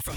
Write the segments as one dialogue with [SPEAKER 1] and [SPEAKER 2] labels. [SPEAKER 1] From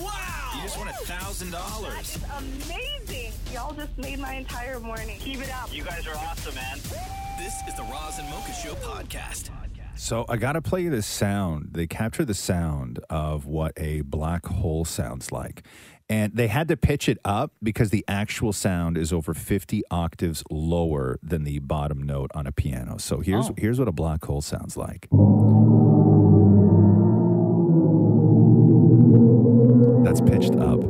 [SPEAKER 2] Wow!
[SPEAKER 3] You just won a thousand dollars.
[SPEAKER 4] Amazing. Y'all just made my entire morning. Keep it up.
[SPEAKER 1] You guys are awesome, man. This is the Roz and Mocha Show podcast.
[SPEAKER 5] So I got to play you this sound. They capture the sound of what a black hole sounds like. And they had to pitch it up because the actual sound is over 50 octaves lower than the bottom note on a piano. So here's
[SPEAKER 2] Oh.
[SPEAKER 5] here's what a black hole sounds like. That's pitched up.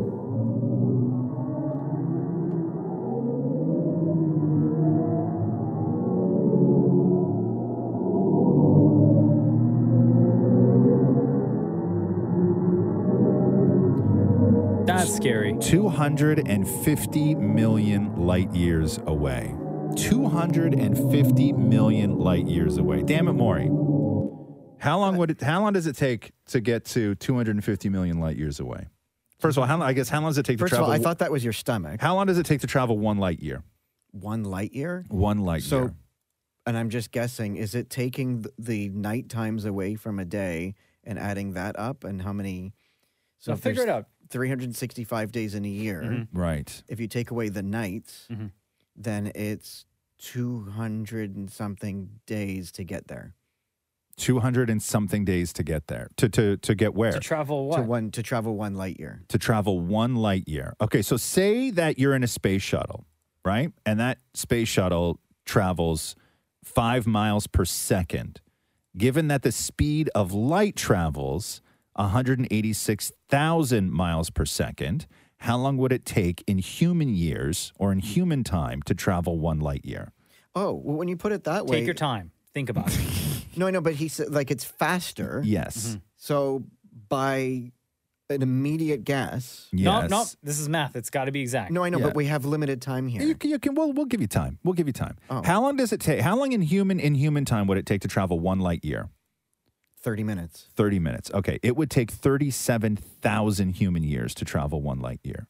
[SPEAKER 2] That's scary.
[SPEAKER 5] 250 million light years away. 250 million light years away. Damn it, Maury. How long would it, how long does it take to get to 250 million light years away? First of all, how, I guess how long does it take
[SPEAKER 6] First
[SPEAKER 5] to
[SPEAKER 6] of
[SPEAKER 5] travel?
[SPEAKER 6] all, I thought that was your stomach.
[SPEAKER 5] how long does it take to travel one light year?
[SPEAKER 6] One light year.
[SPEAKER 5] One light
[SPEAKER 6] So,
[SPEAKER 5] year.
[SPEAKER 6] and I'm just guessing, is it taking th- the night times away from a day and adding that up? And how many? So
[SPEAKER 2] No,
[SPEAKER 6] if
[SPEAKER 2] figure it
[SPEAKER 6] there's
[SPEAKER 2] out. Mm-hmm.
[SPEAKER 6] 365 days in a year.
[SPEAKER 5] Right.
[SPEAKER 6] If you take away the nights, then it's 200 and something days to get there.
[SPEAKER 5] 200 and something days to get there. To to to get where?
[SPEAKER 2] To travel what?
[SPEAKER 6] To one to travel one light year.
[SPEAKER 5] to travel one light year. Okay, so say that you're in a space shuttle, right? And that space shuttle travels five miles per second. Given that the speed of light travels 186,000 miles per second, how long would it take in human years or in human time to travel one light year?
[SPEAKER 6] Oh, well, when you put it that way,
[SPEAKER 2] Take your time. Think about it. Mm-hmm.
[SPEAKER 6] No, I know, but he said like it's faster.
[SPEAKER 5] Yes.
[SPEAKER 6] So by an immediate guess,
[SPEAKER 2] No,
[SPEAKER 5] Yes.
[SPEAKER 2] no, this is math. It's got to be exact.
[SPEAKER 6] No, I know,
[SPEAKER 5] Yeah.
[SPEAKER 6] but we have limited time here.
[SPEAKER 5] You can, you can we'll, we'll give you time. We'll give you time.
[SPEAKER 6] Oh.
[SPEAKER 5] How long does it take? How long in human in human time would it take to travel one light year?
[SPEAKER 6] 30 minutes.
[SPEAKER 5] 30 minutes. Okay. It would take 37,000 human years to travel one light year.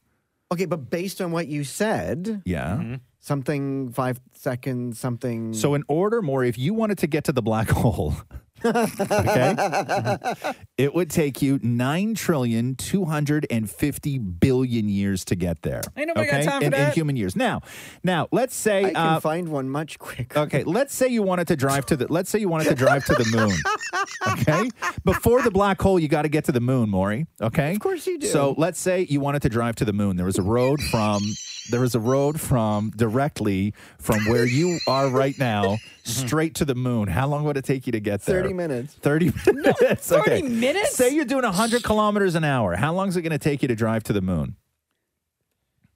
[SPEAKER 6] Okay, but based on what you said,
[SPEAKER 5] Yeah.
[SPEAKER 2] Mm-hmm.
[SPEAKER 6] something five seconds, something.
[SPEAKER 5] So, in order, more, if you wanted to get to the black hole, okay, Uh-huh. it would take you 9 trillion 250 billion years to get there.
[SPEAKER 2] Ain't nobody got
[SPEAKER 5] okay?
[SPEAKER 2] time for
[SPEAKER 5] in, in
[SPEAKER 2] that.
[SPEAKER 5] human years. Now, now let's say.
[SPEAKER 6] I can
[SPEAKER 5] uh,
[SPEAKER 6] find one much quicker.
[SPEAKER 5] Okay, let's say you wanted to drive to the let's say you wanted to drive to the moon. Okay? Before the black hole, you got to get to the moon, Maury, okay? Of
[SPEAKER 6] course you do.
[SPEAKER 5] So, let's say you wanted to drive to the moon. There was a road from there was a road from directly from where you are right now
[SPEAKER 6] Mm-hmm.
[SPEAKER 5] straight to the moon. How long would it take you to get there?
[SPEAKER 6] 30 minutes.
[SPEAKER 5] 30 minutes.
[SPEAKER 2] 30
[SPEAKER 5] okay.
[SPEAKER 2] minutes?
[SPEAKER 5] Say you're doing 100 kilometers an hour. How long is it going to take you to drive to the moon?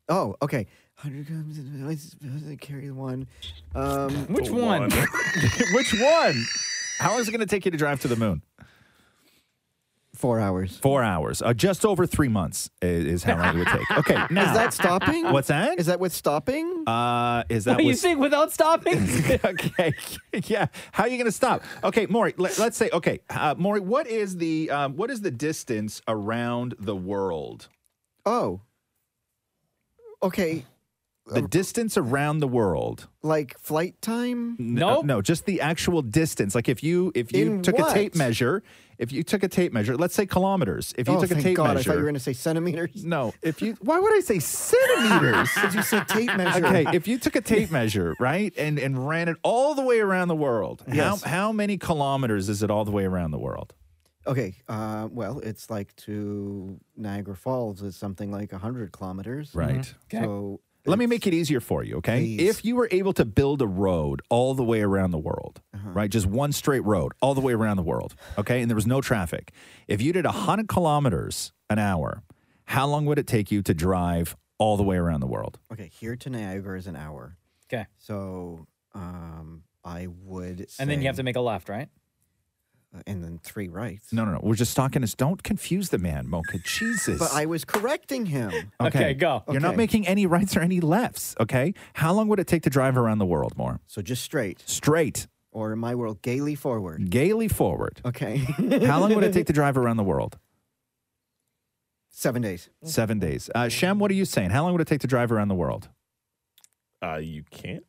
[SPEAKER 6] Oh, okay. 100 grams of rice, carry one. Um,
[SPEAKER 2] Which one?
[SPEAKER 5] Which one? How long is it going to take you to drive to the moon?
[SPEAKER 6] four hours.
[SPEAKER 5] Four hours, uh, just over three months i- is how long it would take. Okay, now
[SPEAKER 6] Is that stopping?
[SPEAKER 5] what's that?
[SPEAKER 6] Is that with stopping?
[SPEAKER 5] uh, is that
[SPEAKER 2] you
[SPEAKER 5] was-
[SPEAKER 2] think without stopping?
[SPEAKER 5] okay? yeah, how are you going to stop? Okay, Maury, let, us say okay, uh, Maury, what is the um, what is the distance around the world?
[SPEAKER 6] oh. Okay. Um,
[SPEAKER 5] The distance around the world?
[SPEAKER 6] Like flight time?
[SPEAKER 5] N- uh,
[SPEAKER 2] Nope.
[SPEAKER 5] no, just the actual distance. Like if you if you
[SPEAKER 6] In
[SPEAKER 5] took a
[SPEAKER 6] what?
[SPEAKER 5] tape measure, if you took a tape measure, let's say kilometers. If you
[SPEAKER 6] oh,
[SPEAKER 5] took
[SPEAKER 6] thank
[SPEAKER 5] a tape
[SPEAKER 6] God. I
[SPEAKER 5] measure,
[SPEAKER 6] thought you were going to say centimeters.
[SPEAKER 5] no, if you why would I say centimeters?
[SPEAKER 6] Did you say tape measure?
[SPEAKER 5] Okay, if you took a tape measure, right, and and ran it all the way around the world,
[SPEAKER 6] Yes.
[SPEAKER 5] how how many kilometers is it all the way around the world?
[SPEAKER 6] Okay. Uh, well, it's like to Niagara Falls is something like 100 kilometers.
[SPEAKER 5] Right.
[SPEAKER 2] Okay.
[SPEAKER 6] So
[SPEAKER 5] Let me make it easier for you, okay?
[SPEAKER 6] Please.
[SPEAKER 5] If you were able to build a road all the way around the world,
[SPEAKER 6] Uh-huh.
[SPEAKER 5] right? Just one straight road all the way around the world, okay? And there was no traffic. If you did 100 kilometers an hour, how long would it take you to drive all the way around the world?
[SPEAKER 6] Okay, here to Niagara is an hour.
[SPEAKER 2] okay.
[SPEAKER 6] So um, I would. Say,
[SPEAKER 2] And then you have to make a left, right?
[SPEAKER 6] and then three rights.
[SPEAKER 5] No, no, no. We're just talking. Is don't confuse the man, Mocha. Jesus.
[SPEAKER 6] But I was correcting him.
[SPEAKER 2] Okay, go.
[SPEAKER 5] You're not
[SPEAKER 6] Okay.
[SPEAKER 5] making any rights or any lefts. Okay. How long would it take to drive around the world more?
[SPEAKER 6] So just straight,
[SPEAKER 5] Straight,
[SPEAKER 6] or in my world, gaily forward.
[SPEAKER 5] gaily forward.
[SPEAKER 6] Okay.
[SPEAKER 5] How long would it take to drive around the world?
[SPEAKER 6] Seven days.
[SPEAKER 5] Seven days. Uh, Shem, what are you saying? How long would it take to drive around the world?
[SPEAKER 7] Uh, you can't.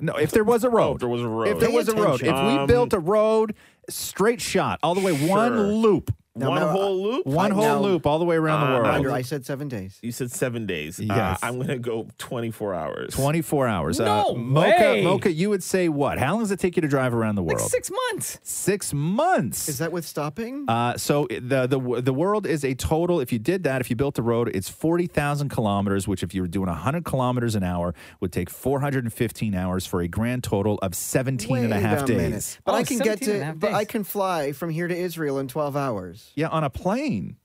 [SPEAKER 5] No, if there was a road.
[SPEAKER 7] if Oh, there was a
[SPEAKER 5] If
[SPEAKER 7] road.
[SPEAKER 5] there
[SPEAKER 6] Pay
[SPEAKER 5] was a road. If
[SPEAKER 7] attention.
[SPEAKER 5] we
[SPEAKER 7] Um,
[SPEAKER 5] built a road, straight shot, all the way, one
[SPEAKER 7] Sure.
[SPEAKER 5] loop,
[SPEAKER 6] No,
[SPEAKER 7] one
[SPEAKER 6] no,
[SPEAKER 7] whole loop.
[SPEAKER 5] one
[SPEAKER 6] I-
[SPEAKER 5] whole
[SPEAKER 6] no.
[SPEAKER 5] loop, all the way around
[SPEAKER 7] Uh,
[SPEAKER 5] the world.
[SPEAKER 6] Andrew, I said seven days.
[SPEAKER 7] You said seven days. Uh,
[SPEAKER 5] Yes.
[SPEAKER 7] I'm gonna go 24 hours.
[SPEAKER 5] 24 hours. Uh,
[SPEAKER 2] No
[SPEAKER 5] Mocha,
[SPEAKER 2] way.
[SPEAKER 5] Mocha, you would say what? How long does it take you to drive around the world?
[SPEAKER 2] Like six months.
[SPEAKER 5] Six months.
[SPEAKER 6] Is that with stopping?
[SPEAKER 5] uh, so it- the the the world is a total. If you did that, if you built a road, it's forty thousand kilometers, which if you were doing hundred kilometers an hour, would take four hundred and fifteen hours for a grand total of 17 and a
[SPEAKER 6] Wait
[SPEAKER 5] half
[SPEAKER 6] a
[SPEAKER 5] days.
[SPEAKER 6] minute. But
[SPEAKER 2] Oh,
[SPEAKER 6] I can get
[SPEAKER 2] 17 and a
[SPEAKER 6] to.
[SPEAKER 2] half
[SPEAKER 6] But I
[SPEAKER 2] days.
[SPEAKER 6] can fly from here to Israel in twelve hours.
[SPEAKER 5] Yeah, on a plane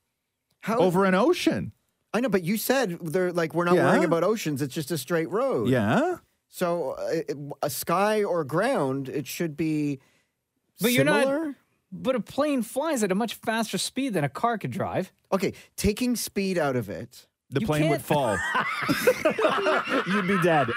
[SPEAKER 6] How?
[SPEAKER 5] over an ocean.
[SPEAKER 6] I know, but you said they're like we're not
[SPEAKER 5] Yeah.
[SPEAKER 6] worrying about oceans. It's just a straight road.
[SPEAKER 5] Yeah.
[SPEAKER 6] So uh, it- a sky or ground, it should be.
[SPEAKER 2] But you're
[SPEAKER 6] similar?
[SPEAKER 2] not- But a plane flies at a much faster speed than a car could drive.
[SPEAKER 6] Okay, taking speed out of it.
[SPEAKER 5] The
[SPEAKER 2] You
[SPEAKER 5] plane would fall.
[SPEAKER 2] can't- You'd be dead.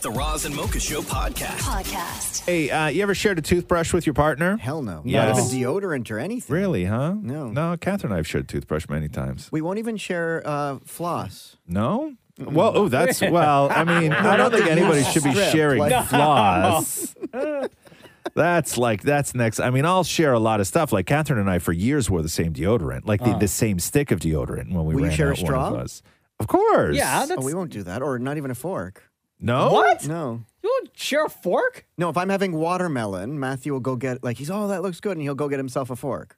[SPEAKER 1] The Roz and Mocha Show podcast.
[SPEAKER 8] Podcast.
[SPEAKER 5] hey, uh, you ever shared a toothbrush with your partner?
[SPEAKER 6] Hell no.
[SPEAKER 5] Yes.
[SPEAKER 6] Not even deodorant or anything.
[SPEAKER 5] Really, huh?
[SPEAKER 6] No.
[SPEAKER 5] No, Catherine and I have shared toothbrush many times.
[SPEAKER 6] We won't even share uh, floss.
[SPEAKER 5] No? Well, oh, that's, well, I mean, I don't think anybody should be
[SPEAKER 6] Strip,
[SPEAKER 5] sharing
[SPEAKER 6] like- No.
[SPEAKER 5] floss. That's like, that's next. I mean, I'll share a lot of stuff. Like, Catherine and I for years wore the same deodorant, like
[SPEAKER 2] Oh.
[SPEAKER 5] the, the same stick of deodorant when we
[SPEAKER 6] Will you
[SPEAKER 5] ran
[SPEAKER 6] share a
[SPEAKER 5] out, one of
[SPEAKER 6] straw?
[SPEAKER 5] us. Of course.
[SPEAKER 2] yeah, that's
[SPEAKER 6] Oh, we won't do that, or not even a fork.
[SPEAKER 5] No?
[SPEAKER 2] what?
[SPEAKER 6] No.
[SPEAKER 2] You won't share a fork?
[SPEAKER 6] No, if I'm having watermelon, Matthew will go get like he's oh that looks good, and he'll go get himself a fork.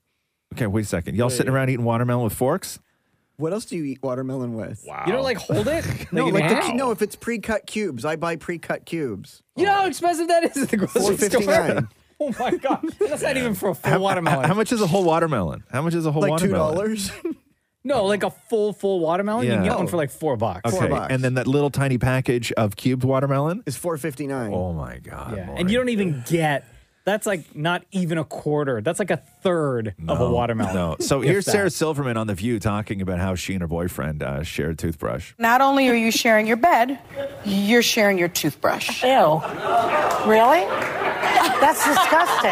[SPEAKER 5] Okay, wait a second. Y'all sitting around eating watermelon with forks?
[SPEAKER 6] What else do you eat watermelon with?
[SPEAKER 7] Wow.
[SPEAKER 2] You don't like hold it?
[SPEAKER 6] No,
[SPEAKER 2] in
[SPEAKER 6] like the,
[SPEAKER 2] hand?
[SPEAKER 6] cu- no, if it's pre-cut cubes, I buy pre-cut cubes.
[SPEAKER 2] You know how expensive that is at the grocery store.
[SPEAKER 6] $4.59.
[SPEAKER 2] Oh my god, that's not even for a full watermelon.
[SPEAKER 5] How much is a whole watermelon? How much is a whole
[SPEAKER 6] Like two
[SPEAKER 5] watermelon?
[SPEAKER 6] dollars.
[SPEAKER 2] no, like a full full watermelon, you can
[SPEAKER 5] Yeah.
[SPEAKER 2] get one for like four bucks.
[SPEAKER 5] Okay,
[SPEAKER 6] bucks.
[SPEAKER 5] and then that little tiny package of cubed watermelon.
[SPEAKER 6] It's four fifty nine.
[SPEAKER 5] Oh my god!
[SPEAKER 2] Yeah,
[SPEAKER 5] Maury.
[SPEAKER 2] and you don't even get. That's like not even a quarter. That's like a third of a watermelon.
[SPEAKER 5] No. Oh, So
[SPEAKER 2] If
[SPEAKER 5] here's
[SPEAKER 2] that.
[SPEAKER 5] Sarah Silverman on The View talking about how she and her boyfriend uh, shared a toothbrush.
[SPEAKER 9] Not only are you sharing your bed, you're sharing your toothbrush.
[SPEAKER 10] Ew. Really? That's disgusting.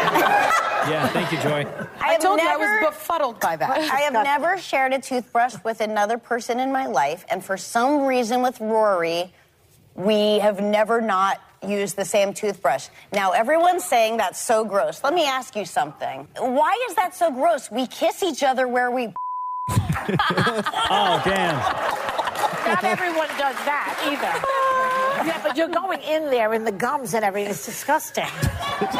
[SPEAKER 2] Yeah, thank you, Joy.
[SPEAKER 10] I have
[SPEAKER 9] told you I
[SPEAKER 10] never,
[SPEAKER 9] was befuddled by that.
[SPEAKER 10] I have never shared a toothbrush with another person in my life, and for some reason with Rory, we have never not used the same toothbrush. Now everyone's saying that's so gross. Let me ask you something. Why is that so gross? We kiss each other where we.
[SPEAKER 2] Oh damn.
[SPEAKER 10] Not everyone does that either.
[SPEAKER 9] Yeah, but you're going in there in the gums and everything. It's disgusting.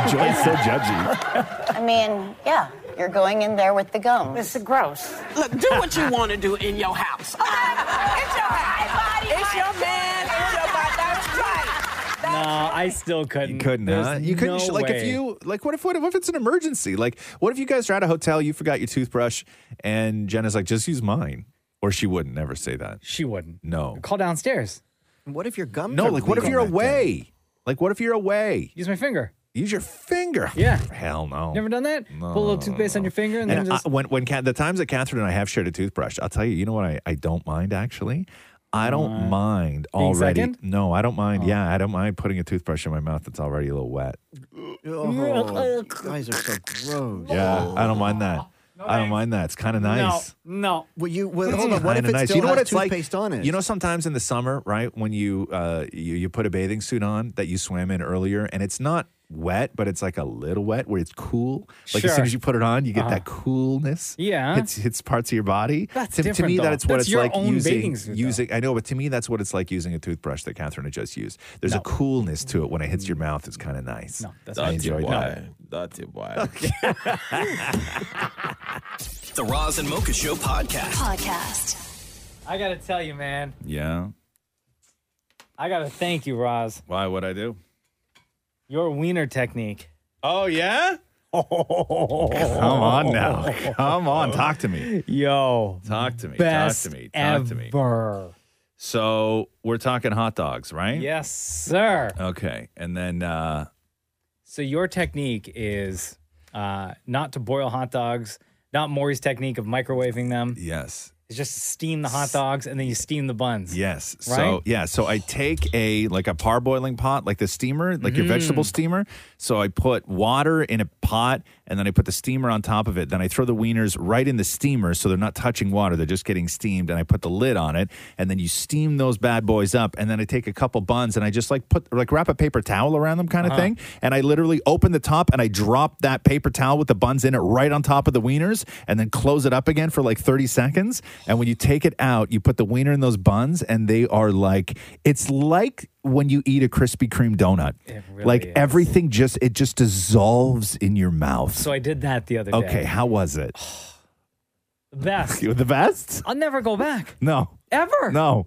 [SPEAKER 5] Joy's so judgy.
[SPEAKER 10] I mean, yeah, you're going in there with the gum.
[SPEAKER 9] It's gross.
[SPEAKER 11] Look, do what you want to do in your house. okay? It's your house. It's your man. It's your body. That's right.
[SPEAKER 2] No,
[SPEAKER 11] That's
[SPEAKER 2] I still couldn't.
[SPEAKER 5] You couldn't,
[SPEAKER 2] There's
[SPEAKER 5] huh? You couldn't.
[SPEAKER 2] no
[SPEAKER 5] sh- like if
[SPEAKER 2] way.
[SPEAKER 5] you like, what if what if what if it's an emergency? Like, what if you guys are at a hotel, you forgot your toothbrush, and Jenna's like, just use mine, or she wouldn't never say that.
[SPEAKER 2] she wouldn't.
[SPEAKER 5] No.
[SPEAKER 2] Call downstairs.
[SPEAKER 6] What if your gum?
[SPEAKER 5] No. Like, what if you're away? Like, what if you're away?
[SPEAKER 2] Use my finger.
[SPEAKER 5] Use your finger.
[SPEAKER 2] Yeah.
[SPEAKER 5] Hell no.
[SPEAKER 2] Never done that? Put a little toothpaste on your finger and,
[SPEAKER 5] And
[SPEAKER 2] then just.
[SPEAKER 5] I, when when Ca- the times that Catherine and I have shared a toothbrush, I'll tell you, you know what I, I don't mind actually. I don't mind already.
[SPEAKER 2] second? Oh.
[SPEAKER 5] No, I don't mind. Yeah, I don't mind putting a toothbrush in my mouth that's already a little wet.
[SPEAKER 6] Oh, you guys are so gross.
[SPEAKER 5] Yeah, I don't mind that. I don't mind that. It's kind of nice.
[SPEAKER 2] No, no.
[SPEAKER 6] Well, you well, hold on. What if
[SPEAKER 5] Kinda
[SPEAKER 6] it
[SPEAKER 5] nice.
[SPEAKER 6] still
[SPEAKER 5] You know
[SPEAKER 6] has
[SPEAKER 5] what it's like?
[SPEAKER 6] toothpaste on it?
[SPEAKER 5] You know, sometimes in the summer, right, when you uh, you you put a bathing suit on that you swam in earlier, and it's not wet, but it's like a little wet where it's cool. Like as soon
[SPEAKER 2] Sure. Uh-huh.
[SPEAKER 5] as you put it on, you get that coolness.
[SPEAKER 2] Yeah.
[SPEAKER 5] hits hits parts of your body.
[SPEAKER 2] That's
[SPEAKER 5] to, to
[SPEAKER 2] different,
[SPEAKER 5] me. That
[SPEAKER 2] though.
[SPEAKER 5] it's what
[SPEAKER 2] That's
[SPEAKER 5] it's
[SPEAKER 2] your
[SPEAKER 5] like
[SPEAKER 2] own
[SPEAKER 5] using
[SPEAKER 2] bathing suit, though.
[SPEAKER 5] using. I know, but to me, that's what it's like using a toothbrush that Catherine had just used. There's a coolness to it when it hits your mouth. It's kind of nice.
[SPEAKER 2] Mm. No, that's
[SPEAKER 5] I
[SPEAKER 2] not-
[SPEAKER 5] enjoyed that.
[SPEAKER 7] That's it. Why?
[SPEAKER 1] The Roz and Mocha Show podcast.
[SPEAKER 8] Podcast.
[SPEAKER 2] I gotta tell you, man.
[SPEAKER 5] Yeah.
[SPEAKER 2] I gotta thank you, Roz.
[SPEAKER 5] Why would I do?
[SPEAKER 2] Your wiener technique.
[SPEAKER 5] Oh yeah. Come on now. Oh, Come on. Talk to me.
[SPEAKER 2] Yo.
[SPEAKER 5] Talk to me.
[SPEAKER 2] Best
[SPEAKER 5] talk to me. Talk
[SPEAKER 2] ever.
[SPEAKER 5] to me. So we're talking hot dogs, right?
[SPEAKER 2] Yes, sir.
[SPEAKER 5] Okay. And then uh
[SPEAKER 2] So your technique is uh, not to boil hot dogs, not Maury's technique of microwaving them.
[SPEAKER 5] Yes.
[SPEAKER 2] It's just steam the hot dogs and then you steam the buns.
[SPEAKER 5] Yes. So
[SPEAKER 2] Right?
[SPEAKER 5] yeah, so I take a like a parboiling pot, like the steamer, like your
[SPEAKER 2] Mhm.
[SPEAKER 5] vegetable steamer. So I put water in a pot, and then I put the steamer on top of it. Then I throw the wieners right in the steamer, so they're not touching water; they're just getting steamed. And I put the lid on it, and then you steam those bad boys up. And then I take a couple buns, and I just like put like wrap a paper towel around them, kind of
[SPEAKER 7] Uh-huh.
[SPEAKER 5] thing. And I literally open the top, and I drop that paper towel with the buns in it right on top of the wieners, and then close it up again for like thirty seconds. And when you take it out, you put the wiener in those buns, and they are like it's like when you eat a Krispy Kreme donut. like everything just it just dissolves in your mouth.
[SPEAKER 2] So I did that the other day.
[SPEAKER 5] Okay, how was it?
[SPEAKER 2] The best.
[SPEAKER 5] the best?
[SPEAKER 2] I'll never go back.
[SPEAKER 5] No.
[SPEAKER 2] Ever.
[SPEAKER 5] No.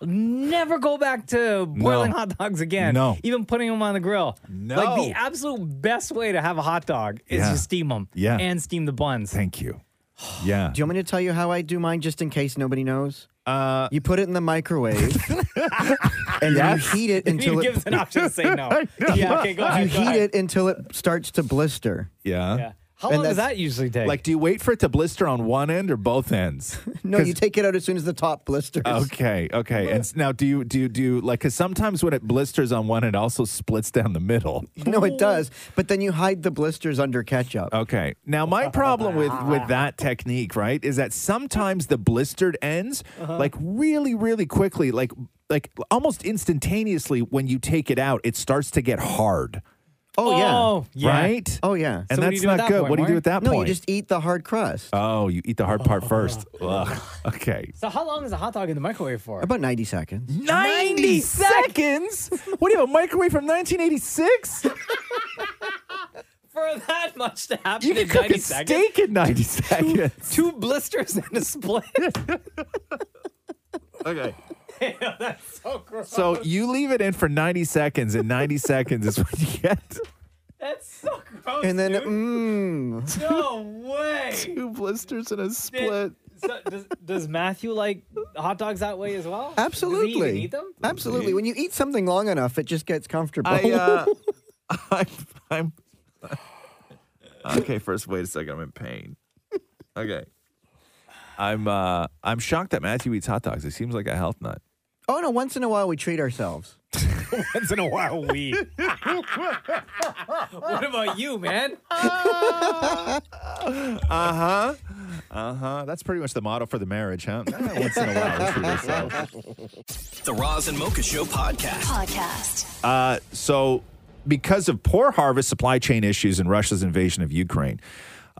[SPEAKER 2] Never go back to boiling hot dogs again.
[SPEAKER 5] No.
[SPEAKER 2] Even putting them on the grill.
[SPEAKER 5] No.
[SPEAKER 2] Like the absolute best way to have a hot dog is
[SPEAKER 5] Yeah.
[SPEAKER 2] to steam them.
[SPEAKER 5] Yeah.
[SPEAKER 2] And steam the buns.
[SPEAKER 5] Thank you. Yeah. Do
[SPEAKER 6] you want me to tell you how I do mine just in case nobody knows?
[SPEAKER 5] Uh,
[SPEAKER 6] you put it in the microwave and then
[SPEAKER 2] Yes.
[SPEAKER 6] you heat it
[SPEAKER 2] You
[SPEAKER 6] until it
[SPEAKER 2] give us an option to say no. I know. Yeah, okay, go ahead,
[SPEAKER 6] You
[SPEAKER 2] go
[SPEAKER 6] heat
[SPEAKER 2] ahead.
[SPEAKER 6] it until it starts to blister.
[SPEAKER 5] Yeah.
[SPEAKER 2] How
[SPEAKER 6] And
[SPEAKER 2] long does
[SPEAKER 6] that's-
[SPEAKER 2] that usually take?
[SPEAKER 5] Like, do you wait for it to blister on one end or both ends?
[SPEAKER 6] No, you take it out as soon as the top blisters.
[SPEAKER 5] Okay, okay. And s- now, do you do you, do you, like? Because sometimes when it blisters on one, it also splits down the middle.
[SPEAKER 6] No, it does. But then you hide the blisters under ketchup.
[SPEAKER 5] Okay. Now, my problem with with that technique, right, is that sometimes the blistered ends
[SPEAKER 6] Uh-huh.
[SPEAKER 5] like really, really quickly, like like almost instantaneously. When you take it out, it starts to get hard.
[SPEAKER 6] Oh, yeah.
[SPEAKER 5] Right.
[SPEAKER 6] Oh yeah.
[SPEAKER 5] And that's not good. what do you do at that
[SPEAKER 6] no,
[SPEAKER 5] point?
[SPEAKER 6] you just eat the hard crust.
[SPEAKER 5] Oh, you eat the hard part first. Ugh. Okay.
[SPEAKER 2] so how long is a hot dog in the microwave for?
[SPEAKER 6] About 90 seconds.
[SPEAKER 5] 90 seconds? What do you have, a microwave from 1986?
[SPEAKER 2] For that much to happen
[SPEAKER 5] You can
[SPEAKER 2] in
[SPEAKER 5] cook
[SPEAKER 2] 90
[SPEAKER 5] a
[SPEAKER 2] seconds?
[SPEAKER 5] steak in 90 seconds.
[SPEAKER 2] Two blisters and a split.
[SPEAKER 5] okay.
[SPEAKER 2] that's so gross.
[SPEAKER 5] So you leave it in for 90 seconds, and 90 seconds is what you get.
[SPEAKER 2] That's so
[SPEAKER 5] Oh,
[SPEAKER 2] gross.
[SPEAKER 6] And then,
[SPEAKER 2] dude.
[SPEAKER 5] mm.
[SPEAKER 6] mmm.
[SPEAKER 2] No way.
[SPEAKER 5] Two blisters and a
[SPEAKER 2] split. does, does Matthew like hot dogs that way as well? Does he
[SPEAKER 6] Absolutely.
[SPEAKER 2] even eat them?
[SPEAKER 6] Absolutely. When you eat something long enough, it just gets comfortable.
[SPEAKER 5] I, uh, I'm, I'm. Okay, first, wait a second. I'm in pain. Okay. I'm uh I'm shocked that Matthew eats hot dogs. It seems like a health nut.
[SPEAKER 6] oh no, once in a while we treat ourselves.
[SPEAKER 2] Once in a while we. what about you, man?
[SPEAKER 5] Uh-huh. Uh-huh. That's pretty much the motto for the marriage, huh? Once in a while we treat ourselves.
[SPEAKER 1] The Roz and Mocha Show podcast.
[SPEAKER 12] Podcast.
[SPEAKER 5] Uh, so, because of poor harvest, supply chain issues, and Russia's invasion of Ukraine,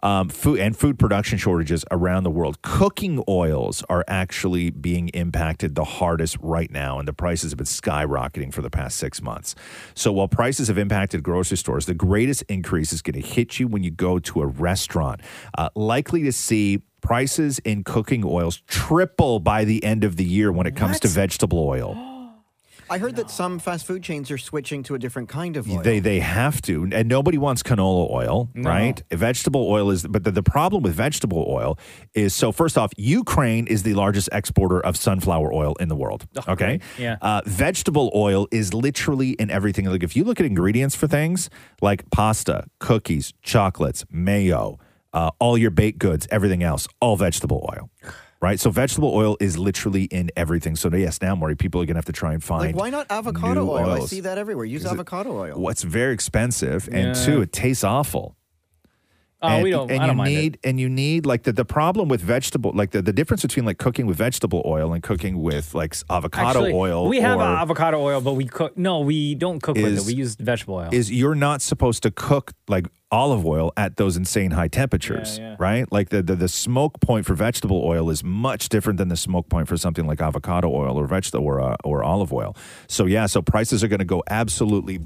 [SPEAKER 5] um, food and food production shortages around the world, cooking oils are actually being impacted the hardest right now, and the prices have been skyrocketing for the past six months. So, while prices have impacted grocery stores, the greatest increase is going to hit you when you go to a restaurant. Uh, likely to see prices in cooking oils triple by the end of the year when it comes to vegetable oil.
[SPEAKER 6] I heard that some fast food chains are switching to a different kind of oil.
[SPEAKER 5] They they have to, and nobody wants canola oil, right? Vegetable oil is, but the, the problem with vegetable oil is so. First off, Ukraine is the largest exporter of sunflower oil in the world.
[SPEAKER 6] Oh,
[SPEAKER 5] Okay,
[SPEAKER 2] Yeah.
[SPEAKER 5] uh, vegetable oil is literally in everything. Like if you look at ingredients for things like pasta, cookies, chocolates, mayo, uh, all your baked goods, everything else, all vegetable oil. Right, so vegetable oil is literally in everything. So yes, now Maury, people are gonna have to try and find
[SPEAKER 6] Like, why not avocado
[SPEAKER 5] new
[SPEAKER 6] oil? I
[SPEAKER 5] oils.
[SPEAKER 6] see that everywhere. Use
[SPEAKER 5] Is it-
[SPEAKER 6] avocado oil.
[SPEAKER 5] well, it's very expensive, and
[SPEAKER 6] Yeah.
[SPEAKER 5] two, it tastes awful.
[SPEAKER 2] Oh, we don't-
[SPEAKER 5] And
[SPEAKER 2] I don't
[SPEAKER 5] you
[SPEAKER 2] mind it.
[SPEAKER 5] need, and you need like the, the problem with vegetable, like the, the difference between like cooking with vegetable oil and cooking with like s- avocado
[SPEAKER 2] Actually,
[SPEAKER 5] oil.
[SPEAKER 2] We have
[SPEAKER 5] or-
[SPEAKER 2] avocado oil, but we cook. No, we don't cook with
[SPEAKER 5] Is-
[SPEAKER 2] it. We use vegetable oil.
[SPEAKER 5] is you're not supposed to cook like olive oil at those insane high temperatures, right? Like the, the the smoke point for vegetable oil is much different than the smoke point for something like avocado oil or vegetable or, uh, or olive oil. So yeah, so prices are going to go absolutely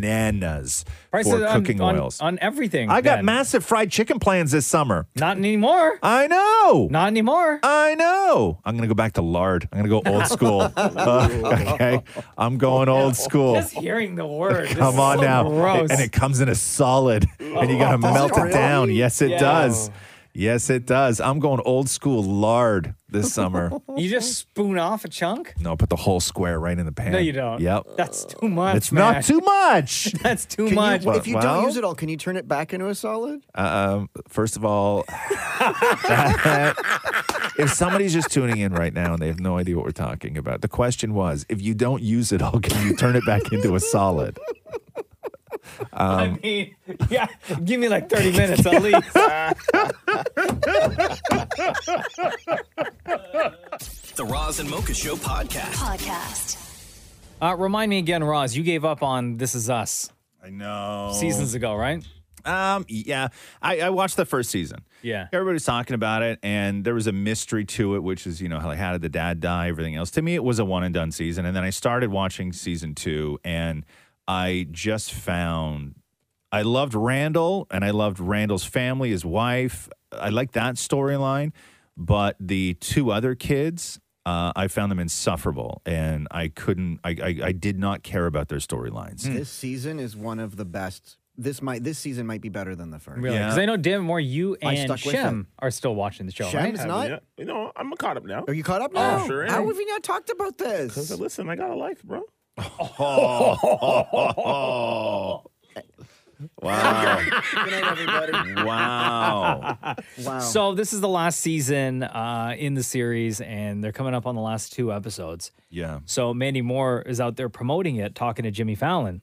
[SPEAKER 5] bananas
[SPEAKER 2] Prices
[SPEAKER 5] for
[SPEAKER 2] on-
[SPEAKER 5] cooking
[SPEAKER 2] on-
[SPEAKER 5] oils
[SPEAKER 2] on everything.
[SPEAKER 5] I got
[SPEAKER 2] then.
[SPEAKER 5] massive fried chicken plans this summer.
[SPEAKER 2] Not anymore.
[SPEAKER 5] I know.
[SPEAKER 2] Not anymore.
[SPEAKER 5] I know. I'm gonna go back to lard. I'm gonna go old school. Uh, okay, I'm going old school.
[SPEAKER 2] Just hearing the word. this
[SPEAKER 5] Come
[SPEAKER 2] is
[SPEAKER 5] on
[SPEAKER 2] so
[SPEAKER 5] now.
[SPEAKER 2] Gross.
[SPEAKER 5] And it comes in a solid and you got to
[SPEAKER 2] Does it
[SPEAKER 5] melt it
[SPEAKER 2] really?
[SPEAKER 5] down. Yes, it
[SPEAKER 2] Yeah.
[SPEAKER 5] does. Yes, it does. I'm going old school lard this summer.
[SPEAKER 2] You just spoon off a chunk?
[SPEAKER 5] no, put the whole square right in the pan.
[SPEAKER 2] No, you don't.
[SPEAKER 5] Yep.
[SPEAKER 2] That's too much.
[SPEAKER 5] It's not
[SPEAKER 2] Matt.
[SPEAKER 5] too much.
[SPEAKER 2] That's too
[SPEAKER 6] Can you-
[SPEAKER 2] much.
[SPEAKER 6] if you don't use it all, can you turn it back into a solid?
[SPEAKER 5] Um, first of all, if somebody's just tuning in right now and they have no idea what we're talking about, the question was: if you don't use it all, can you turn it back into a solid?
[SPEAKER 2] I mean, yeah, give me like 30 minutes at least.
[SPEAKER 1] The Roz and Mocha Show podcast.
[SPEAKER 13] Podcast.
[SPEAKER 2] Uh, remind me again, Roz, you gave up on This Is Us
[SPEAKER 5] I know.
[SPEAKER 2] seasons ago, right?
[SPEAKER 5] Um, yeah, I, I watched the first season.
[SPEAKER 2] Yeah.
[SPEAKER 5] Everybody's talking about it, and there was a mystery to it, which is, you know, like how did the dad die, everything else. To me, it was a one and done season. And then I started watching season two, and I just found I loved Randall, and I loved Randall's family, his wife. I liked that storyline, but the two other kids, uh, I found them insufferable, and I couldn't, I, I, I did not care about their storylines.
[SPEAKER 6] This season is one of the best. This might this season might be better than the first.
[SPEAKER 2] Really? Because I know Dan Moore, you
[SPEAKER 6] I
[SPEAKER 2] and
[SPEAKER 6] stuck with
[SPEAKER 2] Shem are still watching the show,
[SPEAKER 6] Shem
[SPEAKER 2] right?
[SPEAKER 6] is not?
[SPEAKER 7] Yeah. You know, I'm caught up now.
[SPEAKER 6] Are you caught up
[SPEAKER 7] Oh,
[SPEAKER 6] now?
[SPEAKER 7] sure am.
[SPEAKER 6] How have we not talked about this?
[SPEAKER 7] 'Cause, uh, listen, I got a life, bro.
[SPEAKER 5] Oh. wow.
[SPEAKER 6] Good night, everybody.
[SPEAKER 5] Wow.
[SPEAKER 6] Wow.
[SPEAKER 2] So this is the last season uh, in the series, and they're coming up on the last two episodes.
[SPEAKER 5] Yeah.
[SPEAKER 2] So Mandy Moore is out there promoting it, talking to Jimmy Fallon,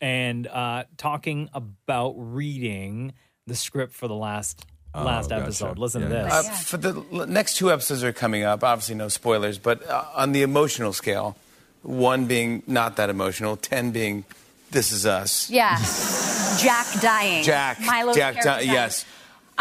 [SPEAKER 2] and uh, talking about reading the script for the last
[SPEAKER 5] Oh,
[SPEAKER 2] last
[SPEAKER 5] gotcha.
[SPEAKER 2] episode. Listen to
[SPEAKER 5] Yeah.
[SPEAKER 2] this.
[SPEAKER 14] Uh, for the l- next two episodes are coming up, obviously no spoilers, but uh, on the emotional scale, one being not that emotional, ten being this is us.
[SPEAKER 15] Yeah. Jack dying.
[SPEAKER 14] Jack,
[SPEAKER 15] Milo's
[SPEAKER 14] Jack,
[SPEAKER 15] character
[SPEAKER 14] Di- yes.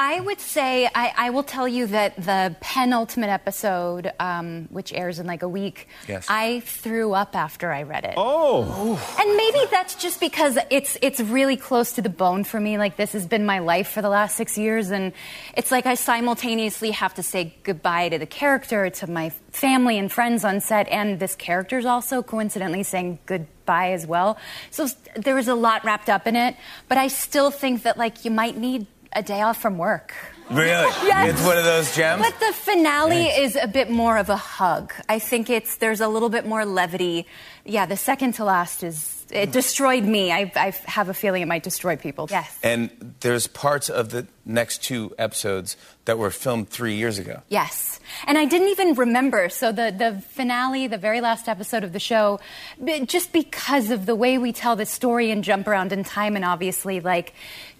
[SPEAKER 15] I would say, I, I will tell you that the penultimate episode, um, which airs in like a week,
[SPEAKER 14] Yes.
[SPEAKER 15] I threw up after I read it.
[SPEAKER 5] Oh.
[SPEAKER 15] And maybe that's just because it's it's really close to the bone for me. Like this has been my life for the last six years, and it's like I simultaneously have to say goodbye to the character, to my family and friends on set, and this character's also coincidentally saying goodbye as well. So s- there was a lot wrapped up in it, but I still think that like you might need a day off from work.
[SPEAKER 14] Really?
[SPEAKER 15] Yes.
[SPEAKER 14] It's one of those gems.
[SPEAKER 15] But the finale is a bit more of a hug. I think it's there's a little bit more levity. Yeah, the second to last is it destroyed me. I, I have a feeling it might destroy people. Yes.
[SPEAKER 14] and there's parts of the next two episodes that were filmed three years ago.
[SPEAKER 15] Yes. And I didn't even remember. So the, the finale, the very last episode of the show, b- just because of the way we tell the story and jump around in time, and obviously, like,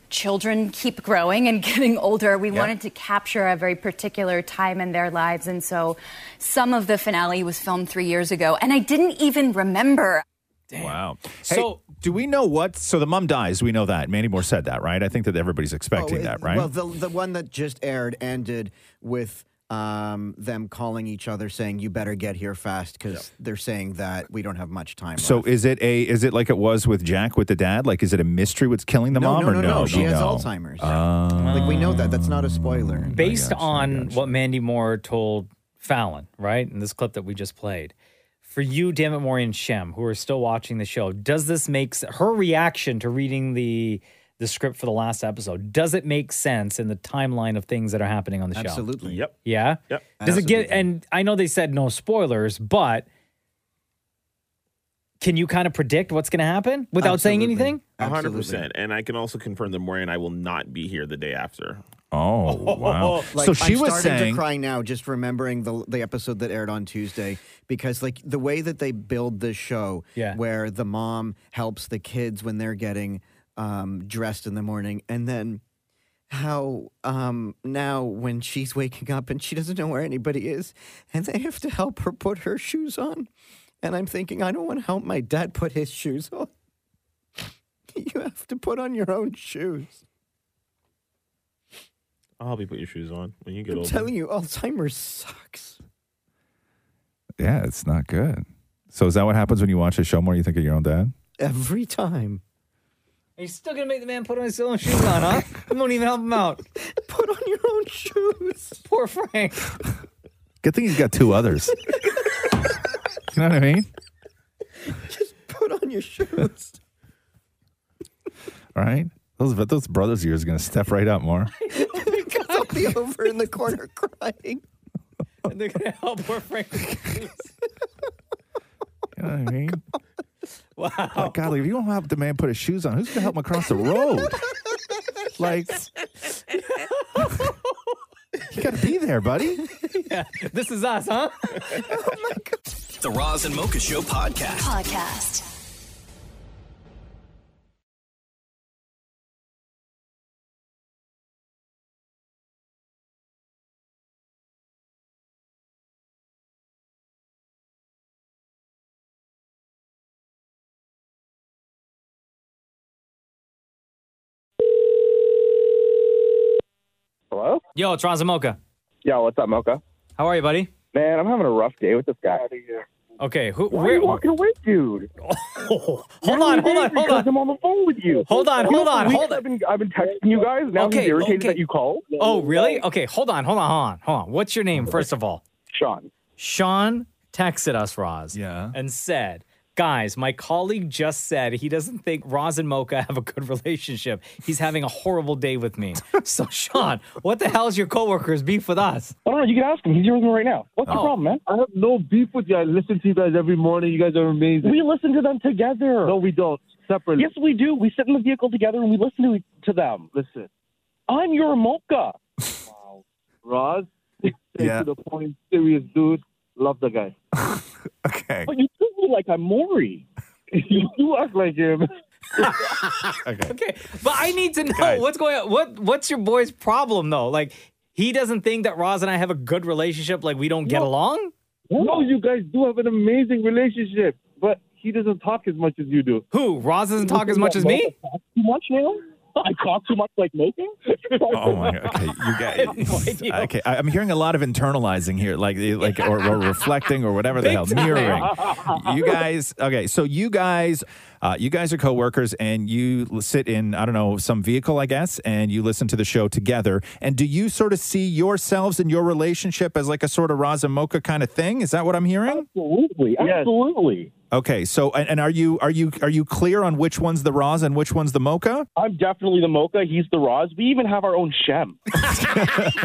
[SPEAKER 15] children keep growing and getting older, we
[SPEAKER 14] Yeah.
[SPEAKER 15] wanted to capture a very particular time in their lives. And so some of the finale was filmed three years ago, and I didn't even remember.
[SPEAKER 5] Wow.
[SPEAKER 2] So-
[SPEAKER 5] so, do we know what? So the mom dies. We know that. Mandy Moore said that, right? I think that everybody's expecting
[SPEAKER 6] Oh,
[SPEAKER 5] that,
[SPEAKER 6] it-
[SPEAKER 5] right?
[SPEAKER 6] Well, the the one that just aired ended with um, them calling each other saying, "You better get here fast," because they're saying that we don't have much time.
[SPEAKER 5] so
[SPEAKER 6] left.
[SPEAKER 5] is it a is it like it was with Jack with the dad? Like is it a mystery what's killing the
[SPEAKER 6] No,
[SPEAKER 5] mom
[SPEAKER 6] no,
[SPEAKER 5] or
[SPEAKER 6] no,
[SPEAKER 5] no?
[SPEAKER 6] no,
[SPEAKER 5] You
[SPEAKER 6] she has
[SPEAKER 5] know.
[SPEAKER 6] Alzheimer's.
[SPEAKER 5] Uh,
[SPEAKER 6] like we know that that's not a spoiler.
[SPEAKER 2] Um, based on what Mandy Moore told Fallon, right? In this clip that we just played. For you, Dammit Maury and Shem, who are still watching the show, does this make s- her reaction to reading the the script for the last episode? Does it make sense in the timeline of things that are happening on the show?
[SPEAKER 6] Absolutely.
[SPEAKER 7] Yep.
[SPEAKER 2] Yeah.
[SPEAKER 7] Yep.
[SPEAKER 2] Does it get? And I know they said no spoilers, but can you kind of predict what's going to happen without saying anything?
[SPEAKER 7] A hundred percent. And I can also confirm that Maury and I will not be here the day after.
[SPEAKER 5] Oh wow.
[SPEAKER 6] Like,
[SPEAKER 5] so she
[SPEAKER 6] I'm
[SPEAKER 5] was
[SPEAKER 6] starting
[SPEAKER 5] saying
[SPEAKER 6] to cry now just remembering the the episode that aired on Tuesday because like the way that they build this show
[SPEAKER 2] Yeah.
[SPEAKER 6] where the mom helps the kids when they're getting um, dressed in the morning and then how um, now when she's waking up and she doesn't know where anybody is and they have to help her put her shoes on and I'm thinking I don't want to help my dad put his shoes on. You have to put on your own shoes.
[SPEAKER 7] I'll help you put your shoes on when you get
[SPEAKER 6] I'm
[SPEAKER 7] older.
[SPEAKER 6] telling you, Alzheimer's sucks.
[SPEAKER 5] Yeah, it's not good. So is that what happens when you watch a show more you think of your own dad?
[SPEAKER 6] every time.
[SPEAKER 2] Are you still going to make the man put on his own shoes on, huh? I won't even help him out.
[SPEAKER 6] Put on your own shoes.
[SPEAKER 2] Poor Frank.
[SPEAKER 5] Good thing he's got two others. you know what I mean?
[SPEAKER 6] Put on your shoes.
[SPEAKER 5] All right. Those those brothers of yours are gonna step right up more.
[SPEAKER 2] Oh my God.
[SPEAKER 6] be over in the corner crying.
[SPEAKER 2] And they're gonna help poor Frank.
[SPEAKER 5] You know what I mean?
[SPEAKER 2] Wow.
[SPEAKER 5] Like, golly, if you don't help the man put his shoes on, who's going to help him across the road? like, you got to be there, buddy. Oh
[SPEAKER 2] yeah, this is us, huh?
[SPEAKER 1] The Roz and Mocha Show podcast.
[SPEAKER 16] Podcast.
[SPEAKER 17] Hello?
[SPEAKER 2] Yo, it's Roz and Mocha.
[SPEAKER 17] Yo, what's up, Mocha?
[SPEAKER 2] How are you, buddy?
[SPEAKER 17] Man, I'm having a rough day with this guy.
[SPEAKER 2] Okay, who?
[SPEAKER 17] Why
[SPEAKER 2] where, Oh,
[SPEAKER 17] are you walking away, dude?
[SPEAKER 2] hold on, hold on, hold on.
[SPEAKER 17] I'm on the phone with you.
[SPEAKER 2] Hold on,
[SPEAKER 17] You know,
[SPEAKER 2] hold
[SPEAKER 17] for
[SPEAKER 2] on,
[SPEAKER 17] weeks
[SPEAKER 2] hold on.
[SPEAKER 17] I've been, I've been texting you guys. Now
[SPEAKER 2] okay,
[SPEAKER 17] he's irritated
[SPEAKER 2] okay.
[SPEAKER 17] that you called.
[SPEAKER 2] Oh, really? Okay, hold on, hold on, hold on, hold on. What's your name, first of all?
[SPEAKER 17] Sean.
[SPEAKER 2] Sean texted us, Roz. Yeah. And said, guys, my colleague just said he doesn't think Roz and Mocha have a good relationship. He's having a horrible day with me. so, Sean, what the hell is your coworker's beef with us?
[SPEAKER 17] I don't know. You can ask him. He's here with me right now. What's the
[SPEAKER 2] Oh.
[SPEAKER 17] problem, man?
[SPEAKER 18] I have no beef with you. I listen to you guys every morning. You guys are amazing.
[SPEAKER 17] We listen to them together.
[SPEAKER 18] No, we don't. Separately.
[SPEAKER 17] Yes, we do. We sit in the vehicle together and we listen to, to them.
[SPEAKER 18] Listen,
[SPEAKER 17] I'm your mocha.
[SPEAKER 18] Roz, take to the point. Serious dude. Love the guy.
[SPEAKER 5] okay.
[SPEAKER 17] But you treat me like I'm Maury.
[SPEAKER 18] you do act like him.
[SPEAKER 5] okay.
[SPEAKER 2] Okay. But I need to know
[SPEAKER 5] Guys.
[SPEAKER 2] what's going on. What What's your boy's problem, though? Like, he doesn't think that Roz and I have a good relationship. Like, we don't get along?
[SPEAKER 18] No, you guys do have an amazing relationship, but he doesn't talk as much as you do.
[SPEAKER 2] Who? Roz doesn't talk as much as me?
[SPEAKER 17] Too much now? I talk too much like Mocha?
[SPEAKER 5] Oh my God. Okay, you guys. okay, I, I'm hearing a lot of internalizing here, like like or, or reflecting or whatever the
[SPEAKER 11] Big
[SPEAKER 5] hell,
[SPEAKER 11] time.
[SPEAKER 5] mirroring. You guys. Okay, so you guys, uh, you guys are coworkers, and you l- sit in I don't know some vehicle, I guess, and you listen to the show together. And do you sort of see yourselves and your relationship as like a sort of Raza Mocha kind of thing? Is that what I'm hearing?
[SPEAKER 17] Absolutely. Absolutely.
[SPEAKER 5] Okay, so and, and are you are you are you clear on which one's the Roz and which one's the Mocha?
[SPEAKER 17] I'm definitely the Mocha. He's the Roz. We even have our own Shem.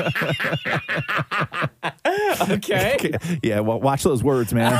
[SPEAKER 2] okay.
[SPEAKER 5] Yeah, well, watch those words, man.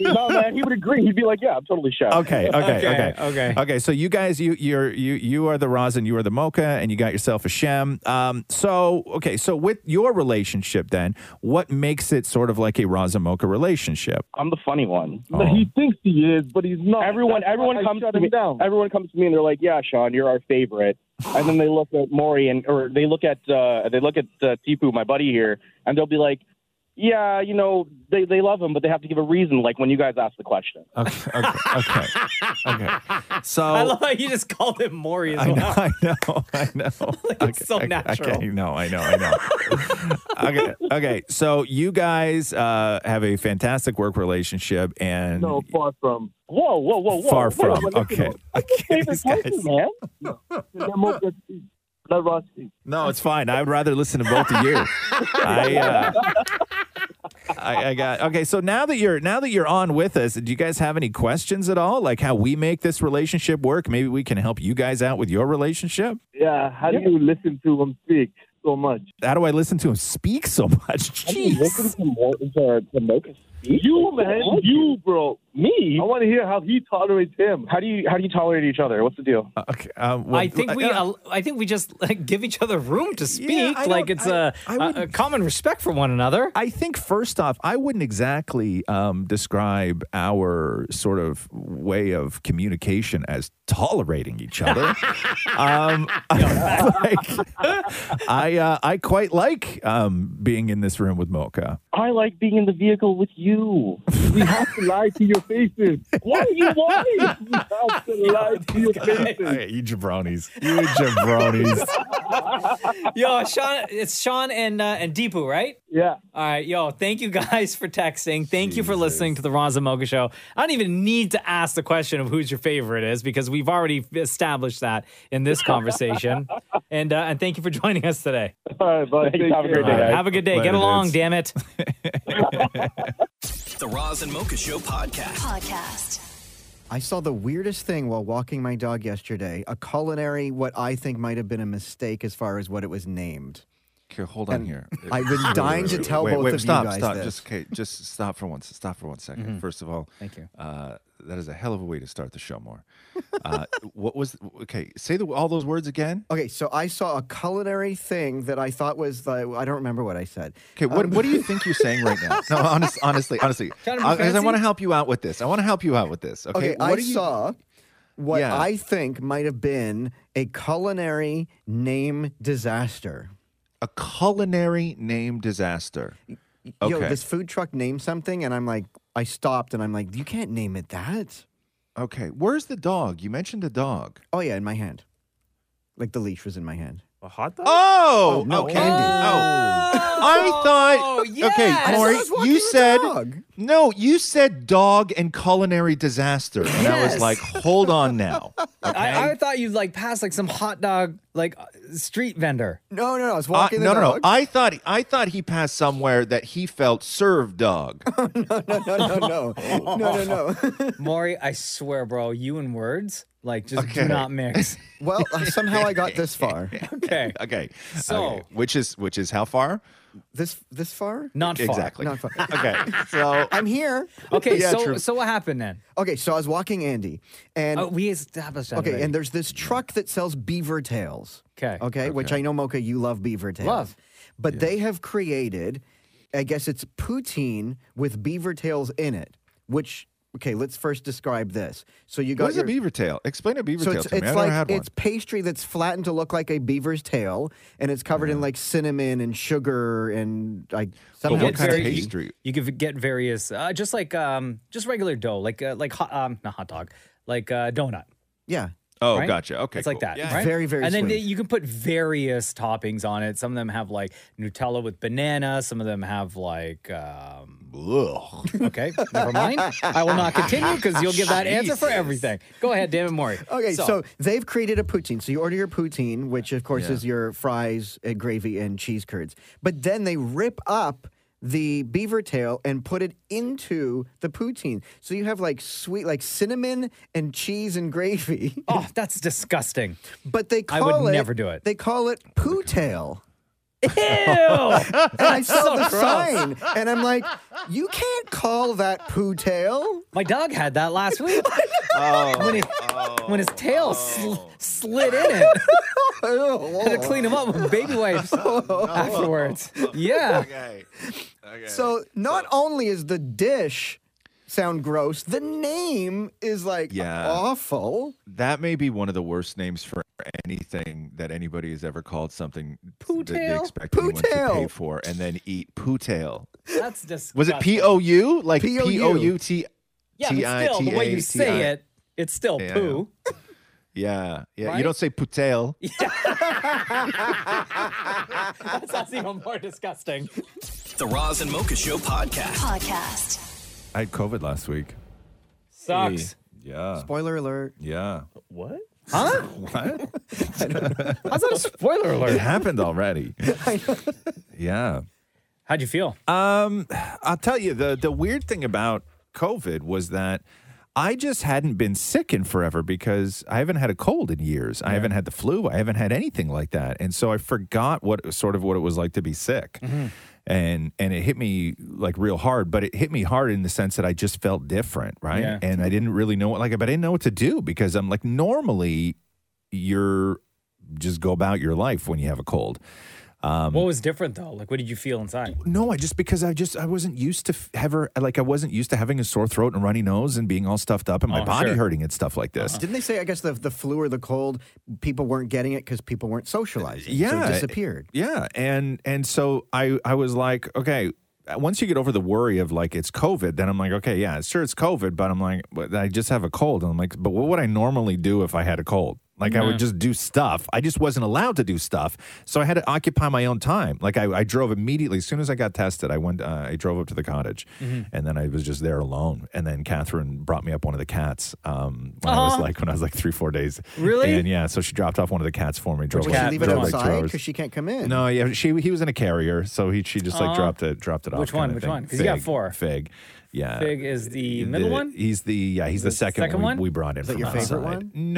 [SPEAKER 17] no, man, he would agree. He'd be like, yeah, I'm totally Shem.
[SPEAKER 5] Okay, okay, okay,
[SPEAKER 2] okay,
[SPEAKER 5] okay. So you guys, you you're you you are the rosin, you are the mocha, and you got yourself a shem. Um, so okay, so with your relationship, then what makes it sort of like a rosin mocha relationship?
[SPEAKER 17] I'm the funny one.
[SPEAKER 5] Oh.
[SPEAKER 18] He thinks he is, but he's not.
[SPEAKER 17] Everyone,
[SPEAKER 18] That's why
[SPEAKER 17] everyone
[SPEAKER 18] I
[SPEAKER 17] comes
[SPEAKER 18] shut
[SPEAKER 17] to
[SPEAKER 18] him
[SPEAKER 17] me.
[SPEAKER 18] down.
[SPEAKER 17] Everyone comes to me and they're like, "Yeah, Sean, you're our favorite." And then they look at Maury and or they look at uh, they look at uh, Tipu, my buddy here, and they'll be like, "Yeah, you know, they they love him, but they have to give a reason." Like when you guys ask the question.
[SPEAKER 5] Okay, okay, okay. okay. So
[SPEAKER 2] I love how you just called him Maury as
[SPEAKER 5] I know,
[SPEAKER 2] well.
[SPEAKER 5] I know, I know.
[SPEAKER 2] it's so natural.
[SPEAKER 5] Okay, no, I know, I know. okay, okay. So you guys uh, have a fantastic work relationship, and
[SPEAKER 18] No,
[SPEAKER 17] Mm.
[SPEAKER 18] far from.
[SPEAKER 17] Whoa, whoa, whoa, whoa!
[SPEAKER 5] Far
[SPEAKER 17] whoa,
[SPEAKER 5] from.
[SPEAKER 17] listen
[SPEAKER 5] Okay.
[SPEAKER 17] up. What's your favorite person, man?
[SPEAKER 18] Let Roz speak.
[SPEAKER 5] No, it's fine. I would rather listen to both of you. I, uh, I, I got okay. So now that you're now that you're on with us, do you guys have any questions at all? Like how we make this relationship work? Maybe we can help you guys out with your relationship.
[SPEAKER 18] Yeah, how do you listen to him speak so much?
[SPEAKER 5] How do I listen to him speak so much? Jeez.
[SPEAKER 17] Listen to Maury to, to Mocha speak.
[SPEAKER 18] You, man, you, bro.
[SPEAKER 17] Me?
[SPEAKER 18] I want to hear how he tolerates him.
[SPEAKER 17] How do you how do you tolerate each other? What's the deal?
[SPEAKER 5] okay. Um, well,
[SPEAKER 2] I think we,
[SPEAKER 5] yeah.
[SPEAKER 2] al- I think we just like, give each other room to speak,
[SPEAKER 5] I
[SPEAKER 2] like
[SPEAKER 5] don't-
[SPEAKER 2] it's
[SPEAKER 5] I-
[SPEAKER 2] a
[SPEAKER 5] I
[SPEAKER 2] a- a
[SPEAKER 5] wouldn't-
[SPEAKER 2] common respect for one another.
[SPEAKER 5] I think first off, I wouldn't exactly um, describe our sort of way of communication as tolerating each other. um, like, I uh, I quite like um, being in this room with Mocha.
[SPEAKER 17] I like being in the vehicle with you.
[SPEAKER 18] You have to lie to your faces.
[SPEAKER 17] Why are you lying?
[SPEAKER 18] You have to lie to your faces.
[SPEAKER 5] Hey, you jabronis, you jabronis.
[SPEAKER 2] yo, Sean, it's Sean and uh, and Deepu, right?
[SPEAKER 18] Yeah.
[SPEAKER 2] All right, yo, thank you guys for texting. Thank you for listening to the Ron Mocha Show. I don't even need to ask the question of who's your favorite is because we've already established that in this conversation. and uh, and thank you for joining us today.
[SPEAKER 18] All right, bud.
[SPEAKER 1] Thanks, have a
[SPEAKER 18] Take
[SPEAKER 1] great
[SPEAKER 18] care.
[SPEAKER 1] day, guys.
[SPEAKER 2] Have a good day.
[SPEAKER 1] Later,
[SPEAKER 2] Get along,
[SPEAKER 1] dudes.
[SPEAKER 2] damn it.
[SPEAKER 1] The Roz and Mocha Show podcast.
[SPEAKER 16] Podcast.
[SPEAKER 6] I saw the weirdest thing while walking my dog yesterday a culinary, what I think might have been a mistake as far as what it was named.
[SPEAKER 5] Okay, hold on
[SPEAKER 6] And
[SPEAKER 5] here.
[SPEAKER 6] I was
[SPEAKER 5] Wait, wait,
[SPEAKER 6] dying
[SPEAKER 5] wait,
[SPEAKER 6] to
[SPEAKER 5] wait,
[SPEAKER 6] tell
[SPEAKER 5] wait,
[SPEAKER 6] both
[SPEAKER 5] wait,
[SPEAKER 6] of you
[SPEAKER 5] stop,
[SPEAKER 6] guys
[SPEAKER 5] Stop,
[SPEAKER 6] this. Mm-hmm.
[SPEAKER 5] Just okay, just stop for once. Stop for one second.
[SPEAKER 2] Mhm.
[SPEAKER 5] First of all,
[SPEAKER 2] Thank you.
[SPEAKER 5] Uh, that is a hell of a way to start the show. More. Uh, what was? Okay, say the, all those words again.
[SPEAKER 6] Okay, so I saw a culinary thing that I thought was the, I don't remember what I said.
[SPEAKER 5] Okay, what,
[SPEAKER 6] Um,
[SPEAKER 5] what do you think you're saying right now? No, honest, honestly, honestly,
[SPEAKER 6] Trying to be
[SPEAKER 5] because I
[SPEAKER 6] fancy?
[SPEAKER 5] want to help you out with this. I want to help you out with this. Okay,
[SPEAKER 6] Okay,
[SPEAKER 5] what
[SPEAKER 6] I
[SPEAKER 5] do you-
[SPEAKER 6] saw what
[SPEAKER 5] Yeah.
[SPEAKER 6] I think might have been a culinary name disaster.
[SPEAKER 5] A culinary name disaster.
[SPEAKER 6] Yo,
[SPEAKER 5] Okay.
[SPEAKER 6] this food truck named something, and I'm like, I stopped and I'm like, you can't name it that.
[SPEAKER 5] Okay, where's the dog? You mentioned a dog.
[SPEAKER 6] Oh, yeah, in my hand. Like the leash was in my hand.
[SPEAKER 7] A hot dog?
[SPEAKER 5] Oh,
[SPEAKER 6] no,
[SPEAKER 5] okay.
[SPEAKER 6] candy.
[SPEAKER 5] I thought.
[SPEAKER 6] yes.
[SPEAKER 5] Okay,
[SPEAKER 6] I was
[SPEAKER 5] Maury,
[SPEAKER 6] walking
[SPEAKER 5] you
[SPEAKER 6] the
[SPEAKER 5] said
[SPEAKER 6] dog.
[SPEAKER 5] no. You said dog and culinary disaster, and I was
[SPEAKER 2] Yes.
[SPEAKER 5] like, hold on now.
[SPEAKER 2] I, I thought you'd like pass like some hot dog like uh, street vendor.
[SPEAKER 6] No, no, no. I was
[SPEAKER 5] Uh, no, no, no. I thought I thought he passed somewhere that he felt served dog.
[SPEAKER 6] no, no, no, no, no, no, no.
[SPEAKER 2] Maury, I swear, bro, you and words like just
[SPEAKER 5] Okay.
[SPEAKER 2] do not mix.
[SPEAKER 6] well, uh, somehow I got this far.
[SPEAKER 2] Okay.
[SPEAKER 5] Okay.
[SPEAKER 2] So-
[SPEAKER 5] Okay. which is which is how far?
[SPEAKER 6] This this far?
[SPEAKER 2] Not far.
[SPEAKER 5] Exactly.
[SPEAKER 6] Not far.
[SPEAKER 5] okay. So
[SPEAKER 6] I'm here.
[SPEAKER 2] Okay, so so what happened then?
[SPEAKER 6] Okay, so I was walking Andy, and
[SPEAKER 2] Oh, we established that.
[SPEAKER 6] okay,
[SPEAKER 2] already.
[SPEAKER 6] and there's this truck that sells beaver tails.
[SPEAKER 2] Okay.
[SPEAKER 6] okay, which I know, Mocha, you love beaver tails.
[SPEAKER 2] Love.
[SPEAKER 6] but they have created, I guess it's poutine with beaver tails in it. Which okay, let's first describe this. So you got
[SPEAKER 5] What is
[SPEAKER 6] your,
[SPEAKER 5] a beaver tail? Explain a beaver
[SPEAKER 6] so
[SPEAKER 5] tail
[SPEAKER 6] it's,
[SPEAKER 5] to me.
[SPEAKER 6] it's
[SPEAKER 5] I've
[SPEAKER 6] like
[SPEAKER 5] never had one.
[SPEAKER 6] it's pastry that's flattened to look like a beaver's tail, and it's covered in like cinnamon and sugar and like something.
[SPEAKER 2] Get very- You could get various, uh, just like um, just regular dough, like uh, like hot, um, not hot dog, like uh, donut.
[SPEAKER 6] Yeah.
[SPEAKER 5] Oh,
[SPEAKER 2] right?
[SPEAKER 5] gotcha. Okay,
[SPEAKER 2] it's like
[SPEAKER 5] cool.
[SPEAKER 2] that.
[SPEAKER 5] Yeah.
[SPEAKER 2] right?
[SPEAKER 5] Very, very
[SPEAKER 2] And then
[SPEAKER 5] sweet.
[SPEAKER 2] you can put various toppings on it. Some of them have like Nutella with banana. Some of them have like. Um, okay, never mind. I will not continue because you'll give that answer for
[SPEAKER 6] Jesus.
[SPEAKER 2] everything. Go ahead, David Maury.
[SPEAKER 6] Okay, so, they've created a poutine. So you order your poutine, which of course
[SPEAKER 2] Yeah.
[SPEAKER 6] is your fries, uh, gravy, and cheese curds. But then they rip up the beaver tail and put it into the poutine. So you have like sweet, like cinnamon and cheese and gravy.
[SPEAKER 2] Oh, that's disgusting.
[SPEAKER 6] But they
[SPEAKER 2] I
[SPEAKER 6] call
[SPEAKER 2] would
[SPEAKER 6] it,
[SPEAKER 2] never do it.
[SPEAKER 6] They call it poo tail.
[SPEAKER 2] Ew!
[SPEAKER 6] and I saw
[SPEAKER 2] So
[SPEAKER 6] the
[SPEAKER 2] gross.
[SPEAKER 6] sign, and I'm like, you can't call that poo tail.
[SPEAKER 2] My dog had that last week.
[SPEAKER 5] Oh.
[SPEAKER 2] when, it, when his
[SPEAKER 11] Oh.
[SPEAKER 2] tail sl- slid in it. had to clean him up with baby wipes afterwards. Yeah.
[SPEAKER 5] Okay. Okay.
[SPEAKER 6] So not only is the dish sound gross, the name is like
[SPEAKER 5] Yeah.
[SPEAKER 6] awful.
[SPEAKER 5] That may be one of the worst names for anything that anybody has ever called something that they
[SPEAKER 2] Pootail?
[SPEAKER 5] expect anyone to pay
[SPEAKER 2] Pootail.
[SPEAKER 5] for and then eat pootail.
[SPEAKER 2] That's disgusting.
[SPEAKER 5] Was it P O U? Like P
[SPEAKER 2] P O U.
[SPEAKER 5] O U T
[SPEAKER 2] Yeah,
[SPEAKER 5] T
[SPEAKER 2] but
[SPEAKER 5] I
[SPEAKER 2] still,
[SPEAKER 5] T
[SPEAKER 2] the way
[SPEAKER 5] A
[SPEAKER 2] you
[SPEAKER 5] T
[SPEAKER 2] say
[SPEAKER 5] I.
[SPEAKER 2] it, it's still
[SPEAKER 5] Yeah, I
[SPEAKER 2] poo.
[SPEAKER 5] Yeah. Yeah. You
[SPEAKER 2] Right?
[SPEAKER 5] don't say pootail.
[SPEAKER 2] That's, that's even more disgusting.
[SPEAKER 1] The Roz and Mocha Show podcast.
[SPEAKER 3] Podcast.
[SPEAKER 4] I had COVID last week.
[SPEAKER 2] Sucks.
[SPEAKER 4] Yeah.
[SPEAKER 6] Spoiler alert.
[SPEAKER 4] Yeah.
[SPEAKER 2] What? Huh?
[SPEAKER 4] What?
[SPEAKER 2] How's that a spoiler alert?
[SPEAKER 4] It happened already. yeah.
[SPEAKER 2] How'd you feel?
[SPEAKER 4] Um, I'll tell you the the weird thing about COVID was that I just hadn't been sick in forever because I haven't had a cold in years. I haven't had the flu. I haven't had anything like that, and so I forgot what sort of what it was like to be sick.
[SPEAKER 19] Mm-hmm.
[SPEAKER 4] And and it hit me like real hard, but it hit me hard in the sense that I just felt different, right?
[SPEAKER 5] Yeah.
[SPEAKER 4] And I didn't really know what like, but I didn't know what to do because I'm like normally you're just go about your life when you have a cold. Um,
[SPEAKER 2] What was different though? Like, what did you feel inside?
[SPEAKER 4] no, I just because I just I wasn't used to f- ever like I wasn't used to having a sore throat and runny nose and being all stuffed up and my
[SPEAKER 2] Oh,
[SPEAKER 4] body
[SPEAKER 2] sure.
[SPEAKER 4] hurting and stuff like this.
[SPEAKER 6] Didn't they say? I guess the the flu or the cold, people weren't getting it because people weren't socializing. so
[SPEAKER 4] Yeah,
[SPEAKER 6] it disappeared.
[SPEAKER 4] Yeah, and and so I I was like, okay, once you get over the worry of like it's COVID, then I'm like, okay, yeah, sure it's COVID, but I'm like, but I just have a cold, and I'm like, but what would I normally do if I had a cold? Like I
[SPEAKER 5] Yeah.
[SPEAKER 4] would just do stuff. I just wasn't allowed to do stuff, so I had to occupy my own time. Like I, I drove immediately as soon as I got tested. I went, uh, I drove up to the cottage,
[SPEAKER 5] Mhm.
[SPEAKER 4] and then I was just there alone. And then Catherine brought me up one of the cats um, when I was
[SPEAKER 6] Aw.
[SPEAKER 4] like when I was like three four days.
[SPEAKER 6] Really?
[SPEAKER 4] And yeah, so she dropped off one of the cats for me. Drove
[SPEAKER 6] Did
[SPEAKER 4] like-
[SPEAKER 6] she leave it
[SPEAKER 4] drove like two
[SPEAKER 6] outside
[SPEAKER 4] hours.
[SPEAKER 6] because she can't come in?
[SPEAKER 4] No, yeah, she he was in a carrier, so he she just like
[SPEAKER 6] Aw.
[SPEAKER 4] dropped it dropped it off.
[SPEAKER 6] Which one?
[SPEAKER 4] kinda
[SPEAKER 6] Which
[SPEAKER 4] thing.
[SPEAKER 6] one? 'Cause you got
[SPEAKER 4] Fig.
[SPEAKER 2] four.
[SPEAKER 4] Fig.
[SPEAKER 5] Yeah.
[SPEAKER 2] Fig is the middle
[SPEAKER 5] Uh, The-
[SPEAKER 2] one.
[SPEAKER 5] He's the yeah. He's the, second,
[SPEAKER 2] second
[SPEAKER 5] we-
[SPEAKER 2] one?
[SPEAKER 5] We, brought in.
[SPEAKER 2] Is that
[SPEAKER 5] from
[SPEAKER 2] your favorite
[SPEAKER 5] outside.
[SPEAKER 2] one?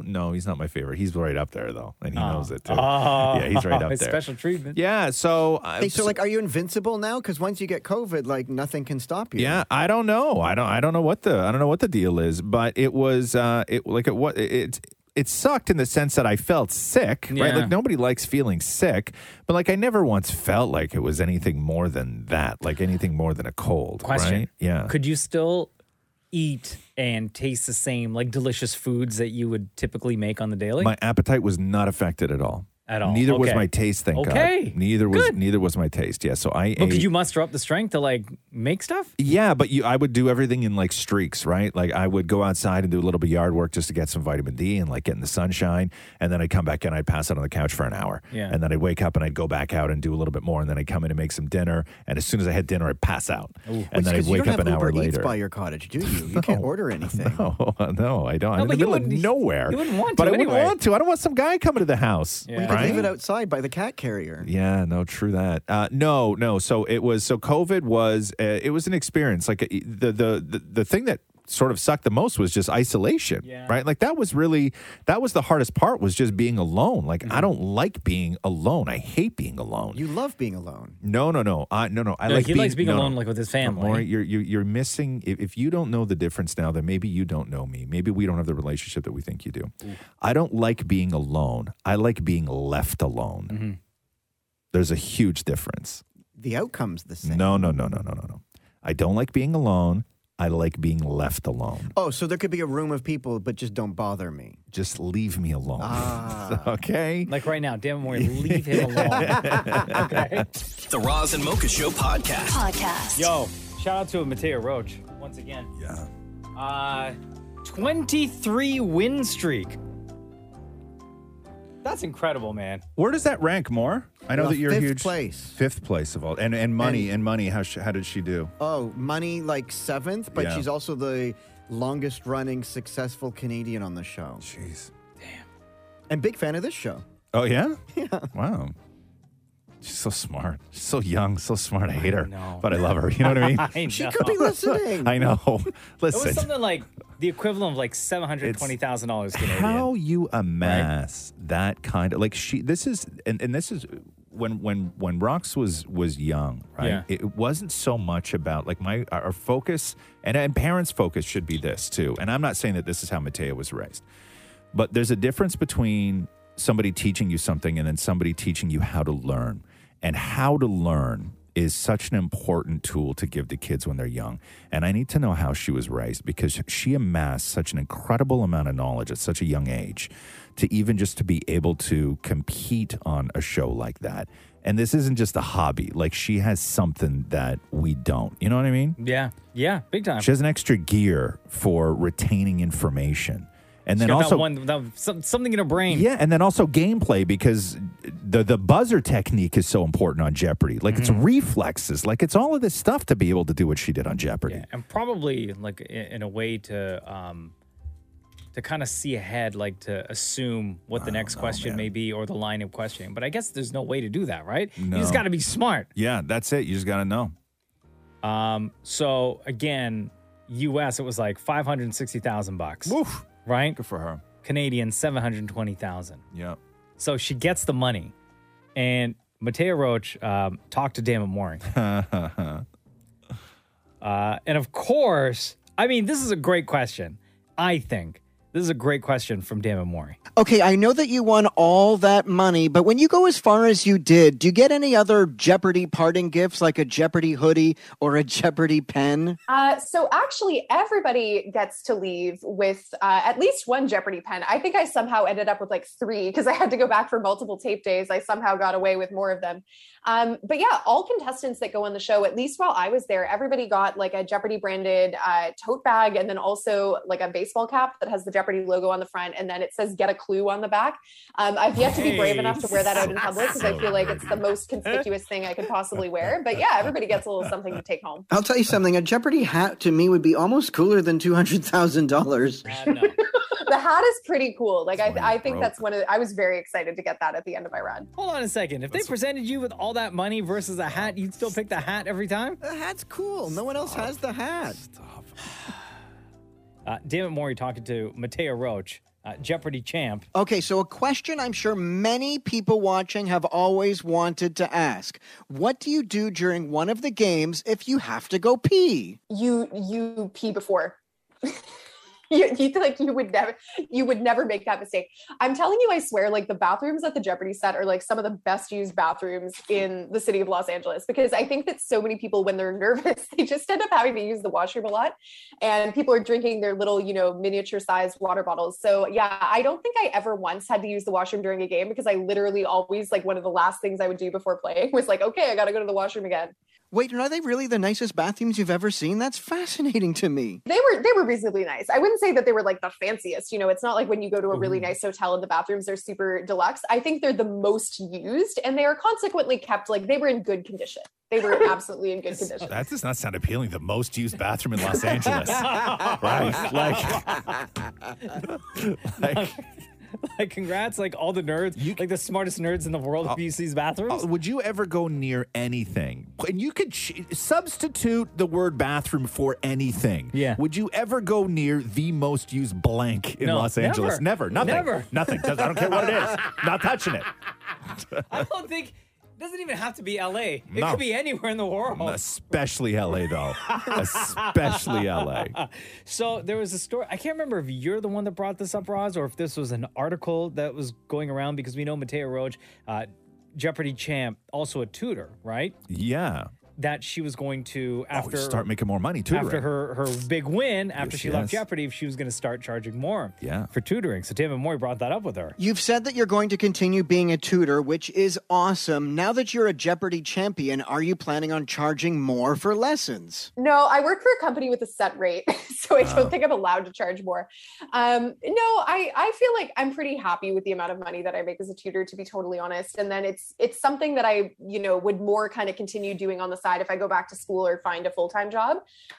[SPEAKER 5] No, no, he's not my favorite. He's right up there though, and he knows it too. yeah, he's right up there.
[SPEAKER 2] Ah. Oh. it's Special treatment.
[SPEAKER 5] Yeah. So, uh,
[SPEAKER 6] Hey, so like, are you invincible now? Because once you get COVID, like nothing can stop you.
[SPEAKER 5] Yeah, I don't know. I don't. I don't know what the. I don't know what the deal is. But it was. Uh, it like it what it. It sucked in the sense that I felt sick, right?
[SPEAKER 4] Yeah.
[SPEAKER 5] Like nobody likes feeling sick, but like I never once felt like it was anything more than that, like anything more than a cold,
[SPEAKER 2] Question.
[SPEAKER 5] right? Yeah.
[SPEAKER 2] Could you still eat and taste the same like delicious foods that you would typically make on the daily?
[SPEAKER 5] my appetite was not affected at all.
[SPEAKER 2] At all.
[SPEAKER 5] Neither was
[SPEAKER 2] Okay.
[SPEAKER 5] my taste. Thank
[SPEAKER 2] Okay.
[SPEAKER 5] God. Neither was neither was my taste. Yeah. So I.
[SPEAKER 2] but
[SPEAKER 5] ate,
[SPEAKER 2] could you muster up the strength to like make stuff?
[SPEAKER 5] Yeah, but you, I would do everything in like streaks, right? Like I would go outside and do a little bit of yard work just to get some vitamin D and like get in the sunshine, and then I'd come back in, I'd pass out on the couch for an hour,
[SPEAKER 4] Yeah.
[SPEAKER 5] and then I'd wake up and I'd go back out and do a little bit more, and then I'd come in and make some dinner, and as soon as I had dinner, I'd pass out, and
[SPEAKER 6] Which-
[SPEAKER 5] then
[SPEAKER 6] 'cause
[SPEAKER 5] I'd
[SPEAKER 6] you
[SPEAKER 5] wake
[SPEAKER 6] don't
[SPEAKER 5] up
[SPEAKER 6] have
[SPEAKER 5] an hour
[SPEAKER 6] Uber Eats
[SPEAKER 5] later.
[SPEAKER 6] by your cottage, do you? You can't order anything.
[SPEAKER 5] No, no, I don't.
[SPEAKER 6] No,
[SPEAKER 5] I'm in the
[SPEAKER 6] but you
[SPEAKER 5] middle of
[SPEAKER 6] wouldn't-
[SPEAKER 5] nowhere.
[SPEAKER 6] you wouldn't want
[SPEAKER 5] but
[SPEAKER 6] to
[SPEAKER 5] I wouldn't
[SPEAKER 6] anyway.
[SPEAKER 5] want to. I don't want some guy coming to the house.
[SPEAKER 6] Well, you could leave
[SPEAKER 5] right?
[SPEAKER 6] it outside by the cat carrier.
[SPEAKER 5] Yeah, no, true that. Uh, no, no. So it was. So COVID was. Uh, it was an experience. Like uh, the, the the the thing that sort of sucked the most was just isolation. Right. Like that was really that was the hardest part was just being alone. Like I don't like being alone. I hate being alone.
[SPEAKER 6] Mm-hmm. You love being alone.
[SPEAKER 5] No, no, no. I no, no. I
[SPEAKER 2] No,
[SPEAKER 5] like
[SPEAKER 2] he
[SPEAKER 5] being,
[SPEAKER 2] likes being
[SPEAKER 5] no, no.
[SPEAKER 2] alone, like, with his family.
[SPEAKER 5] Maury, you're you're, you're missing. If, if you don't know the difference now, then maybe you don't know me. Maybe we don't have the relationship that we think you do. I don't like being alone. I like being left alone. There's a huge difference.
[SPEAKER 6] The outcome's the same.
[SPEAKER 5] No, no, no, no, no, no, no. I don't like being alone. I like being left alone.
[SPEAKER 6] Oh, so there could be a room of people, but just don't bother me. Ah.
[SPEAKER 5] Just leave me alone. okay.
[SPEAKER 2] Like right now, damn Moore, leave him alone. okay.
[SPEAKER 1] The Roz and Mocha Show podcast.
[SPEAKER 2] Podcast. Yo, shout out to Mateo Roach once again.
[SPEAKER 5] Yeah.
[SPEAKER 2] Uh, 23 win streak. That's incredible, man.
[SPEAKER 5] Where does that rank more? I know
[SPEAKER 6] Uh,
[SPEAKER 5] that you're a
[SPEAKER 6] fifth
[SPEAKER 5] huge
[SPEAKER 6] place.
[SPEAKER 5] fifth place of all, and and money and, money. How sh- how did she do?
[SPEAKER 6] Oh, money like seventh, but
[SPEAKER 5] Yeah.
[SPEAKER 6] she's also the longest running successful Canadian on the show.
[SPEAKER 5] Jeez.
[SPEAKER 6] Damn. And big fan of this show.
[SPEAKER 5] Oh yeah? Yeah. Wow. She's so smart. She's so young, so smart. I hate her. But I love her. You know what I mean?
[SPEAKER 2] I She could be know. listening.
[SPEAKER 5] Oh. I know.
[SPEAKER 2] It was
[SPEAKER 5] Listen.
[SPEAKER 2] something like the equivalent of like $720,000 Canadian.
[SPEAKER 5] How you amass that kind of like she this is and, and this is when when when Rox was was young, right?
[SPEAKER 4] Yeah.
[SPEAKER 5] It wasn't so much about like my our our focus and, and parents' focus should be this too. And I'm not saying that this is how Mateo was raised. But there's a difference between somebody teaching you something and then somebody teaching you how to learn. And how to learn is such an important tool to give to kids when they're young. And I need to know how she was raised because she amassed such an incredible amount of knowledge at such a young age to even just to be able to compete on a show like that. And this isn't just a hobby. Like she has something that we don't. You know what I mean?
[SPEAKER 2] Yeah. Yeah. Big time.
[SPEAKER 5] She has an extra gear for retaining information. And then
[SPEAKER 2] She's got that
[SPEAKER 5] also
[SPEAKER 2] one, that, some, something in her brain.
[SPEAKER 5] yeah, and then also gameplay because the the buzzer technique is so important on Jeopardy. Like it's reflexes, like it's all of this stuff to be able to do what she did on Jeopardy.
[SPEAKER 2] and probably like i- in a way to um to kind of see ahead like to assume what the next question may be or the line of questioning but i guess there's no way to do that right you
[SPEAKER 5] No.
[SPEAKER 2] just got to be smart
[SPEAKER 5] Yeah, that's it. You just got to know.
[SPEAKER 2] um so again us it was like 560000 bucks
[SPEAKER 5] Woof.
[SPEAKER 2] right good
[SPEAKER 5] for her
[SPEAKER 2] canadian 720000
[SPEAKER 5] yeah
[SPEAKER 2] so she gets the money and mateo roach um, talked to damon mooring Uh, and of course, I mean, this is a great question. I think this is a great question from Damon Mori.
[SPEAKER 11] Okay, I know that you won all that money, but when you go as far as you did, do you get any other Jeopardy parting gifts like a Jeopardy hoodie or a Jeopardy pen?
[SPEAKER 20] Uh, so actually, everybody gets to leave with uh, at least one Jeopardy pen. I think I somehow ended up with like three because I had to go back for multiple tape days. I somehow got away with more of them. Um, but yeah, all contestants that go on the show, at least while I was there, everybody got like a Jeopardy branded uh, tote bag and then also like a baseball cap that has the Jeopardy. Jeopardy logo on the front, and then it says "Get a Clue" on the back. Um, I've yet to be brave
[SPEAKER 21] Hey.
[SPEAKER 20] enough to wear that out in public because I feel like it's the most conspicuous thing I could possibly wear. But yeah, everybody gets a little something to take home.
[SPEAKER 11] I'll tell you something. A Jeopardy hat to me would be almost cooler than two hundred thousand dollars.
[SPEAKER 20] The hat is pretty cool. Like I, I think
[SPEAKER 11] broke.
[SPEAKER 20] that's one of. The, I was very excited to get that at the end of my run.
[SPEAKER 2] Hold on a second. If they presented you with all that money versus a hat, you'd still pick the hat every time? The hat's cool. No one else has the hat. Stop. Uh, Dammit Mori talking to Mateo Roach, uh, Jeopardy champ.
[SPEAKER 11] Okay, so a question I'm sure many people watching have always wanted to ask. What do you do during one of the games if you have to go pee?
[SPEAKER 20] You you pee before. you, you like you would never you would never make that mistake i'm telling you i swear like the bathrooms at the jeopardy set are like some of the best used bathrooms in the city of los angeles because i think that so many people when they're nervous they just end up having to use the washroom a lot and people are drinking their little you know miniature sized water bottles so yeah i don't think i ever once had to use the washroom during a game because i literally always like one of the last things i would do before playing was like okay i gotta go to the washroom again
[SPEAKER 11] Wait, and are they really the nicest bathrooms you've ever seen? That's fascinating to me.
[SPEAKER 20] They were they were reasonably nice. I wouldn't say that they were like the fanciest. You know, it's not like when you go to a really
[SPEAKER 11] Mhm.
[SPEAKER 20] nice hotel and the bathrooms are super deluxe. I think they're the most used, and they are consequently kept like they were in good condition. They were absolutely in good condition.
[SPEAKER 5] That does not sound appealing. The most used bathroom in Los Angeles. right. Like, like
[SPEAKER 2] like, congrats, like all the nerds, like the smartest nerds in the world have used these bathrooms.
[SPEAKER 5] Oh, would you ever go near anything? And you could ch- substitute the word bathroom for anything. Yeah. Would you ever go near the most used blank in
[SPEAKER 2] No,
[SPEAKER 5] Los Angeles?
[SPEAKER 2] never.
[SPEAKER 5] Never. Nothing.
[SPEAKER 2] Never.
[SPEAKER 5] Nothing. Does- I don't care what it is. Not touching it.
[SPEAKER 2] I don't think it doesn't even have to be LA. It
[SPEAKER 5] No.
[SPEAKER 2] could be anywhere in the world.
[SPEAKER 5] Especially LA, though. Especially LA.
[SPEAKER 2] So there was a story. I can't remember if you're the one that brought this up, Roz, or if this was an article that was going around because we know Mateo Roach, uh, Jeopardy champ, also a tutor, right?
[SPEAKER 5] Yeah.
[SPEAKER 2] That she was going to after
[SPEAKER 5] Oh, Start making more money, too.
[SPEAKER 2] after her her big win after
[SPEAKER 5] Yes,
[SPEAKER 2] she left
[SPEAKER 5] yes.
[SPEAKER 2] Jeopardy, if she was going to start charging more
[SPEAKER 5] Yeah.
[SPEAKER 2] for tutoring. So David Moore brought that up with her.
[SPEAKER 11] You've said that you're going to continue being a tutor, which is awesome. Now that you're a Jeopardy champion, are you planning on charging more for lessons?
[SPEAKER 20] No, I work for a company with a set rate, so I
[SPEAKER 11] Oh.
[SPEAKER 20] don't think I'm allowed to charge more. Um, no, I I feel like I'm pretty happy with the amount of money that I make as a tutor, to be totally honest. And then it's it's something that I you know would more kind of continue doing on the side if I go back to school or find a full time job.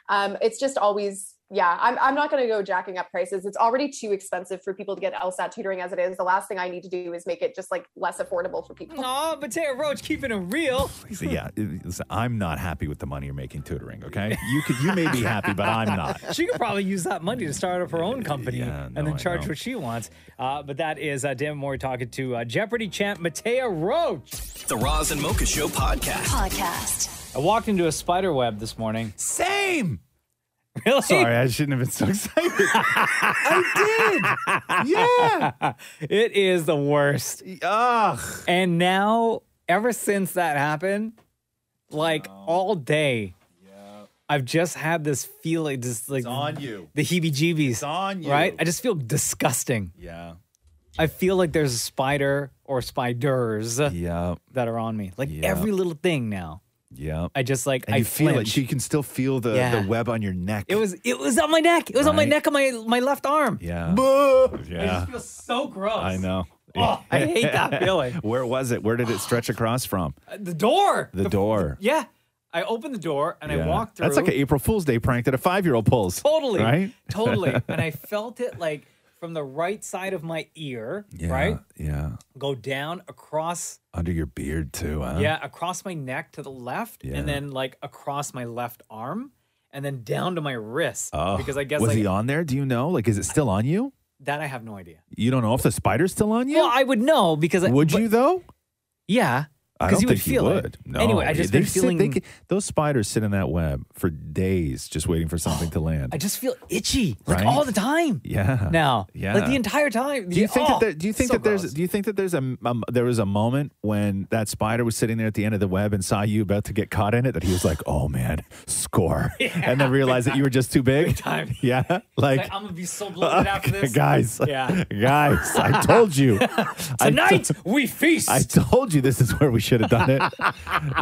[SPEAKER 20] Um, it's just always yeah, I'm I'm not going to go jacking up prices. It's already too expensive for people to get LSAT tutoring as it is. The last thing I need to do is make it just like less affordable for people.
[SPEAKER 2] No, Mateo Roach keeping it real.
[SPEAKER 5] So, yeah, it- listen, I'm not happy with the money you're making tutoring, okay? You could you may be happy, but I'm not.
[SPEAKER 2] she could probably use that money to start up her own company and then charge
[SPEAKER 5] know.
[SPEAKER 2] what she wants. Uh, but that is uh, Dan Moore talking to uh, Jeopardy champ Matea Roach.
[SPEAKER 1] The Roz and Mocha Show podcast.
[SPEAKER 3] Podcast.
[SPEAKER 2] I walked into a spider web this morning.
[SPEAKER 5] Same.
[SPEAKER 2] Really?
[SPEAKER 5] Sorry, I shouldn't have been so excited. I
[SPEAKER 2] did. Yeah. it is the worst.
[SPEAKER 5] Ugh.
[SPEAKER 2] And now, ever since that happened, like all day, I've just had this feeling, just like
[SPEAKER 5] on you.
[SPEAKER 2] the heebie-jeebies. It's
[SPEAKER 5] on you.
[SPEAKER 2] right? I just feel disgusting.
[SPEAKER 5] Yeah.
[SPEAKER 2] I feel like there's a spider or spiders that are on me. Like every little thing now.
[SPEAKER 5] Yeah.
[SPEAKER 2] I just like
[SPEAKER 5] And
[SPEAKER 2] I
[SPEAKER 5] you feel
[SPEAKER 2] flinch.
[SPEAKER 5] it. You can still feel the,
[SPEAKER 2] Yeah.
[SPEAKER 5] the web on your neck.
[SPEAKER 2] It was it was on my neck. It was on my
[SPEAKER 5] Right.
[SPEAKER 2] neck on my my left arm.
[SPEAKER 5] Yeah.
[SPEAKER 2] Boo! I
[SPEAKER 5] Yeah.
[SPEAKER 2] just feel so gross.
[SPEAKER 5] I know.
[SPEAKER 2] Oh, I hate that feeling.
[SPEAKER 5] Where was it? Where did it stretch across from?
[SPEAKER 2] Uh, The door.
[SPEAKER 5] The door.
[SPEAKER 2] Yeah. I opened the door and I
[SPEAKER 5] Yeah.
[SPEAKER 2] walked through.
[SPEAKER 5] That's like an April Fool's Day prank that a five year old pulls.
[SPEAKER 2] Totally.
[SPEAKER 5] Right?
[SPEAKER 2] Totally. and I felt it like from the right side of my ear,
[SPEAKER 5] Yeah,
[SPEAKER 2] right?
[SPEAKER 5] Yeah.
[SPEAKER 2] Go down across
[SPEAKER 5] Under your beard, too. Huh?
[SPEAKER 2] Yeah, across my neck to the left, and then like across my left arm, and then down to my wrist.
[SPEAKER 5] Oh.
[SPEAKER 2] because I guess
[SPEAKER 5] was
[SPEAKER 2] like,
[SPEAKER 5] he on there? Do you know? Like, is it still on you?
[SPEAKER 2] that I have no idea.
[SPEAKER 5] You don't know if the spider's still on you?
[SPEAKER 2] Well, I would know because I,
[SPEAKER 5] Would you though?
[SPEAKER 2] Yeah,
[SPEAKER 5] I
[SPEAKER 2] 'cause
[SPEAKER 5] don't
[SPEAKER 2] you would
[SPEAKER 5] think you
[SPEAKER 2] feel it.
[SPEAKER 5] would. No.
[SPEAKER 2] Anyway, I just
[SPEAKER 5] they
[SPEAKER 2] been
[SPEAKER 5] sit-
[SPEAKER 2] feeling-
[SPEAKER 5] they can- those spiders sit in that web for days, just waiting for something to land.
[SPEAKER 2] I just feel itchy like
[SPEAKER 5] Right?
[SPEAKER 2] all the time.
[SPEAKER 5] yeah.
[SPEAKER 2] Now,
[SPEAKER 5] Yeah.
[SPEAKER 2] like the entire time.
[SPEAKER 5] do you think
[SPEAKER 2] Oh,
[SPEAKER 5] that there, do you think
[SPEAKER 2] so
[SPEAKER 5] that there's do you think that there's a um, there was a moment when that spider was sitting there at the end of the web and saw you about to get caught in it that he was like, "Oh man, score." and then realized that you were just too big.
[SPEAKER 2] time.
[SPEAKER 5] Yeah.
[SPEAKER 2] Like,
[SPEAKER 5] Like,
[SPEAKER 2] I'm gonna be so bloated after this,
[SPEAKER 5] Guys.
[SPEAKER 2] Yeah.
[SPEAKER 5] Guys, I told you. I
[SPEAKER 2] Tonight
[SPEAKER 5] to-
[SPEAKER 2] we feast.
[SPEAKER 5] I told you this is where we should have done it.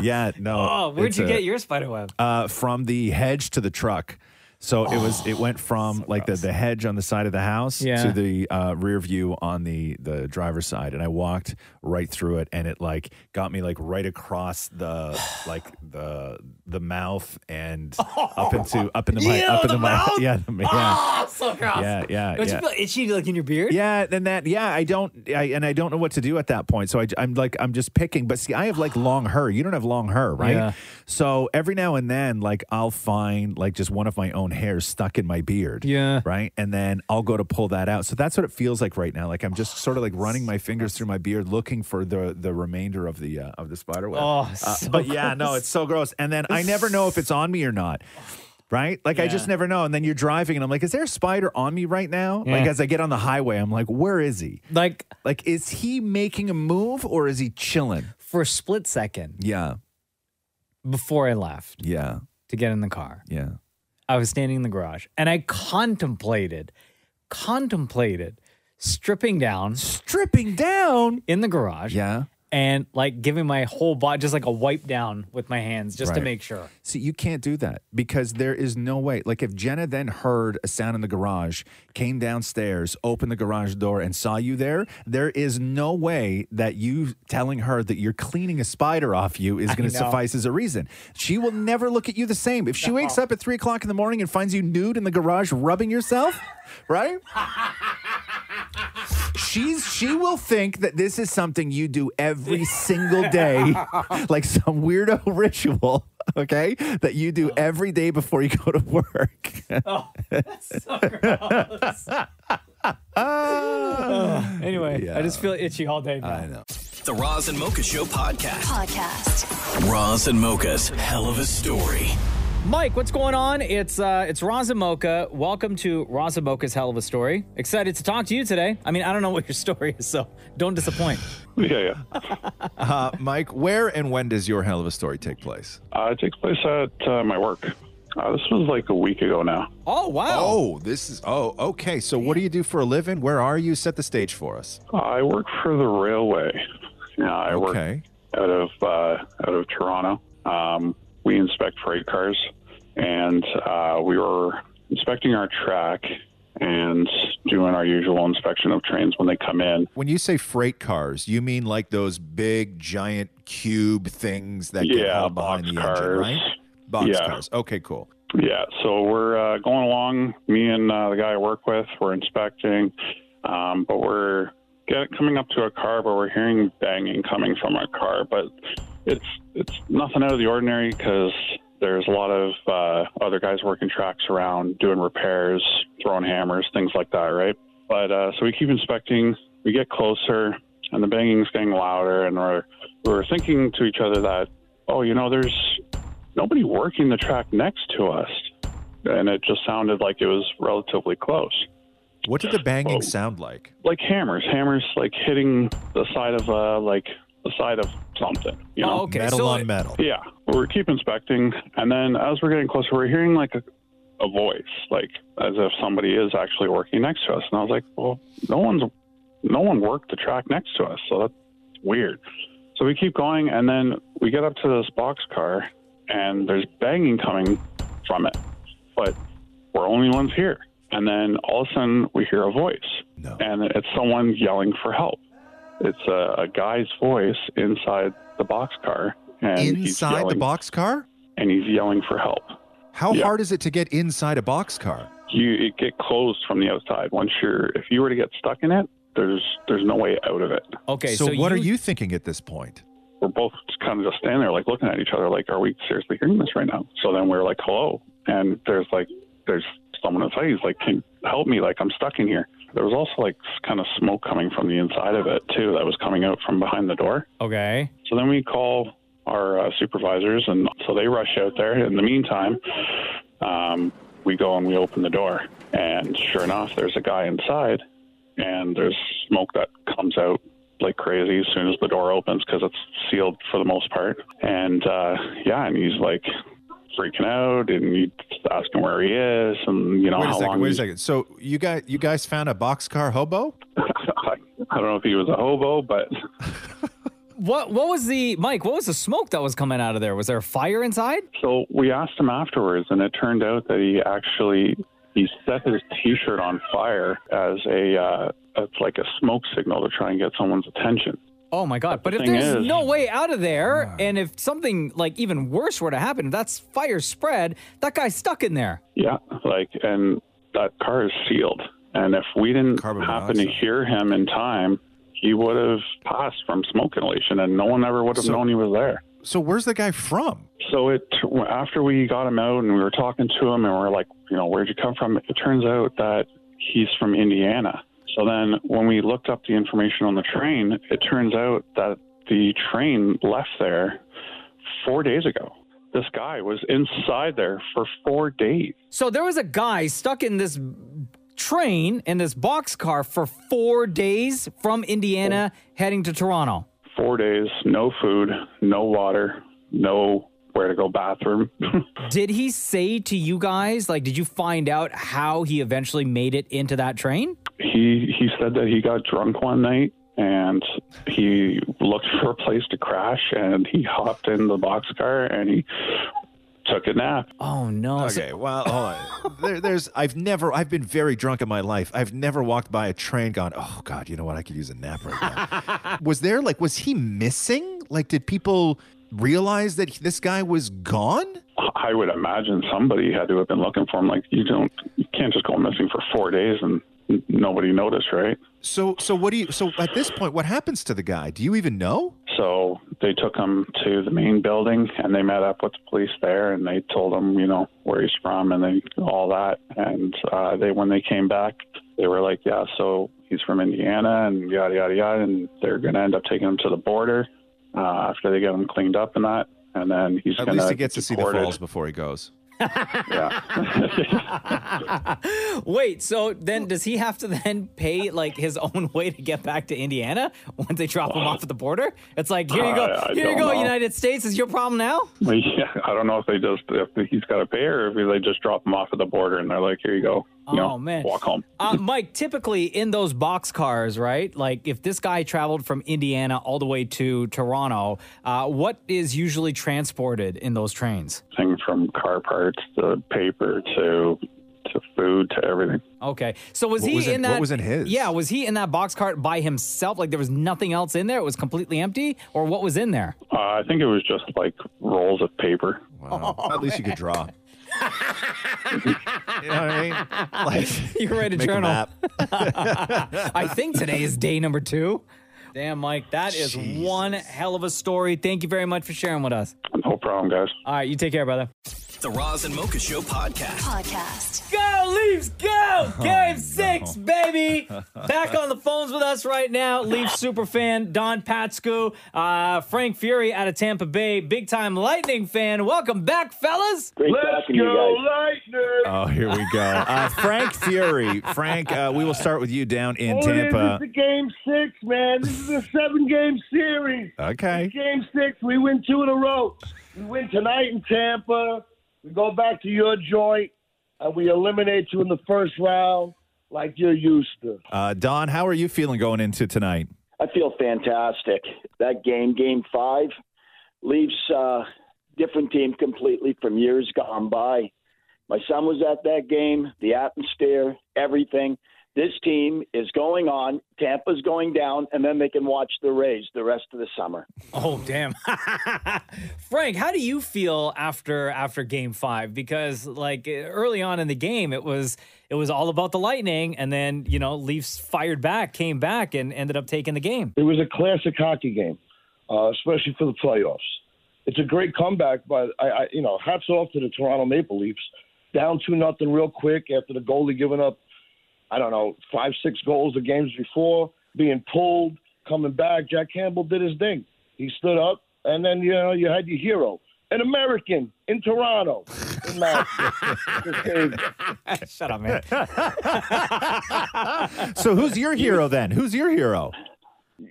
[SPEAKER 5] yeah, no.
[SPEAKER 2] oh, where'd
[SPEAKER 5] it's
[SPEAKER 2] you
[SPEAKER 5] a-
[SPEAKER 2] get your spider web?
[SPEAKER 5] Uh, from the hedge to the truck. So it was it went from like the, the hedge on the side of the house
[SPEAKER 2] Oh, Yeah.
[SPEAKER 5] to the uh, rear view on the the driver's side, and I walked right through it, and it like got me like right across the like the the mouth and up into up into my
[SPEAKER 2] Ew,
[SPEAKER 5] up into
[SPEAKER 2] the
[SPEAKER 5] my
[SPEAKER 2] mouth?
[SPEAKER 5] yeah, the- yeah.
[SPEAKER 2] Ah, so gross.
[SPEAKER 5] Yeah, yeah,
[SPEAKER 2] Don't
[SPEAKER 5] yeah.
[SPEAKER 2] you feel itchy like in your beard?
[SPEAKER 5] Yeah, and that yeah, I don't I, and I don't know what to do at that point. So I, am like I'm just picking. But see, I have like long hair. You don't have long hair, right?
[SPEAKER 2] Yeah.
[SPEAKER 5] So every now and then, like I'll find like just one of my own hairs stuck in my beard.
[SPEAKER 2] Yeah.
[SPEAKER 5] Right, and then I'll go to pull that out. So that's what it feels like right now. Like I'm just sort of like running my fingers through my beard, looking for the the remainder of the uh, of the spider web.
[SPEAKER 2] Oh,
[SPEAKER 5] Uh,
[SPEAKER 2] so
[SPEAKER 5] but yeah, no,
[SPEAKER 2] gross.
[SPEAKER 5] it's so gross. And then I never know if it's on me or not. Right? Like I just
[SPEAKER 2] Yeah.
[SPEAKER 5] never know. And then you're driving and I'm like, is there a spider on me right now? Like
[SPEAKER 2] Yeah.
[SPEAKER 5] as I get on the highway, I'm like, where is he?
[SPEAKER 2] Like
[SPEAKER 5] like is he making a move or is he chilling?
[SPEAKER 2] For a split second.
[SPEAKER 5] Yeah.
[SPEAKER 2] Before I left.
[SPEAKER 5] Yeah.
[SPEAKER 2] To get in the car.
[SPEAKER 5] Yeah.
[SPEAKER 2] I was standing in the garage and I contemplated, contemplated stripping down.
[SPEAKER 5] Stripping down?
[SPEAKER 2] In the garage.
[SPEAKER 5] Yeah.
[SPEAKER 2] And like giving my whole body just like a wipe down with my hands just to
[SPEAKER 5] Right.
[SPEAKER 2] make sure.
[SPEAKER 5] See, you can't do that because there is no way. Like, if Jenna then heard a sound in the garage, came downstairs, opened the garage door, and saw you there, there is no way that you telling her that you're cleaning a spider off you is
[SPEAKER 2] I
[SPEAKER 5] going to
[SPEAKER 2] know.
[SPEAKER 5] suffice as a reason. She will never look at you the same. If she wakes up at three o'clock in the morning and finds you nude in the garage rubbing yourself, right? She's she will think that this is something you do every single day, like some weirdo ritual, okay? That you do every day before you go to work.
[SPEAKER 2] Oh, that's so gross. Ugh. anyway, I just feel itchy all day now. I
[SPEAKER 5] know.
[SPEAKER 1] The Roz and Mocha Show podcast.
[SPEAKER 3] Podcast.
[SPEAKER 1] Roz and Mocha's hell of a story.
[SPEAKER 2] Mike, what's going on? It's uh, it's Raza Mocha. Welcome to Raza Mocha's Hell of a Story. Excited to talk to you today. I mean, I don't know what your story is, so don't disappoint.
[SPEAKER 21] Yeah, yeah.
[SPEAKER 5] Uh, Mike, where and when does your hell of a story take place?
[SPEAKER 21] Uh, it takes place at uh, my work. Uh, this was like a week ago now.
[SPEAKER 2] Oh wow!
[SPEAKER 5] Oh, this is oh okay. So what do you do for a living? Where are you? Set the stage for us.
[SPEAKER 21] I work for the railway. Yeah, I work out of uh, out of Toronto. Um, we inspect freight cars, and uh, we were inspecting our track and doing our usual inspection of trains when they come in.
[SPEAKER 5] When you say freight cars, you mean like those big giant cube things that get
[SPEAKER 21] Yeah,
[SPEAKER 5] held behind the engine,
[SPEAKER 21] boxcars.
[SPEAKER 5] right? Box
[SPEAKER 21] Yeah.
[SPEAKER 5] cars. Okay, cool.
[SPEAKER 21] Yeah, so we're uh, going along. Me and uh, the guy I work with, we're inspecting, um, but we're get, coming up to a car, but we're hearing banging coming from our car. But it's it's nothing out of the ordinary because there's a lot of uh, other guys working tracks around, doing repairs, throwing hammers, things like that, right? But uh, so we keep inspecting. We get closer, and the banging's getting louder, and we're we're thinking to each other that, oh, you know, there's nobody working the track next to us. And it just sounded like it was relatively close.
[SPEAKER 5] What did the banging sound like?
[SPEAKER 21] Like hammers, hammers like hitting the side of uh like the side of something. You know?
[SPEAKER 5] Oh, okay. Metal So on it- metal.
[SPEAKER 21] Yeah. We're keep inspecting and then as we're getting closer we're hearing like a a voice, like as if somebody is actually working next to us. And I was like, Well, no one's no one worked the track next to us, so that's weird. So we keep going, and then we get up to this box car, and there's banging coming from it, but we're only ones here. And then all of a sudden, we hear a voice, and it's someone yelling for help. It's a, a guy's voice inside the box car, and he's
[SPEAKER 5] Inside the
[SPEAKER 21] yelling-
[SPEAKER 5] box car?
[SPEAKER 21] and he's yelling for help.
[SPEAKER 5] How hard is it to get inside a box car?
[SPEAKER 21] You it get closed from the outside. Once you're, if you were to get stuck in it, there's there's no way out of it.
[SPEAKER 5] So, what are you thinking at this point?
[SPEAKER 21] we're both just kind of just standing there, like looking at each other, like, are we seriously hearing this right now? So then we're like, hello. And there's like, there's someone inside. He's like, can you help me? Like, I'm stuck in here. There was also like kind of smoke coming from the inside of it, too, that was coming out from behind the door.
[SPEAKER 2] Okay.
[SPEAKER 21] So then we call our uh, supervisors, and so they rush out there. In the meantime, um, we go and we open the door, and sure enough, there's a guy inside, and there's smoke that comes out like crazy as soon as the door opens because it's sealed for the most part. And uh, yeah, and he's like freaking out, and he's asking where he is, and you know
[SPEAKER 5] wait a
[SPEAKER 21] how
[SPEAKER 5] second.
[SPEAKER 21] long.
[SPEAKER 5] Wait a
[SPEAKER 21] he-
[SPEAKER 5] second. So you guys, you guys found a boxcar hobo?
[SPEAKER 21] I don't know if he was a hobo, but
[SPEAKER 2] What what was the Mike? What was the smoke that was coming out of there? Was there a fire inside?
[SPEAKER 21] So we asked him afterwards, and it turned out that he actually he set his T-shirt on fire as a uh, as like a smoke signal to try and get someone's attention.
[SPEAKER 2] Oh my god! But if
[SPEAKER 21] thing
[SPEAKER 2] there's
[SPEAKER 21] is-
[SPEAKER 2] no way out of there, and if something like even worse were to happen, if that's fire spread, that guy's stuck in there.
[SPEAKER 21] Yeah, like, and that car is sealed. And if we didn't happen to hear him in time, he would have passed from smoke inhalation, and no one ever would have
[SPEAKER 5] So-
[SPEAKER 21] known he was there.
[SPEAKER 5] So where's the guy from?
[SPEAKER 21] So it after we got him out and we were talking to him and we are like, you know, where'd you come from? It turns out that he's from Indiana. So then when we looked up the information on the train, it turns out that the train left there four days ago. This guy was inside there for four days.
[SPEAKER 2] So there was a guy stuck in this train in this boxcar for four days from Indiana heading to Toronto.
[SPEAKER 21] Four days, no food, no water, no where to go bathroom.
[SPEAKER 2] Did he say to you guys, like, did you find out how he eventually made it into that train?
[SPEAKER 21] he he said that he got drunk one night and he looked for a place to crash and he hopped in the boxcar and he took a nap.
[SPEAKER 2] Oh no.
[SPEAKER 5] Okay, well, hold on. there, there's I've never I've been very drunk in my life. I've never walked by a train gone, "Oh god, you know what? I could use a nap right now." was there like was he missing? Like did people realize that this guy was gone?
[SPEAKER 21] I would imagine somebody had to have been looking for him. Like you don't you can't just go missing for four days and n- nobody noticed, right?
[SPEAKER 5] So so what do you so at this point what happens to the guy? Do you even know?
[SPEAKER 21] So they took him to the main building and they met up with the police there and they told him, you know, where he's from and they all that. And uh, they when they came back, they were like, yeah, so he's from Indiana and yada yada yada, and they're gonna end up taking him to the border uh, after they get him cleaned up and that. And then he's
[SPEAKER 5] At
[SPEAKER 21] gonna
[SPEAKER 5] least he gets to see the
[SPEAKER 21] deported.
[SPEAKER 5] falls before he goes.
[SPEAKER 2] Wait, so then does he have to then pay like his own way to get back to Indiana once they drop him off at the border? It's like here you go,
[SPEAKER 21] I- I
[SPEAKER 2] here you
[SPEAKER 21] don't
[SPEAKER 2] go,
[SPEAKER 21] know.
[SPEAKER 2] United States is your problem now.
[SPEAKER 21] Well, yeah, I don't know if they just if he's got to pay or if they just drop him off at the border and they're like, here you go, you know,
[SPEAKER 2] Oh, man.
[SPEAKER 21] walk home.
[SPEAKER 2] Uh, Mike, typically in those box cars, right? Like if this guy traveled from Indiana all the way to Toronto, uh, what is usually transported in those trains?
[SPEAKER 21] Thing from car parts to paper to to food to everything.
[SPEAKER 2] Okay, so was
[SPEAKER 21] What
[SPEAKER 2] he
[SPEAKER 21] was
[SPEAKER 2] in,
[SPEAKER 21] in-
[SPEAKER 2] that?
[SPEAKER 21] what was in his?
[SPEAKER 2] Yeah, was he in that box cart by himself? Like there was nothing else in there? It was completely empty, or what was in there?
[SPEAKER 21] Uh, I think it was just like rolls of paper.
[SPEAKER 5] Wow. At least you could draw. you know what I mean? Like,
[SPEAKER 2] you write a
[SPEAKER 5] make a
[SPEAKER 2] journal.
[SPEAKER 5] map.
[SPEAKER 2] I think today is day number two. Damn, Mike, that is one hell of a story. Thank you very much for sharing with us.
[SPEAKER 21] No problem, guys.
[SPEAKER 2] All right, you take care, brother.
[SPEAKER 1] The Roz and Mocha Show podcast.
[SPEAKER 3] Podcast.
[SPEAKER 2] Go Leafs, go! Game six, baby. Back on the phones with us right now. Leafs superfan Don Patsko, uh, Frank Fury out of Tampa Bay, big time Lightning fan. Welcome back, fellas.
[SPEAKER 18] Lightning!
[SPEAKER 5] Oh, here we go. Uh, Frank Fury. Frank, uh, we will start with you down in
[SPEAKER 18] Oh,
[SPEAKER 5] Tampa.
[SPEAKER 18] This is the game six, man. This is a seven game series.
[SPEAKER 5] Okay.
[SPEAKER 18] It's game six. We win two in a row. We win tonight in Tampa. We go back to your joint and we eliminate you in the first round like you're used to.
[SPEAKER 5] Uh, Don, how are you feeling going into tonight?
[SPEAKER 22] I feel fantastic. That game, game five, leaves uh, different team completely from years gone by. My son was at that game, the atmosphere, everything. This team is going on. Tampa's going down, and then they can watch the Rays the rest of the summer.
[SPEAKER 2] Oh damn, Frank, how do you feel after after Game Five? Because like early on in the game, it was it was all about the Lightning, and then you know Leafs fired back, came back, and ended up taking the game.
[SPEAKER 18] It was a classic hockey game, uh, especially for the playoffs. It's a great comeback, but I, I, you know, hats off to the Toronto Maple Leafs. Down two nothing real quick after the goalie giving up, I don't know, five six goals the games before, being pulled, coming back. Jack Campbell did his thing. He stood up, and then you know you had your hero, an American in Toronto. It matters.
[SPEAKER 2] Shut up, man.
[SPEAKER 5] So, who's your hero then? Who's your hero?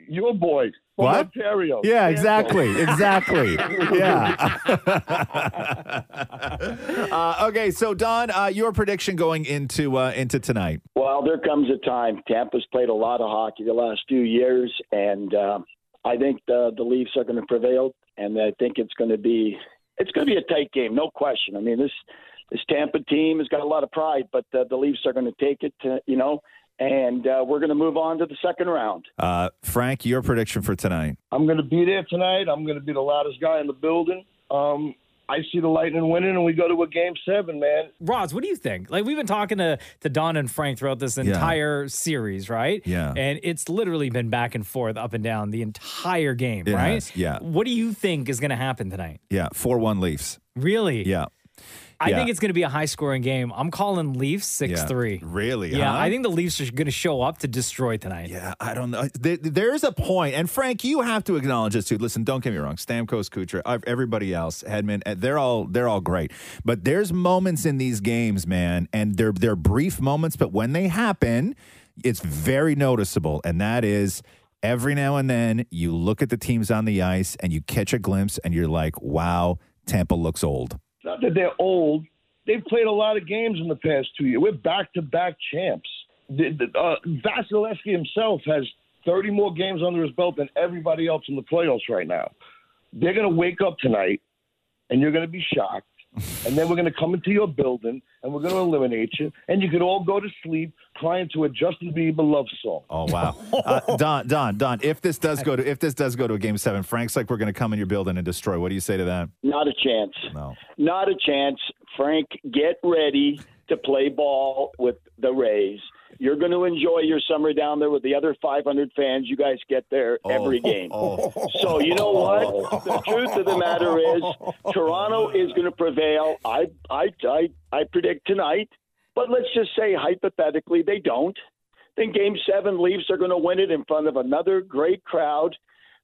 [SPEAKER 18] Your boy. From
[SPEAKER 5] What?
[SPEAKER 18] Ontario.
[SPEAKER 5] Yeah,
[SPEAKER 18] Tampa.
[SPEAKER 5] exactly. Exactly. yeah. uh, okay, so Don, uh, your prediction going into uh, into tonight.
[SPEAKER 22] Well, there comes a time. Tampa's played a lot of hockey the last few years, and um I think the the Leafs are going to prevail, and I think it's going to be it's going to be a tight game, no question. I mean this this Tampa team has got a lot of pride, but uh, the Leafs are going to take it, uh, you know, and uh, we're going to move on to the second round.
[SPEAKER 5] Uh, Frank, your prediction for tonight.
[SPEAKER 18] I'm going to be there tonight. I'm going to be the loudest guy in the building. Um, I see the Lightning winning, and we go to a game seven, man.
[SPEAKER 2] Roz, what do you think? Like we've been talking to to Don and Frank throughout this entire series, right?
[SPEAKER 5] Yeah.
[SPEAKER 2] And it's literally been back and forth, up and down the entire game,
[SPEAKER 5] It
[SPEAKER 2] right?
[SPEAKER 5] has, yeah.
[SPEAKER 2] What do you think is going to happen tonight?
[SPEAKER 5] Yeah, 4 1 Leafs.
[SPEAKER 2] Really?
[SPEAKER 5] Yeah.
[SPEAKER 2] I
[SPEAKER 5] Yeah.
[SPEAKER 2] think it's going to be a high scoring game. I'm calling Leafs 6 3.
[SPEAKER 5] Really?
[SPEAKER 2] Yeah,
[SPEAKER 5] huh?
[SPEAKER 2] I think the Leafs are going to show up to destroy tonight.
[SPEAKER 5] Yeah, I don't know. There, there's a point, and Frank, you have to acknowledge this, too. Listen, don't get me wrong. Stamkos, Kucher, ev- everybody else, Hedman, eh, they're all they're all great. But there's moments in these games, man, and they're they're brief moments, but when they happen, it's very noticeable, and that is. Every now and then, you look at the teams on the ice and you catch a glimpse, and you're like, "Wow, Tampa looks old."
[SPEAKER 18] It's not that they're old. They've played a lot of games in the past two years. We're back to back champs. The, the, uh, Vasilevsky himself has 30 more games under his belt than everybody else in the playoffs right now. They're going to wake up tonight, and you're going to be shocked. And then we're going to come into your building, and we're going to eliminate you. And you could all go to sleep crying to a Justin Bieber love song.
[SPEAKER 5] Oh wow, uh, Don, Don, Don. If this does go to if this does go to a game seven, Frank's like, "We're going to come in your building and destroy." What do you say to that?
[SPEAKER 22] Not a chance.
[SPEAKER 5] No.
[SPEAKER 22] Not a chance. Frank, get ready to play ball with the Rays. You're going to enjoy your summer down there with the other 500 fans you guys get there every game. So, you know what? The truth of the matter is, Toronto is going to prevail. I, I, I, I predict tonight, but let's just say hypothetically they don't. Then game seven, Leafs are going to win it in front of another great crowd,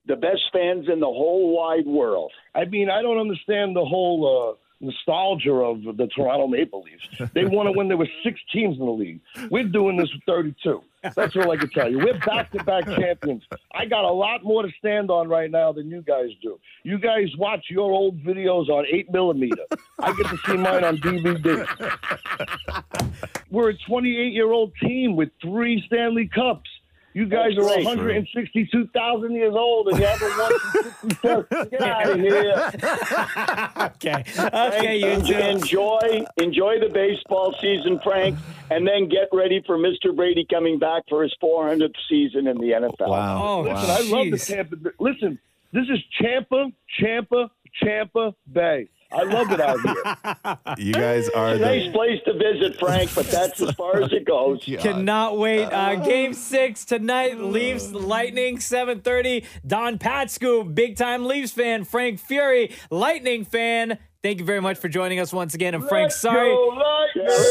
[SPEAKER 22] the best fans in the whole wide world.
[SPEAKER 18] I mean, I don't understand the whole uh, nostalgia of the Toronto Maple Leafs. They won it when there were six teams in the league. We're doing this with 32. That's all I can tell you. We're back-to-back champions. I got a lot more to stand on right now than you guys do. You guys watch your old videos on eight millimeter. I get to see mine on DVD. We're a 28-year-old team with three Stanley Cups. You guys are
[SPEAKER 22] That's right.
[SPEAKER 18] 162,000 years old, and you haven't won since 67. Get out of here.
[SPEAKER 2] okay.
[SPEAKER 22] Okay,
[SPEAKER 2] you too.
[SPEAKER 22] Enjoy, enjoy the baseball season, Frank, and then get ready for Mr. Brady coming back for his 400th season in the NFL. Wow.
[SPEAKER 18] listen, I love the Tampa. Bay- Listen, this is Champa, Champa, Champa Bay. I love it out here.
[SPEAKER 5] You guys are
[SPEAKER 22] It's a nice place to visit, Frank, but that's as far as it goes.
[SPEAKER 2] Cannot wait. Uh, game six
[SPEAKER 19] uh.
[SPEAKER 2] tonight. Leafs Lightning 7:30. Don Patsku, big time Leafs fan. Frank Fury, Lightning fan. Thank you very much for joining us once again. And Frank, sorry,
[SPEAKER 23] go,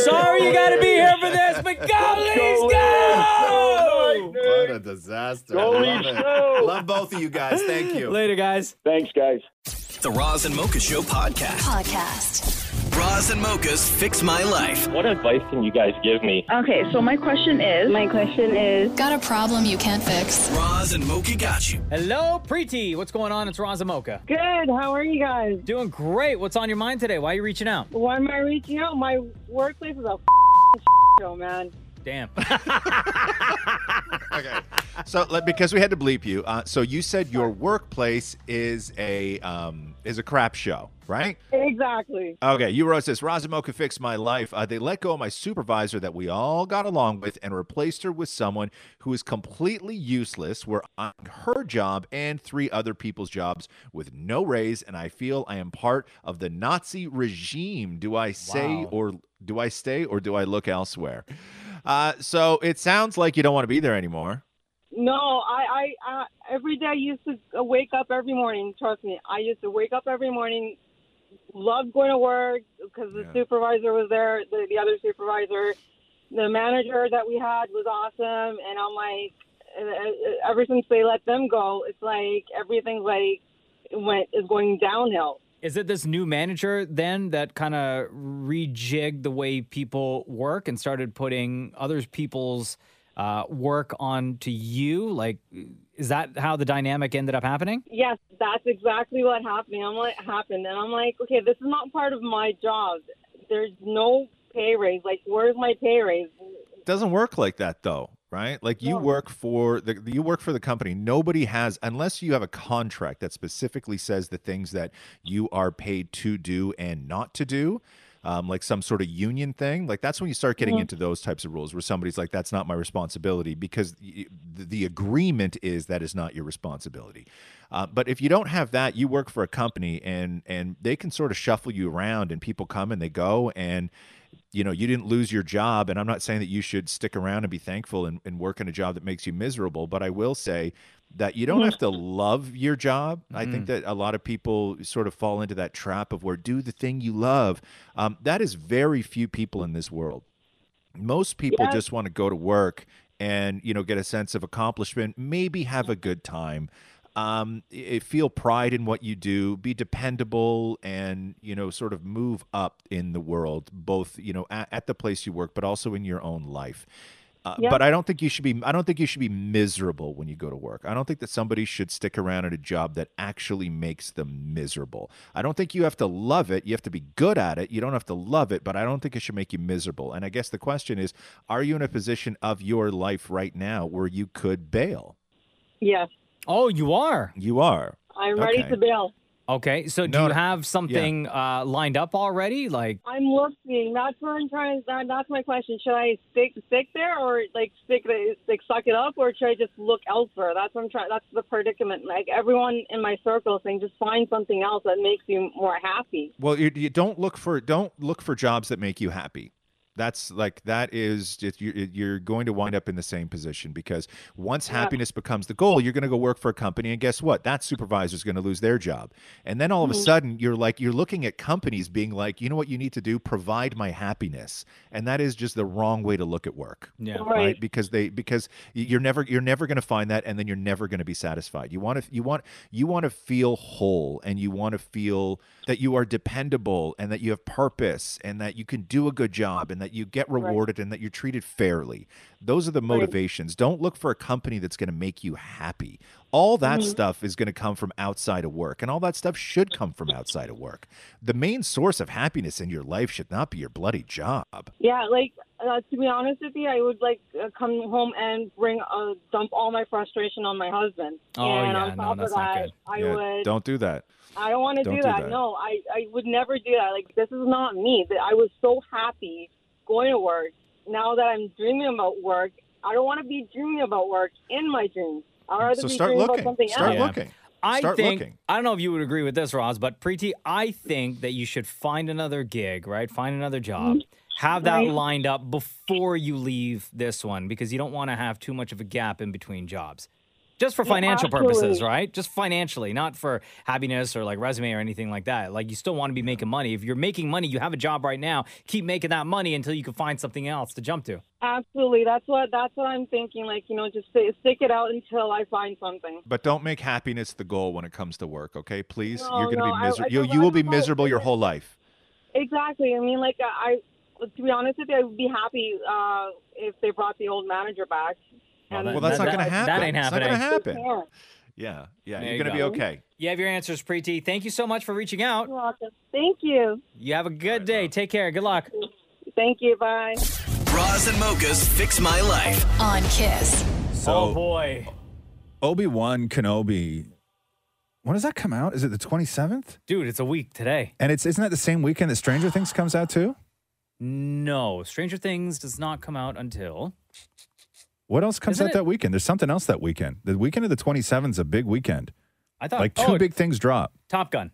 [SPEAKER 2] sorry you got to be here for this, but go Leafs, go!
[SPEAKER 5] What a disaster!
[SPEAKER 1] Go
[SPEAKER 5] Love
[SPEAKER 1] Leafs,
[SPEAKER 5] it.
[SPEAKER 1] go!
[SPEAKER 5] Love both of you guys. Thank you.
[SPEAKER 2] Later, guys.
[SPEAKER 22] Thanks, guys.
[SPEAKER 1] The Roz and Mocha Show podcast.
[SPEAKER 3] Podcast.
[SPEAKER 1] Roz and Mocha's Fix My Life. What advice can you guys give me?
[SPEAKER 3] Okay, so my question is. My question is. Got a problem you can't fix?
[SPEAKER 1] Roz and Mocha got you.
[SPEAKER 2] Hello, Preeti. What's going on? It's Raza Mocha.
[SPEAKER 19] Good. How are you guys?
[SPEAKER 2] Doing great. What's on your mind today? Why are you reaching out?
[SPEAKER 19] Why am I reaching out? My workplace is a show, man.
[SPEAKER 2] Damn.
[SPEAKER 5] So, let- because we had to bleep you, uh, so you said your workplace is a um, is a crap show, right?
[SPEAKER 19] Exactly.
[SPEAKER 5] Okay, you wrote this. Razumoka fixed my life. Uh, they let go of my supervisor that we all got along with and replaced her with someone who is completely useless. We're on her job and three other people's jobs with no raise, and I feel I am part of the Nazi regime. Do I say
[SPEAKER 24] Wow.
[SPEAKER 5] or do I stay or do I look elsewhere? Uh, so it sounds like you don't want to be there anymore.
[SPEAKER 19] No, I, I, I, every day I used to wake up every morning. Trust me, I used to wake up every morning. Loved going to work because the supervisor was there, the, the other supervisor, the manager that we had was awesome, and I'm like, uh, uh, ever since they let them go, it's like everything like went is going downhill.
[SPEAKER 2] Is it this new manager then that kind of rejigged the way people work and started putting other people's uh, work onto you? Like, is that how the dynamic ended up happening?
[SPEAKER 19] Yes, that's exactly what happened. I'm like happened, and I'm like, okay, this is not part of my job. There's no pay raise. Like, where's my pay raise?
[SPEAKER 5] Doesn't work like that though. right? Like you work for the you work for the company. Nobody has unless you have a contract that specifically says the things that you are paid to do and not to do. Um, like some sort of union thing, like that's when you start getting
[SPEAKER 24] Mhm.
[SPEAKER 5] into those types of rules where somebody's like, "That's not my responsibility," because y- the, the agreement is that is not your responsibility. Uh, but if you don't have that, you work for a company, and and they can sort of shuffle you around, and people come and they go, and you know you didn't lose your job and i'm not saying that you should stick around and be thankful and, and work in a job that makes you miserable but i will say that you don't have to love your job i think that a lot of people sort of fall into that trap of where do the thing you love um, that is very few people in this world most people
[SPEAKER 24] Yes.
[SPEAKER 5] just want to go to work and you know get a sense of accomplishment maybe have a good time um, i- feel pride in what you do be dependable and you know sort of move up in the world both you know at, at the place you work but also in your own life uh,
[SPEAKER 24] Yeah.
[SPEAKER 5] But I don't think you should be. I don't think you should be miserable when you go to work. I don't think that somebody should stick around at a job that actually makes them miserable. I don't think you have to love it. You have to be good at it. You don't have to love it, but I don't think it should make you miserable. And I guess the question is, are you in a position of your life right now where you could bail?
[SPEAKER 19] Yes,
[SPEAKER 2] Oh, you are.
[SPEAKER 5] You are.
[SPEAKER 19] I'm ready
[SPEAKER 5] Okay.
[SPEAKER 19] to bail.
[SPEAKER 2] Okay, so do
[SPEAKER 5] No,
[SPEAKER 2] you
[SPEAKER 5] no-
[SPEAKER 2] have something uh, lined up already? Like,
[SPEAKER 19] I'm looking. That's what I'm trying. That, that's my question. Should I stick stick there, or like stick like suck it up, or should I just look elsewhere? That's what I'm trying. That's the predicament. Like everyone in my circle is saying, just find something else that makes you more happy.
[SPEAKER 5] Well, you, you don't look for don't look for jobs that make you happy. That's like that is if you're you're going to wind up in the same position because once happiness becomes the goal, you're going to go work for a company, and guess what? That supervisor is going to lose their job, and then all of a
[SPEAKER 24] Mhm.
[SPEAKER 5] sudden you're like you're looking at companies being like, you know what you need to do? Provide my happiness, and that is just the wrong way to look at work.
[SPEAKER 24] Yeah.
[SPEAKER 5] right.
[SPEAKER 24] Right.
[SPEAKER 5] Because they because y- you're never you're never going to find that, and then you're never going to be satisfied. You want to you want you want to feel whole, and you want to feel that you are dependable, and that you have purpose, and that you can do a good job, and that you get
[SPEAKER 24] Right.
[SPEAKER 5] rewarded, and that you're treated fairly. Those are the motivations. Don't look for a company that's going to make you happy. All that
[SPEAKER 24] Mhm.
[SPEAKER 5] stuff is going to come from outside of work, and all that stuff should come from outside of work. The main source of happiness in your life should not be your bloody job.
[SPEAKER 19] Yeah, like uh, to be honest with you, I would like uh, come home and bring uh, dump all my frustration on my husband.
[SPEAKER 2] Oh,
[SPEAKER 5] Oh,
[SPEAKER 19] and on top of that, I
[SPEAKER 5] Yeah,
[SPEAKER 19] would.
[SPEAKER 5] Don't do that.
[SPEAKER 19] I don't want to
[SPEAKER 5] Don't
[SPEAKER 19] do,
[SPEAKER 5] do
[SPEAKER 19] that.
[SPEAKER 5] that.
[SPEAKER 19] No, I, I would never do that. Like, this is not me. That I was so happy going to work. Now that I'm dreaming about work, I don't want to be dreaming about work in my dreams. I'd rather be dreaming about something else.
[SPEAKER 2] Yeah. I
[SPEAKER 5] Start
[SPEAKER 2] think
[SPEAKER 5] looking.
[SPEAKER 2] I don't know if you would agree with this, Roz, but Preeti, I think that you should find another gig, right? Find another job.
[SPEAKER 19] Mm-hmm.
[SPEAKER 2] Have that
[SPEAKER 24] Right.
[SPEAKER 2] lined up before you leave this one because you don't want to have too much of a gap in between jobs. Just for
[SPEAKER 24] Yeah,
[SPEAKER 2] financial purposes,
[SPEAKER 24] absolutely.
[SPEAKER 2] right? Just financially, not for happiness or like resume or anything like that. Like you still want to be making money. If you're making money, you have a job right now. Keep making that money until you can find something else to jump to.
[SPEAKER 19] Absolutely. That's what that's what I'm thinking. Like, you know, just sti- stick it out until I find something.
[SPEAKER 5] But don't make happiness the goal when it comes to work, okay? Please,
[SPEAKER 19] No,
[SPEAKER 5] you're going to
[SPEAKER 19] no,
[SPEAKER 5] be
[SPEAKER 19] I- I
[SPEAKER 5] miserable. You,
[SPEAKER 19] don't-
[SPEAKER 5] you
[SPEAKER 19] I
[SPEAKER 5] will be
[SPEAKER 19] don't know.
[SPEAKER 5] miserable your whole life.
[SPEAKER 19] Exactly. I mean, like, I to be honest with you, I would be happy uh, if they brought the old manager back.
[SPEAKER 5] Well,
[SPEAKER 19] And-
[SPEAKER 5] that's not going to happen.
[SPEAKER 2] That ain't
[SPEAKER 5] It's not
[SPEAKER 2] happening.
[SPEAKER 5] going to happen.
[SPEAKER 19] Yeah.
[SPEAKER 5] Yeah, yeah,
[SPEAKER 2] There
[SPEAKER 5] you're going to
[SPEAKER 2] you
[SPEAKER 5] be
[SPEAKER 2] go.
[SPEAKER 5] okay.
[SPEAKER 2] You have your answers, Preeti. Thank you so much for reaching out.
[SPEAKER 19] You're welcome. Thank you.
[SPEAKER 2] You have a good day. Take care. Good luck.
[SPEAKER 19] Thank you. Bye.
[SPEAKER 1] Roz and Mocha's Fix My Life.
[SPEAKER 3] On Kiss.
[SPEAKER 2] Oh.
[SPEAKER 5] So-
[SPEAKER 2] boy,
[SPEAKER 5] Obi Wan Kenobi. When does that come out? Is it the 27th?
[SPEAKER 2] Dude, it's a week today.
[SPEAKER 5] And it's isn't that the same weekend that Stranger Things comes out too?
[SPEAKER 2] No, Stranger Things does not come out until
[SPEAKER 5] What else comes
[SPEAKER 2] Isn't
[SPEAKER 5] out
[SPEAKER 2] it-
[SPEAKER 5] that weekend? There's something else that weekend. The weekend of the 27th is a big weekend.
[SPEAKER 2] I thought oh,
[SPEAKER 5] like two
[SPEAKER 2] two
[SPEAKER 5] big things drop.
[SPEAKER 2] Top Gun.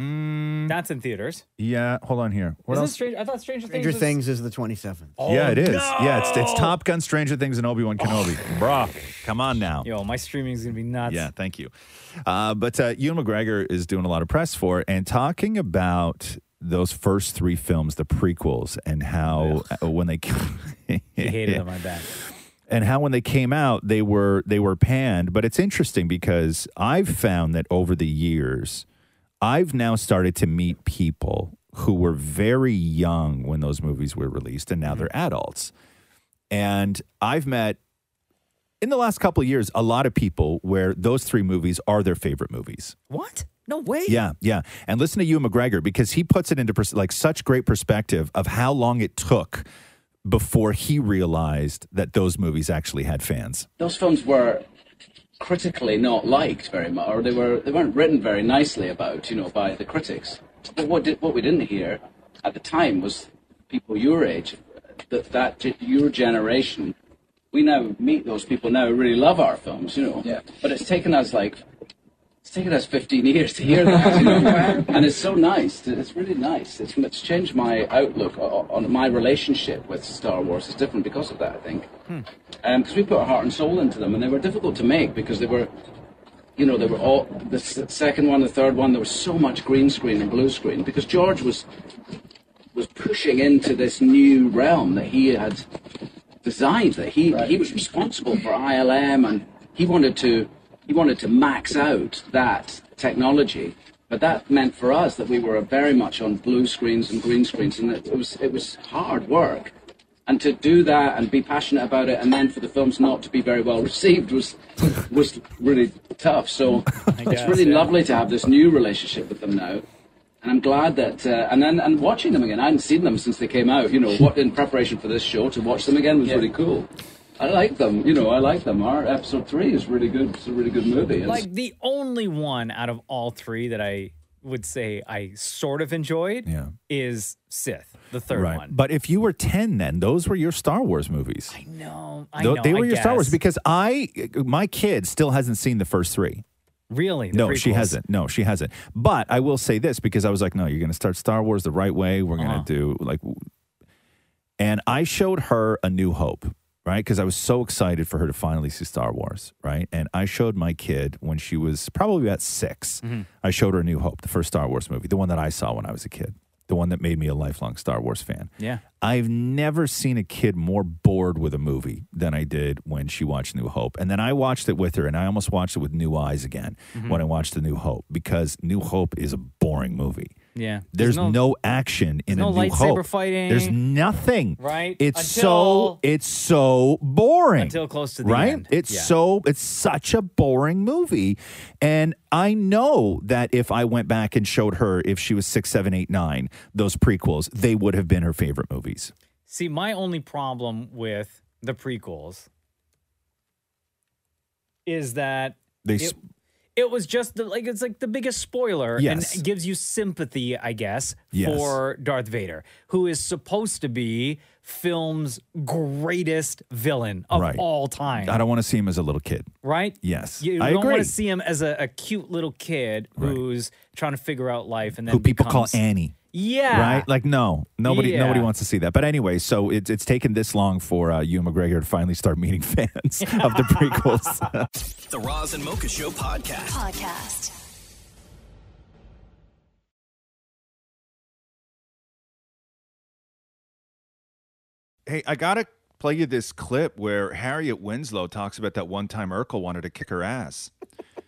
[SPEAKER 2] That's in theaters.
[SPEAKER 5] Yeah, hold on here. What
[SPEAKER 2] Isn't
[SPEAKER 5] else?
[SPEAKER 2] Stranger? I thought Stranger,
[SPEAKER 6] Stranger
[SPEAKER 2] Things. was-
[SPEAKER 6] Things is the 27th.
[SPEAKER 5] Oh, yeah, it is. Yeah, it's it's Top Gun, Stranger Things, and Obi Wan Kenobi. Bruh, come on now.
[SPEAKER 2] Yo, my streaming's gonna be nuts.
[SPEAKER 5] Yeah, thank you. Uh, but uh, Ewan McGregor is doing a lot of press for it and talking about those first three films, the prequels, and how uh, when they he
[SPEAKER 2] He hated them. I bet.
[SPEAKER 5] and how when they came out they were they were panned but it's interesting because i've found that over the years i've now started to meet people who were very young when those movies were released and now
[SPEAKER 2] Mm-hmm.
[SPEAKER 5] they're adults and i've met in the last couple of years a lot of people where those three movies are their favorite movies
[SPEAKER 2] What? No way.
[SPEAKER 5] yeah, yeah. And listen to Ewan McGregor because he puts it into pers- like such great perspective of how long it took before he realized that those movies actually had fans.
[SPEAKER 24] Those films were critically not liked very much, or they were they weren't written very nicely about, you know, by the critics. But what did, what we didn't hear at the time was people your age, that that ge- your generation. We now meet those people now who really love our films, you know. Yeah. But it's taken us like it's taken us 15 years to hear that, you know? and it's so nice. to- It's really nice. It's, it's changed my outlook o- on my relationship with Star Wars. It's different because of that, I think because Um, we put our heart and soul into them, and they were difficult to make because they were, you know, they were all the s- second one, the third one. There was so much green screen and blue screen because George was was pushing into this new realm that he had designed. That he he was responsible for ILM, and he wanted to he wanted to max out that technology. But that meant for us that we were very much on blue screens and green screens, and it it was it was hard work and to do that and be passionate about it and then for the films not to be very well received was was really tough so it's
[SPEAKER 25] guess,
[SPEAKER 24] really
[SPEAKER 25] yeah.
[SPEAKER 24] lovely to have this new relationship with them now and I'm glad that uh, and then and watching them again I hadn't seen them since they came out you know what in preparation for this show to watch them again was really cool I like them you know I like them our episode 3 is really good it's a really good movie It's-
[SPEAKER 2] Like the only one out of all three that I would say I sort of enjoyed is Sith, the third
[SPEAKER 5] right.
[SPEAKER 2] one.
[SPEAKER 5] But if you were 10 then, those were your Star Wars movies. I
[SPEAKER 2] know. I
[SPEAKER 5] Tho-
[SPEAKER 2] know,
[SPEAKER 5] they
[SPEAKER 2] I
[SPEAKER 5] were your Star Wars
[SPEAKER 2] guess.
[SPEAKER 5] because I my kid still hasn't seen the first 3.
[SPEAKER 2] Really? The
[SPEAKER 5] No, she
[SPEAKER 2] prequels?
[SPEAKER 5] hasn't. No, she hasn't. But I will say this because I was like, no, you're going to start Star Wars the right way. We're
[SPEAKER 2] Uh-huh.
[SPEAKER 5] going to do like, and I showed her A New Hope, right? Because I was so excited for her to finally see Star Wars, right? And I showed my kid when she was probably about 6
[SPEAKER 25] Mm-hmm.
[SPEAKER 5] I showed her A New Hope, the first Star Wars movie, the one that I saw when I was a kid, the one that made me a lifelong Star Wars fan.
[SPEAKER 2] Yeah.
[SPEAKER 5] I've never seen a kid more bored with a movie than I did when she watched New Hope. And then I watched it with her, and I almost watched it with new eyes again
[SPEAKER 2] Mhm.
[SPEAKER 5] when I watched The New Hope because New Hope is a boring movie.
[SPEAKER 2] Yeah.
[SPEAKER 5] There's, no, action in
[SPEAKER 2] there's
[SPEAKER 5] a
[SPEAKER 2] no
[SPEAKER 5] New
[SPEAKER 2] lightsaber
[SPEAKER 5] Hope.
[SPEAKER 2] fighting.
[SPEAKER 5] There's nothing.
[SPEAKER 2] Right?
[SPEAKER 5] It's so
[SPEAKER 2] Until-
[SPEAKER 5] it's so boring.
[SPEAKER 2] Until close to the
[SPEAKER 5] right?
[SPEAKER 2] end.
[SPEAKER 5] It's
[SPEAKER 2] Yeah.
[SPEAKER 5] so it's such a boring movie, and I know that if I went back and showed her if she was six, seven, eight, nine, those prequels, they would have been her favorite movies.
[SPEAKER 2] See, my only problem with the prequels is that
[SPEAKER 5] They
[SPEAKER 2] it,
[SPEAKER 5] s-
[SPEAKER 2] it was just the, like it's like the biggest spoiler
[SPEAKER 5] Yes.
[SPEAKER 2] and gives you sympathy, I guess,
[SPEAKER 5] Yes.
[SPEAKER 2] for Darth Vader, who is supposed to be film's greatest villain of
[SPEAKER 5] Right.
[SPEAKER 2] all time.
[SPEAKER 5] I don't want to see him as a little kid.
[SPEAKER 2] Right?
[SPEAKER 5] Yes,
[SPEAKER 2] You
[SPEAKER 5] I
[SPEAKER 2] don't
[SPEAKER 5] agree.
[SPEAKER 2] want to see him as a, a cute little kid who's trying to figure out life and then
[SPEAKER 5] Who people
[SPEAKER 2] becomes-
[SPEAKER 5] call Annie.
[SPEAKER 2] Yeah.
[SPEAKER 5] Right? Like, no, nobody,
[SPEAKER 2] Yeah.
[SPEAKER 5] nobody wants to see that. But anyway, so it's it's taken this long for uh, Ewan McGregor to finally start meeting fans of the prequels.
[SPEAKER 1] The Roz and Mocha Show podcast.
[SPEAKER 3] Podcast.
[SPEAKER 5] hey, I gotta play you this clip where Harriet Winslow talks about that one time Urkel wanted to kick her ass.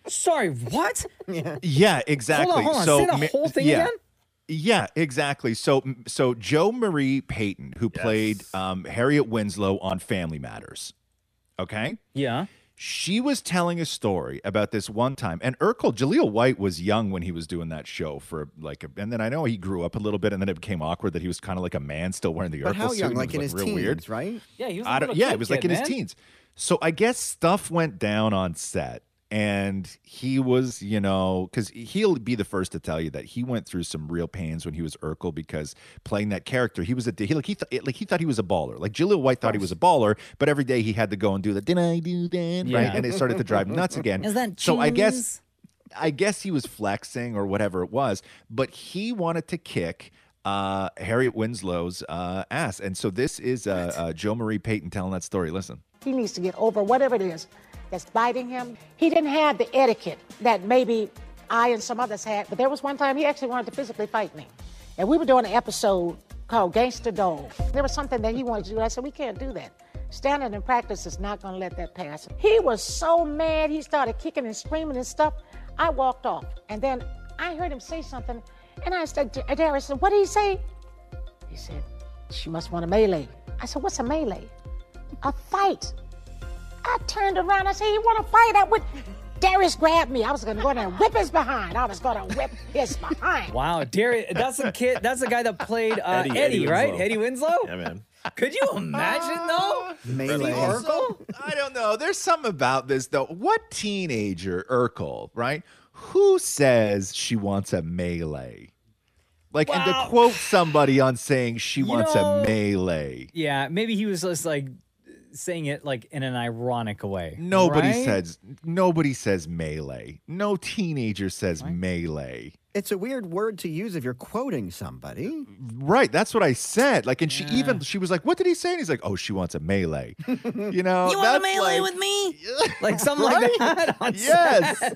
[SPEAKER 2] Sorry, what? Yeah.
[SPEAKER 5] Yeah, exactly.
[SPEAKER 2] Hold on, hold on.
[SPEAKER 5] So
[SPEAKER 2] Say the
[SPEAKER 5] Ma-
[SPEAKER 2] whole thing
[SPEAKER 5] yeah.
[SPEAKER 2] again?
[SPEAKER 5] Yeah, exactly. So, so Joe Marie Payton, who played um, Harriet Winslow on Family Matters, okay,
[SPEAKER 2] yeah,
[SPEAKER 5] she was telling a story about this one time, and Urkel Jaleel White was young when he was doing that show for like, a, and then I know he grew up a little bit, and then it became awkward that he was kind of like a man still wearing the
[SPEAKER 6] But
[SPEAKER 5] Urkel
[SPEAKER 6] how
[SPEAKER 5] suit.
[SPEAKER 6] young?
[SPEAKER 5] and it
[SPEAKER 6] Like
[SPEAKER 5] was,
[SPEAKER 6] in his
[SPEAKER 5] real
[SPEAKER 6] teens,
[SPEAKER 5] weird.
[SPEAKER 6] right?
[SPEAKER 2] Yeah, he was.
[SPEAKER 5] I don't, yeah, it was like in his teens. So I guess stuff went down on set, and he was, you know, because he'll be the first to tell you that he went through some real pains when he was Urkel because playing that character, he was a he like he th- like he thought he was a baller. Like Jaleel White thought he was a baller, but every day he had to go and do the did I do that right?
[SPEAKER 25] Yeah.
[SPEAKER 5] And it started to drive him nuts again.
[SPEAKER 25] Is that
[SPEAKER 5] so? I
[SPEAKER 25] cheese?
[SPEAKER 5] guess I guess he was flexing or whatever it was, but he wanted to kick uh, Harriet Winslow's uh, ass. And so this is uh, uh, Joe Marie Payton telling that story. Listen.
[SPEAKER 26] He needs to get over whatever it is that's biting him. He didn't have the etiquette that maybe I and some others had, but there was one time he actually wanted to physically fight me. And we were doing an episode called Gangster Dog. There was something that he wanted to do. I said, We can't do that. Standard and practice is not going to let that pass. He was so mad, he started kicking and screaming and stuff. I walked off, and then I heard him say something, and I said, Darren, I said, What did he say? He said, She must want a melee. I said, What's a melee? a fight. I turned around. I said, "You want to fight?" I would. Darius grabbed me. I was going to go in there and whip his behind. I was going to whip his behind.
[SPEAKER 2] Wow, Darius, that's a kid. That's the guy that played uh, Eddie,
[SPEAKER 7] Eddie, Eddie
[SPEAKER 2] right?
[SPEAKER 7] Winslow.
[SPEAKER 2] Eddie Winslow.
[SPEAKER 7] Yeah, man.
[SPEAKER 2] Could you imagine though?
[SPEAKER 25] There's some- I don't know. There's something about this though. What teenager, Urkel, right? Who says she wants a melee? Like, and to
[SPEAKER 2] Well-
[SPEAKER 25] quote somebody on saying she wants
[SPEAKER 2] know-
[SPEAKER 25] a melee.
[SPEAKER 2] Yeah, maybe he was just like saying it like in an ironic way.
[SPEAKER 25] Nobody
[SPEAKER 2] right?
[SPEAKER 25] says nobody says melee. No teenager says melee.
[SPEAKER 6] It's a weird word to use if you're quoting somebody.
[SPEAKER 25] Right, that's what I said. Like, and she even she was like, "What did he say?" And he's like, "Oh, she wants a melee." You know, Oh, that's like-
[SPEAKER 2] me? like something
[SPEAKER 25] Right?
[SPEAKER 2] like that. on
[SPEAKER 25] Yes.
[SPEAKER 2] set.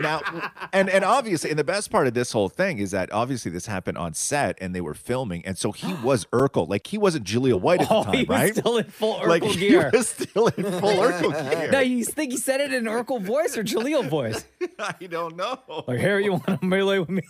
[SPEAKER 25] now and and obviously and the best part of this whole thing is that obviously this happened on set and they were filming and so he was Urkel like he wasn't Julia White at the
[SPEAKER 2] Oh,
[SPEAKER 25] time
[SPEAKER 2] he was
[SPEAKER 25] right
[SPEAKER 2] still in full Urkel
[SPEAKER 25] like
[SPEAKER 2] gear.
[SPEAKER 25] he was still in full Urkel gear
[SPEAKER 2] Now you think he said it in Urkel voice or Jaleel voice?
[SPEAKER 25] I don't know
[SPEAKER 2] Like, Harry, you want to melee with me?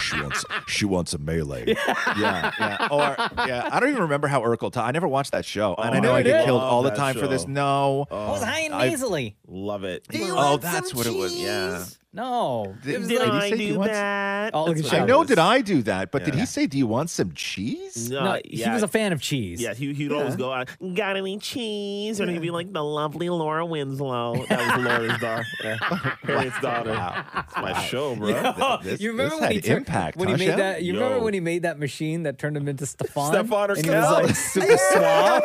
[SPEAKER 25] she wants she wants a melee yeah yeah or yeah I don't even remember how Urkel ta- I never watched that show and
[SPEAKER 7] Oh,
[SPEAKER 25] I know I
[SPEAKER 2] you
[SPEAKER 25] get
[SPEAKER 2] did?
[SPEAKER 25] killed all the
[SPEAKER 2] Love
[SPEAKER 25] time
[SPEAKER 2] that
[SPEAKER 25] for this
[SPEAKER 2] show.
[SPEAKER 25] no
[SPEAKER 2] I was Oh, high and
[SPEAKER 25] I-
[SPEAKER 2] nasally.
[SPEAKER 7] Love it.
[SPEAKER 25] oh that's what it was yeah
[SPEAKER 2] No. It was
[SPEAKER 25] did
[SPEAKER 2] like-
[SPEAKER 25] he say he wants-
[SPEAKER 2] Oh, look at
[SPEAKER 25] I
[SPEAKER 2] Shaq.
[SPEAKER 25] know did I do that, but did
[SPEAKER 7] Yeah.
[SPEAKER 25] he say, "Do you want some cheese"?
[SPEAKER 7] No, No, he yeah. was a
[SPEAKER 2] fan of cheese.
[SPEAKER 7] Yeah, he, he'd always go, out, got any cheese? And he'd be like, the lovely Laura Winslow. That was Laura's daughter. Yeah. Harriet's daughter. It's my show, bro.
[SPEAKER 2] Yo, you remember when he tur- when he made that? You remember when he made that machine that turned him into Stefan?
[SPEAKER 7] Stefan or
[SPEAKER 2] and he was
[SPEAKER 7] Cal?
[SPEAKER 2] like super suave.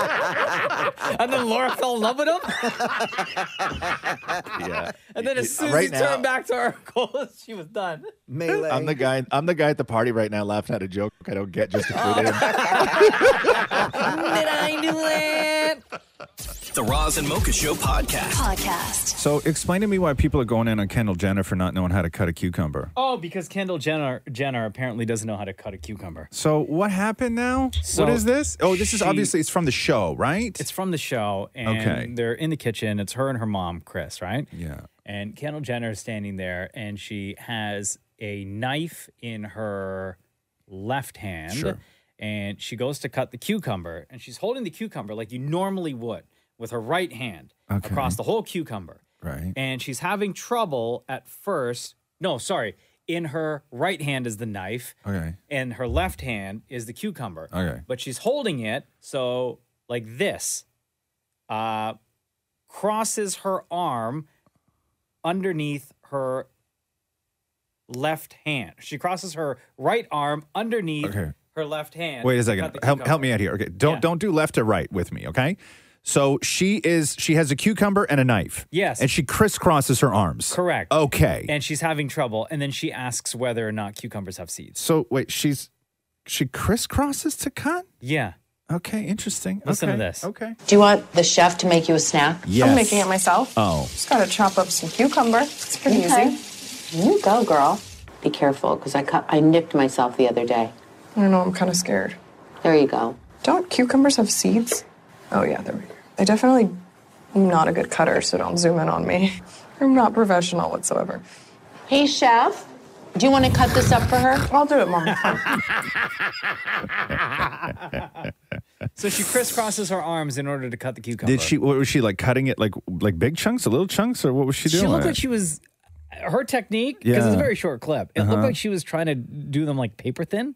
[SPEAKER 2] and then Laura fell in love with him.
[SPEAKER 25] Yeah.
[SPEAKER 2] And then as soon as
[SPEAKER 25] Right
[SPEAKER 2] he
[SPEAKER 25] now-
[SPEAKER 2] turned back to her goals, she was done.
[SPEAKER 6] Melee.
[SPEAKER 25] I'm the guy. I'm the guy at the party right now, laughing at a joke I don't get just to fit in.
[SPEAKER 2] Did I do it?
[SPEAKER 1] The Roz and Mocha Show podcast. Podcast.
[SPEAKER 5] So explain to me why people are going in on Kendall Jenner for not knowing how to cut a cucumber.
[SPEAKER 2] Oh, because Kendall Jenner Jenner apparently doesn't know how to cut a cucumber.
[SPEAKER 5] So what happened now?
[SPEAKER 2] So
[SPEAKER 5] what is this? Oh, this is
[SPEAKER 2] she-
[SPEAKER 5] obviously it's from the show, right?
[SPEAKER 2] It's from the show, and
[SPEAKER 5] Okay.
[SPEAKER 2] they're in the kitchen. It's her and her mom, Chris, right?
[SPEAKER 5] Yeah.
[SPEAKER 2] And Kendall Jenner is standing there, and she has a knife in her left hand,
[SPEAKER 5] Sure.
[SPEAKER 2] and she goes to cut the cucumber, and she's holding the cucumber like you normally would with her right hand
[SPEAKER 5] Okay.
[SPEAKER 2] across the whole cucumber.
[SPEAKER 5] Right.
[SPEAKER 2] And she's having trouble at first. No, sorry. In her right hand is the knife,
[SPEAKER 5] Okay.
[SPEAKER 2] and her left hand is the cucumber.
[SPEAKER 5] Okay.
[SPEAKER 2] But she's holding it so like this. Uh crosses her arm underneath her left hand. She crosses her right arm underneath
[SPEAKER 5] Okay.
[SPEAKER 2] her left hand.
[SPEAKER 5] Wait a
[SPEAKER 2] to cut
[SPEAKER 5] second.
[SPEAKER 2] the
[SPEAKER 5] Help,
[SPEAKER 2] cucumber.
[SPEAKER 5] help me out here. Okay. Don't
[SPEAKER 2] Yeah.
[SPEAKER 5] don't do left to right with me, okay? So she is she has a cucumber and a knife.
[SPEAKER 2] Yes.
[SPEAKER 5] And she crisscrosses her arms.
[SPEAKER 2] Correct.
[SPEAKER 5] Okay.
[SPEAKER 2] And she's having trouble. And then she asks whether or not cucumbers have seeds.
[SPEAKER 5] So wait, she's she crisscrosses to cut?
[SPEAKER 2] Yeah.
[SPEAKER 5] Okay, interesting.
[SPEAKER 2] Listen to
[SPEAKER 5] Okay,
[SPEAKER 2] this.
[SPEAKER 5] Okay.
[SPEAKER 27] Do you want the chef to make you a snack?
[SPEAKER 5] Yes.
[SPEAKER 27] I'm making it myself.
[SPEAKER 5] Oh.
[SPEAKER 27] Just gotta chop up some cucumber. It's
[SPEAKER 10] pretty
[SPEAKER 27] easy. You go, girl.
[SPEAKER 10] Be careful, because I cut, I nipped myself the other day.
[SPEAKER 27] I don't know, I'm kind of scared.
[SPEAKER 10] There you go.
[SPEAKER 27] Don't cucumbers have seeds? Oh, yeah, they're, I definitely am not a good cutter, so don't zoom in on me. I'm not professional whatsoever.
[SPEAKER 10] Hey, chef, do you want to cut this up for her?
[SPEAKER 27] I'll do it, mom.
[SPEAKER 2] So she crisscrosses her arms in order to cut the cucumber.
[SPEAKER 5] Did she what was she like cutting it like like big chunks or little chunks or what was she
[SPEAKER 2] She
[SPEAKER 5] doing?
[SPEAKER 2] looked like she was her technique because it's
[SPEAKER 5] Yeah.
[SPEAKER 2] a very short clip. It
[SPEAKER 5] Uh-huh.
[SPEAKER 2] looked like she was trying to do them like paper thin,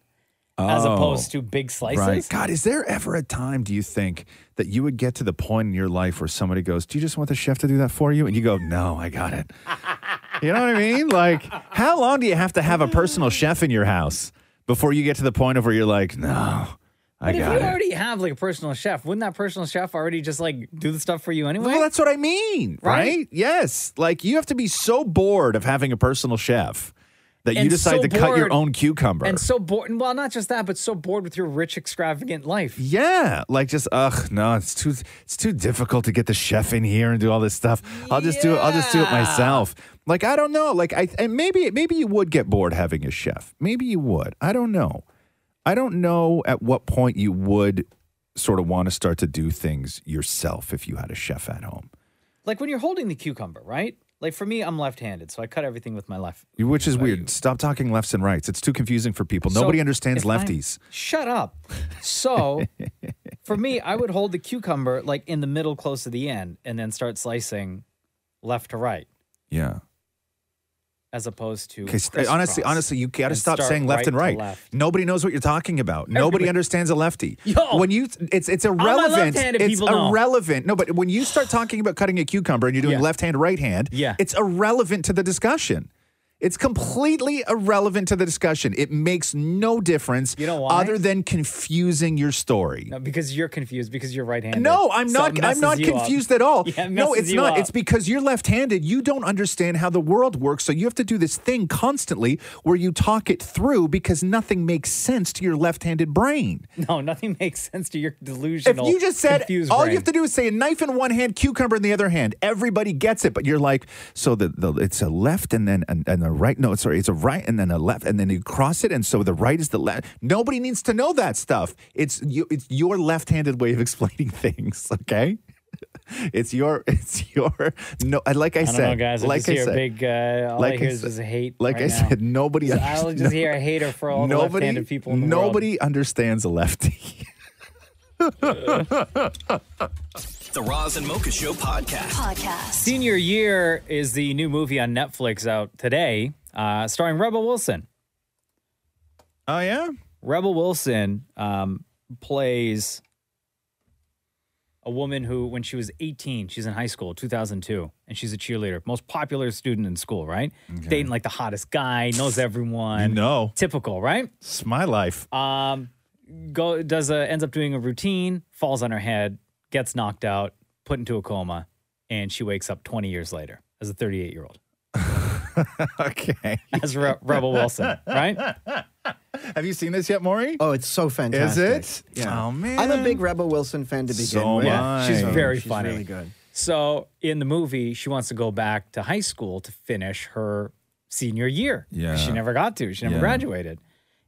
[SPEAKER 2] as opposed to big slices.
[SPEAKER 5] Right. God, is there ever a time do you think that you would get to the point in your life where somebody goes, "Do you just want the chef to do that for you?" and you go, "No, I got it." you know what I mean? Like, how long do you have to have a personal chef in your house before you get to the point of where you're like, "No, I
[SPEAKER 2] But if
[SPEAKER 5] got
[SPEAKER 2] you
[SPEAKER 5] it."
[SPEAKER 2] already have like a personal chef, wouldn't that personal chef already just like do the stuff for you anyway?
[SPEAKER 5] Well, that's what I mean, right?
[SPEAKER 2] Right?
[SPEAKER 5] Yes. Like you have to be so bored of having a personal chef that you
[SPEAKER 2] And
[SPEAKER 5] decide
[SPEAKER 2] so
[SPEAKER 5] to cut your
[SPEAKER 2] bored-
[SPEAKER 5] own cucumber.
[SPEAKER 2] And so bored. and Well, not just that, but so bored with your rich, extravagant life.
[SPEAKER 5] Yeah, like just ugh, no, it's too it's too difficult to get the chef in here and do all this stuff. I'll just do it. I'll just do it myself. Like I don't know. Like I and maybe maybe you would get bored having a chef. Maybe you would. I don't know. I don't know at what point you would sort of want to start to do things yourself if you had a chef at home,
[SPEAKER 2] Like when you're holding the cucumber, right? Like for me, I'm left-handed, so I cut everything with my left.
[SPEAKER 5] which is weird. Stop talking lefts and rights. It's too confusing for people.
[SPEAKER 2] So
[SPEAKER 5] Nobody understands
[SPEAKER 2] if I'm-
[SPEAKER 5] lefties.
[SPEAKER 2] Shut up. So For me, I would hold the cucumber like in the middle, close to the end, and then start slicing left to right,
[SPEAKER 5] Yeah.
[SPEAKER 2] as opposed to
[SPEAKER 5] Okay, st- honestly,
[SPEAKER 2] crisscross.
[SPEAKER 5] honestly, you got to
[SPEAKER 2] And
[SPEAKER 5] stop
[SPEAKER 2] start
[SPEAKER 5] saying left and
[SPEAKER 2] to
[SPEAKER 5] right.
[SPEAKER 2] left.
[SPEAKER 5] Nobody knows what you're talking about. Nobody
[SPEAKER 2] Everybody-
[SPEAKER 5] understands a lefty.
[SPEAKER 2] Yo!
[SPEAKER 5] when you, it's it's
[SPEAKER 2] All my
[SPEAKER 5] irrelevant.
[SPEAKER 2] left-handed
[SPEAKER 5] It's
[SPEAKER 2] people know.
[SPEAKER 5] irrelevant. No, but when you start talking about cutting a cucumber and you're doing left hand, right hand, yeah. it's irrelevant to the discussion. It's completely irrelevant to the discussion. It makes no difference
[SPEAKER 2] know why?
[SPEAKER 5] other than confusing your story.
[SPEAKER 2] No, because you're confused because you're right-handed.
[SPEAKER 5] No, I'm
[SPEAKER 2] So it
[SPEAKER 5] not. I'm
[SPEAKER 2] messes
[SPEAKER 5] not
[SPEAKER 2] you up.
[SPEAKER 5] confused at all.
[SPEAKER 2] Yeah, it
[SPEAKER 5] no,
[SPEAKER 2] messes
[SPEAKER 5] it's
[SPEAKER 2] you
[SPEAKER 5] not.
[SPEAKER 2] up.
[SPEAKER 5] It's because you're left-handed. You don't understand how the world works, so you have to do this thing constantly where you talk it through because nothing makes sense to your left-handed brain.
[SPEAKER 2] no, nothing makes sense to your
[SPEAKER 5] If
[SPEAKER 2] delusional.
[SPEAKER 5] you just said
[SPEAKER 2] confused
[SPEAKER 5] all
[SPEAKER 2] brain.
[SPEAKER 5] you have to do is say a knife in one hand, cucumber in the other hand, everybody gets it. But you're like, so the, the it's a left and then and, and a right. No, sorry, it's a right and then a left and then you cross it, and so the right is the left. Nobody needs to know that stuff. It's you. It's your left-handed way of explaining things. Okay. It's your, it's your, no, and like I,
[SPEAKER 2] I don't
[SPEAKER 5] said,
[SPEAKER 2] know, guys. I
[SPEAKER 5] like
[SPEAKER 2] just hear a big. Uh, all I hear is just hate.
[SPEAKER 5] Like
[SPEAKER 2] right
[SPEAKER 5] I
[SPEAKER 2] now.
[SPEAKER 5] said, nobody.
[SPEAKER 2] So I'll
[SPEAKER 5] understands-
[SPEAKER 2] just hear a hater for all the left-handed people in the world.
[SPEAKER 5] nobody understands a lefty.
[SPEAKER 1] The Roz and Mocha Show podcast. Podcast.
[SPEAKER 2] Senior Year is the new movie on Netflix out today, uh, starring Rebel Wilson.
[SPEAKER 5] Oh yeah,
[SPEAKER 2] Rebel Wilson um, plays a woman who, when she was 18, she's in high school, 2002, and she's a cheerleader, most popular student in school, right? Dating like the hottest guy, knows everyone.
[SPEAKER 5] no,
[SPEAKER 2] typical, right?
[SPEAKER 5] It's my life.
[SPEAKER 2] Um, go does a ends up doing a routine, falls on her head, gets knocked out, put into a coma, and she wakes up 20 years later as a 38 year old.
[SPEAKER 5] okay,
[SPEAKER 2] as Re- Rebel Wilson, right?
[SPEAKER 5] Have you seen this yet, Maury?
[SPEAKER 6] Oh, it's so fantastic.
[SPEAKER 5] it?
[SPEAKER 6] Yeah.
[SPEAKER 5] Oh, man.
[SPEAKER 6] I'm a big Rebel Wilson fan to begin
[SPEAKER 2] So
[SPEAKER 6] with.
[SPEAKER 2] am I. She's very
[SPEAKER 6] she's
[SPEAKER 2] funny.
[SPEAKER 6] Really good.
[SPEAKER 2] So in the movie, she wants to go back to high school to finish her senior year. 'cause
[SPEAKER 5] Yeah.
[SPEAKER 2] She never got to. She never
[SPEAKER 5] Yeah.
[SPEAKER 2] graduated.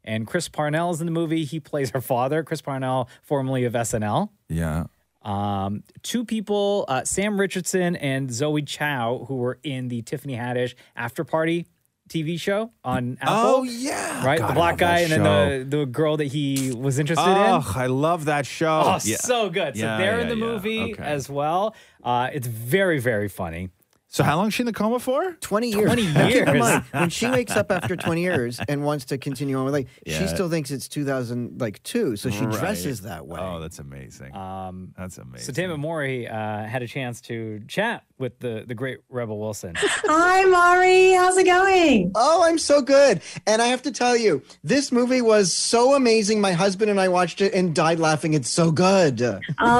[SPEAKER 2] And Chris Parnell is in the movie. He plays her father, Chris Parnell, formerly of SNL.
[SPEAKER 5] Yeah.
[SPEAKER 2] Um, two people, uh, Sam Richardson and Zoe Chow, who were in the Tiffany Haddish after party TV show on Apple.
[SPEAKER 5] Oh, yeah.
[SPEAKER 2] Right?
[SPEAKER 5] God, I
[SPEAKER 2] the black
[SPEAKER 5] love that
[SPEAKER 2] guy and then the, the girl that he was interested in.
[SPEAKER 5] oh, I love that show.
[SPEAKER 2] Oh,
[SPEAKER 5] Yeah.
[SPEAKER 2] so good. So
[SPEAKER 5] Yeah,
[SPEAKER 2] they're in
[SPEAKER 5] yeah,
[SPEAKER 2] the
[SPEAKER 5] yeah.
[SPEAKER 2] movie
[SPEAKER 5] Okay.
[SPEAKER 2] as well. Uh, it's very, very funny.
[SPEAKER 5] So how long is she in the coma for?
[SPEAKER 6] 20 years.
[SPEAKER 2] 20
[SPEAKER 6] Now, Keep in
[SPEAKER 2] years.
[SPEAKER 6] mind, when she wakes up after 20 years and wants to continue on with like, she
[SPEAKER 5] Yeah.
[SPEAKER 6] still thinks it's 2000, like two, so she
[SPEAKER 5] Right.
[SPEAKER 6] dresses that way.
[SPEAKER 5] Oh, that's amazing.
[SPEAKER 2] Um,
[SPEAKER 5] that's amazing.
[SPEAKER 2] So David Morey uh, had a chance to chat with the, the great Rebel Wilson.
[SPEAKER 28] Hi, Mari. How's it going?
[SPEAKER 11] Oh, I'm so good. And I have to tell you, this movie was so amazing. My husband and I watched it and died laughing. It's so good.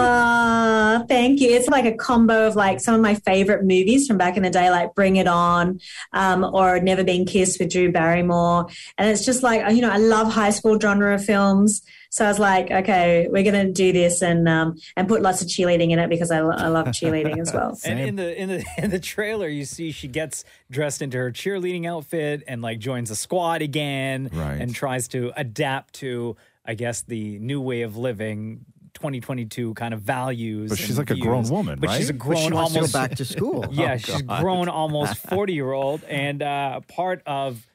[SPEAKER 28] Ah, thank you. It's like a combo of like some of my favorite movies from back in the day, like Bring It On um, or Never Been Kissed with Drew Barrymore. And it's just like, you know, I love high school genre films. So I was like, okay, we're going to do this and um, and put lots of cheerleading in it because I, lo- I love cheerleading as well.
[SPEAKER 2] and in the in the in the trailer, you see she gets dressed into her cheerleading outfit and like joins a squad again,
[SPEAKER 5] Right.
[SPEAKER 2] and tries to adapt to, I guess, the new way of living. 2022 kind of values.
[SPEAKER 5] But she's
[SPEAKER 2] and
[SPEAKER 5] like a grown
[SPEAKER 2] views.
[SPEAKER 5] woman,
[SPEAKER 2] but She's a
[SPEAKER 5] right? But
[SPEAKER 2] grown
[SPEAKER 5] she wants to go
[SPEAKER 2] almost
[SPEAKER 5] back to school.
[SPEAKER 2] yeah,
[SPEAKER 5] Oh,
[SPEAKER 2] she's
[SPEAKER 5] God.
[SPEAKER 2] grown almost 40 year old, and uh, part of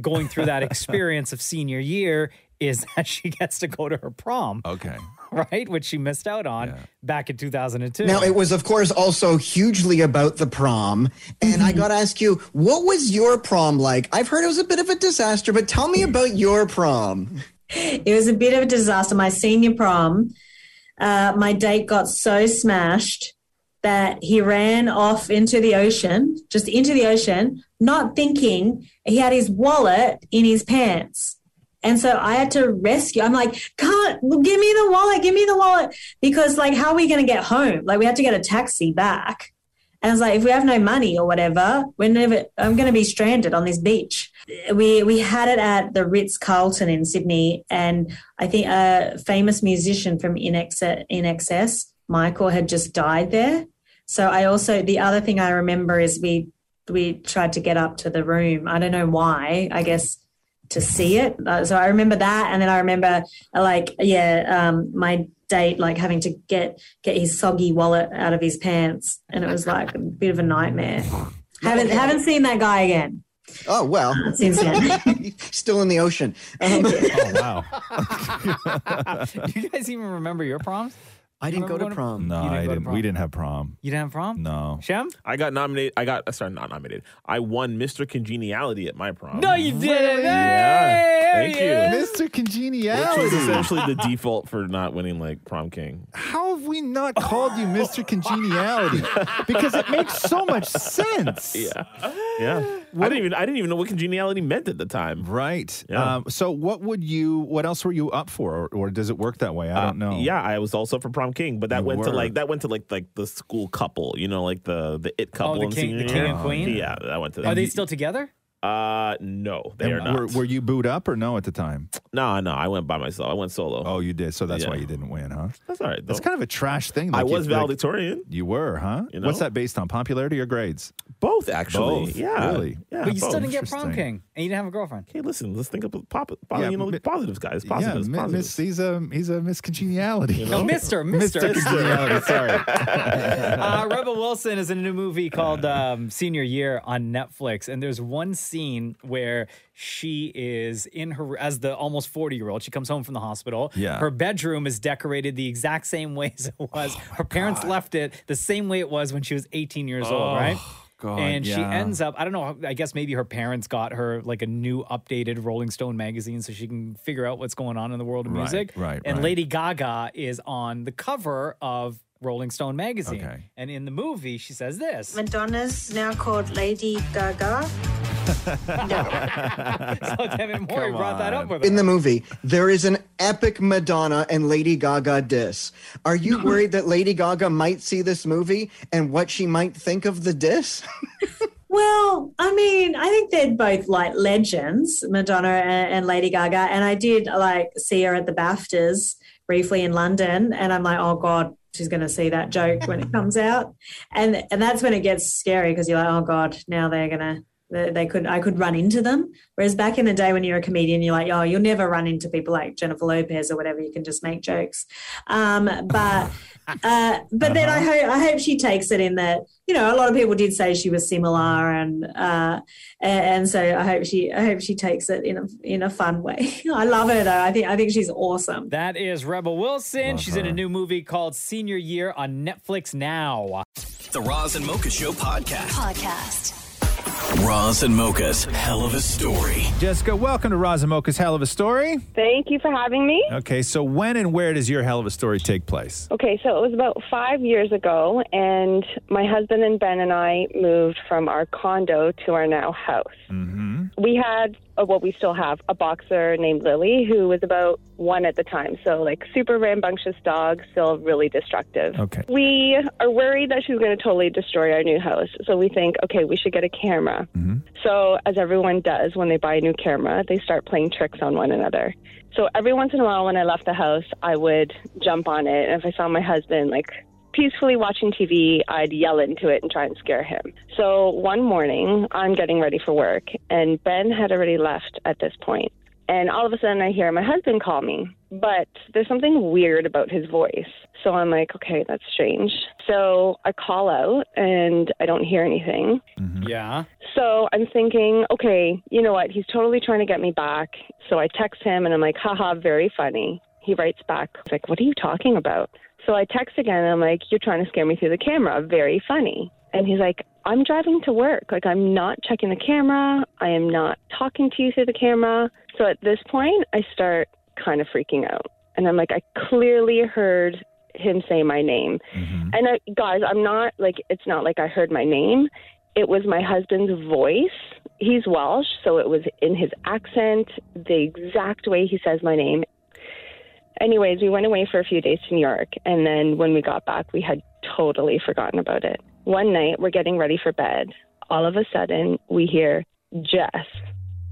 [SPEAKER 2] going through that experience of senior year is that she gets to go to her prom.
[SPEAKER 5] Okay.
[SPEAKER 2] Right, which she missed out on back in 2002.
[SPEAKER 11] Now, it was, of course, also hugely about the prom. And
[SPEAKER 28] Mm-hmm.
[SPEAKER 11] I got to ask you, what was your prom like? I've heard it was a bit of a disaster, but tell me about your prom.
[SPEAKER 28] it was a bit of a disaster. My senior prom, uh, my date got so smashed that he ran off into the ocean, just into the ocean, not thinking he had his wallet in his pants. And so I had to rescue. I'm like, can't well, give me the wallet, give me the wallet, because like, how are we going to get home? Like, we had to get a taxi back. And I was like, if we have no money or whatever, we're never. I'm going to be stranded on this beach. We we had it at the Ritz Carlton in Sydney, and I think a famous musician from In Excess, In Excess, Michael, had just died there. So I also the other thing I remember is we we tried to get up to the room. I don't know why. I guess to see it. Uh, So I remember that, and then I remember uh, like yeah, um, my date like having to get get his soggy wallet out of his pants, and it was like a bit of a nightmare. haven't haven't seen that guy again.
[SPEAKER 6] Oh well,
[SPEAKER 28] Seems
[SPEAKER 6] still in the ocean. Um,
[SPEAKER 5] oh wow!
[SPEAKER 2] Do you guys even remember your proms?
[SPEAKER 6] I didn't go to prom.
[SPEAKER 5] No,
[SPEAKER 2] You didn't
[SPEAKER 5] I
[SPEAKER 2] go to
[SPEAKER 5] didn't.
[SPEAKER 2] prom.
[SPEAKER 5] We didn't have prom.
[SPEAKER 2] You didn't have prom?
[SPEAKER 5] No.
[SPEAKER 2] Shem?
[SPEAKER 7] I got nominated. I got, sorry, not nominated. I won Mr. Congeniality at my prom.
[SPEAKER 2] No, you didn't.
[SPEAKER 7] Yeah. Thank you.
[SPEAKER 5] Mr. Congeniality.
[SPEAKER 7] Which was essentially the default for not winning like prom king.
[SPEAKER 5] How have we not called you Mr. Congeniality? Because it makes so much sense.
[SPEAKER 7] Yeah. Yeah. I didn't even I didn't even know what congeniality meant at the time.
[SPEAKER 5] Right.
[SPEAKER 7] Yeah.
[SPEAKER 5] Um, so, what would you? What else were you up for, or, or does it work that way? I don't know.
[SPEAKER 7] Uh, Yeah, I was also for prom king, but that
[SPEAKER 5] You
[SPEAKER 7] went to
[SPEAKER 5] were.
[SPEAKER 7] like that went to like like the school couple, you know, like the the it couple.
[SPEAKER 2] Oh, the
[SPEAKER 7] in
[SPEAKER 2] king- the
[SPEAKER 7] senior
[SPEAKER 2] king
[SPEAKER 7] year.
[SPEAKER 2] and queen?
[SPEAKER 7] Yeah, that went to.
[SPEAKER 2] Are they
[SPEAKER 7] you-
[SPEAKER 2] still together?
[SPEAKER 7] Uh, no, they
[SPEAKER 5] And
[SPEAKER 7] are not.
[SPEAKER 5] Were, were you booed up or no at the time?
[SPEAKER 7] No, no, I went by myself. I went solo.
[SPEAKER 5] Oh, you did. So that's why
[SPEAKER 7] Yeah.
[SPEAKER 5] you didn't win, huh?
[SPEAKER 7] That's all right.
[SPEAKER 5] That's
[SPEAKER 7] though.
[SPEAKER 5] kind of a trash thing.
[SPEAKER 7] I
[SPEAKER 5] like you-
[SPEAKER 7] was
[SPEAKER 5] like-
[SPEAKER 7] valedictorian.
[SPEAKER 5] you were, huh?
[SPEAKER 7] You know?
[SPEAKER 5] What's that based on? Popularity or grades?
[SPEAKER 7] Both, actually.
[SPEAKER 5] Both,
[SPEAKER 7] Yeah.
[SPEAKER 5] Really?
[SPEAKER 7] Yeah,
[SPEAKER 2] but you still
[SPEAKER 7] both.
[SPEAKER 2] didn't get prom
[SPEAKER 7] Interesting.
[SPEAKER 2] king, and you didn't have a girlfriend.
[SPEAKER 7] Hey, listen, let's think about pop, pop,
[SPEAKER 5] Yeah,
[SPEAKER 7] you know,
[SPEAKER 5] mi-
[SPEAKER 7] positives, guys. Positives.
[SPEAKER 5] yeah, mi-
[SPEAKER 7] positives.
[SPEAKER 5] Miss, he's a he's a Miss Congeniality.
[SPEAKER 7] You know? No,
[SPEAKER 2] Mister, Mister.
[SPEAKER 5] Mr. Congeniality. Sorry.
[SPEAKER 2] uh, Rebel Wilson is in a new movie called um, Senior Year on Netflix, and there's one scene where she is in her as the almost 40 year old. She comes home from the hospital.
[SPEAKER 5] Yeah.
[SPEAKER 2] Her bedroom is decorated the exact same way as it was. her parents left it the same way it was when she was 18 years
[SPEAKER 5] Oh,
[SPEAKER 2] old. Right.
[SPEAKER 5] God,
[SPEAKER 2] and she
[SPEAKER 5] yeah.
[SPEAKER 2] ends up, I don't know, I guess maybe her parents got her like a new updated Rolling Stone magazine so she can figure out what's going on in the world of
[SPEAKER 5] Right,
[SPEAKER 2] music.
[SPEAKER 5] right,
[SPEAKER 2] And
[SPEAKER 5] right.
[SPEAKER 2] Lady Gaga is on the cover of Rolling Stone magazine.
[SPEAKER 5] Okay.
[SPEAKER 2] And in the movie, she says this.
[SPEAKER 28] Madonna's now called Lady Gaga.
[SPEAKER 2] so Devin Morey brought that up with
[SPEAKER 6] Uh, In
[SPEAKER 2] her.
[SPEAKER 6] the movie, there is an epic Madonna and Lady Gaga diss. Are you worried that Lady Gaga might see this movie and what she might think of the diss?
[SPEAKER 28] Well, I mean, I think they're both like legends, Madonna and, and Lady Gaga. And I did like see her at the BAFTAs briefly in London, and I'm like, oh god, she's going to see that joke when it comes out, and and that's when it gets scary because you're like, oh god, now they're gonna. They they could, I could run into them. Whereas back in the day, when you're a comedian, you're like, oh, you'll never run into people like Jennifer Lopez or whatever. You can just make jokes. Um, but uh, but then I hope I hope she takes it in that you know a lot of people did say she was similar and uh, a- and so I hope she I hope she takes it in a in a fun way. I love her though. I think I think she's awesome.
[SPEAKER 2] That is Rebel Wilson. She's in a new movie called Senior Year on Netflix now.
[SPEAKER 11] The Roz and Mocha Show podcast.
[SPEAKER 1] Podcast.
[SPEAKER 11] Roz and Mocha's hell of a story.
[SPEAKER 5] Jessica, welcome to Razamoka's Hell of a Story.
[SPEAKER 4] Thank you for having me.
[SPEAKER 5] Okay, so when and where does your Hell of a Story take place?
[SPEAKER 4] Okay, so it was about five years ago, and my husband and Ben and I moved from our condo to our now house. Mm-hmm. We had, uh, well, we still have, a boxer named Lily, who was about one at the time. So, like, super rambunctious dog, still really destructive.
[SPEAKER 5] Okay.
[SPEAKER 4] We are worried that she's going to totally destroy our new house. So, we think, okay, we should get a camera.
[SPEAKER 5] Mm-hmm.
[SPEAKER 4] So, as everyone does when they buy a new camera, they start playing tricks on one another. So, every once in a while when I left the house, I would jump on it. And if I saw my husband, like, peacefully watching TV, I'd yell into it and try and scare him. So, one morning, I'm getting ready for work, and Ben had already left at this point. And all of a sudden, I hear my husband call me, but there's something weird about his voice. So I'm like, okay, that's strange. So I call out and I don't hear anything.
[SPEAKER 2] Yeah.
[SPEAKER 4] So I'm thinking, okay, you know what? He's totally trying to get me back. So I text him and I'm like, haha, very funny. He writes back, like, what are you talking about? So I text again and I'm like, you're trying to scare me through the camera. Very funny. And he's like, I'm driving to work. Like, I'm not checking the camera. I am not talking to you through the camera. So at this point, I start kind of freaking out. And I'm like, I clearly heard him say my name. And I, guys, I'm not like, it's not like I heard my name. It was my husband's voice. He's Welsh, so it was in his accent, the exact way he says my name. Anyways, we went away for a few days to New York. And then when we got back, we had totally forgotten about it. One night, we're getting ready for bed. All of a sudden, we hear Jess.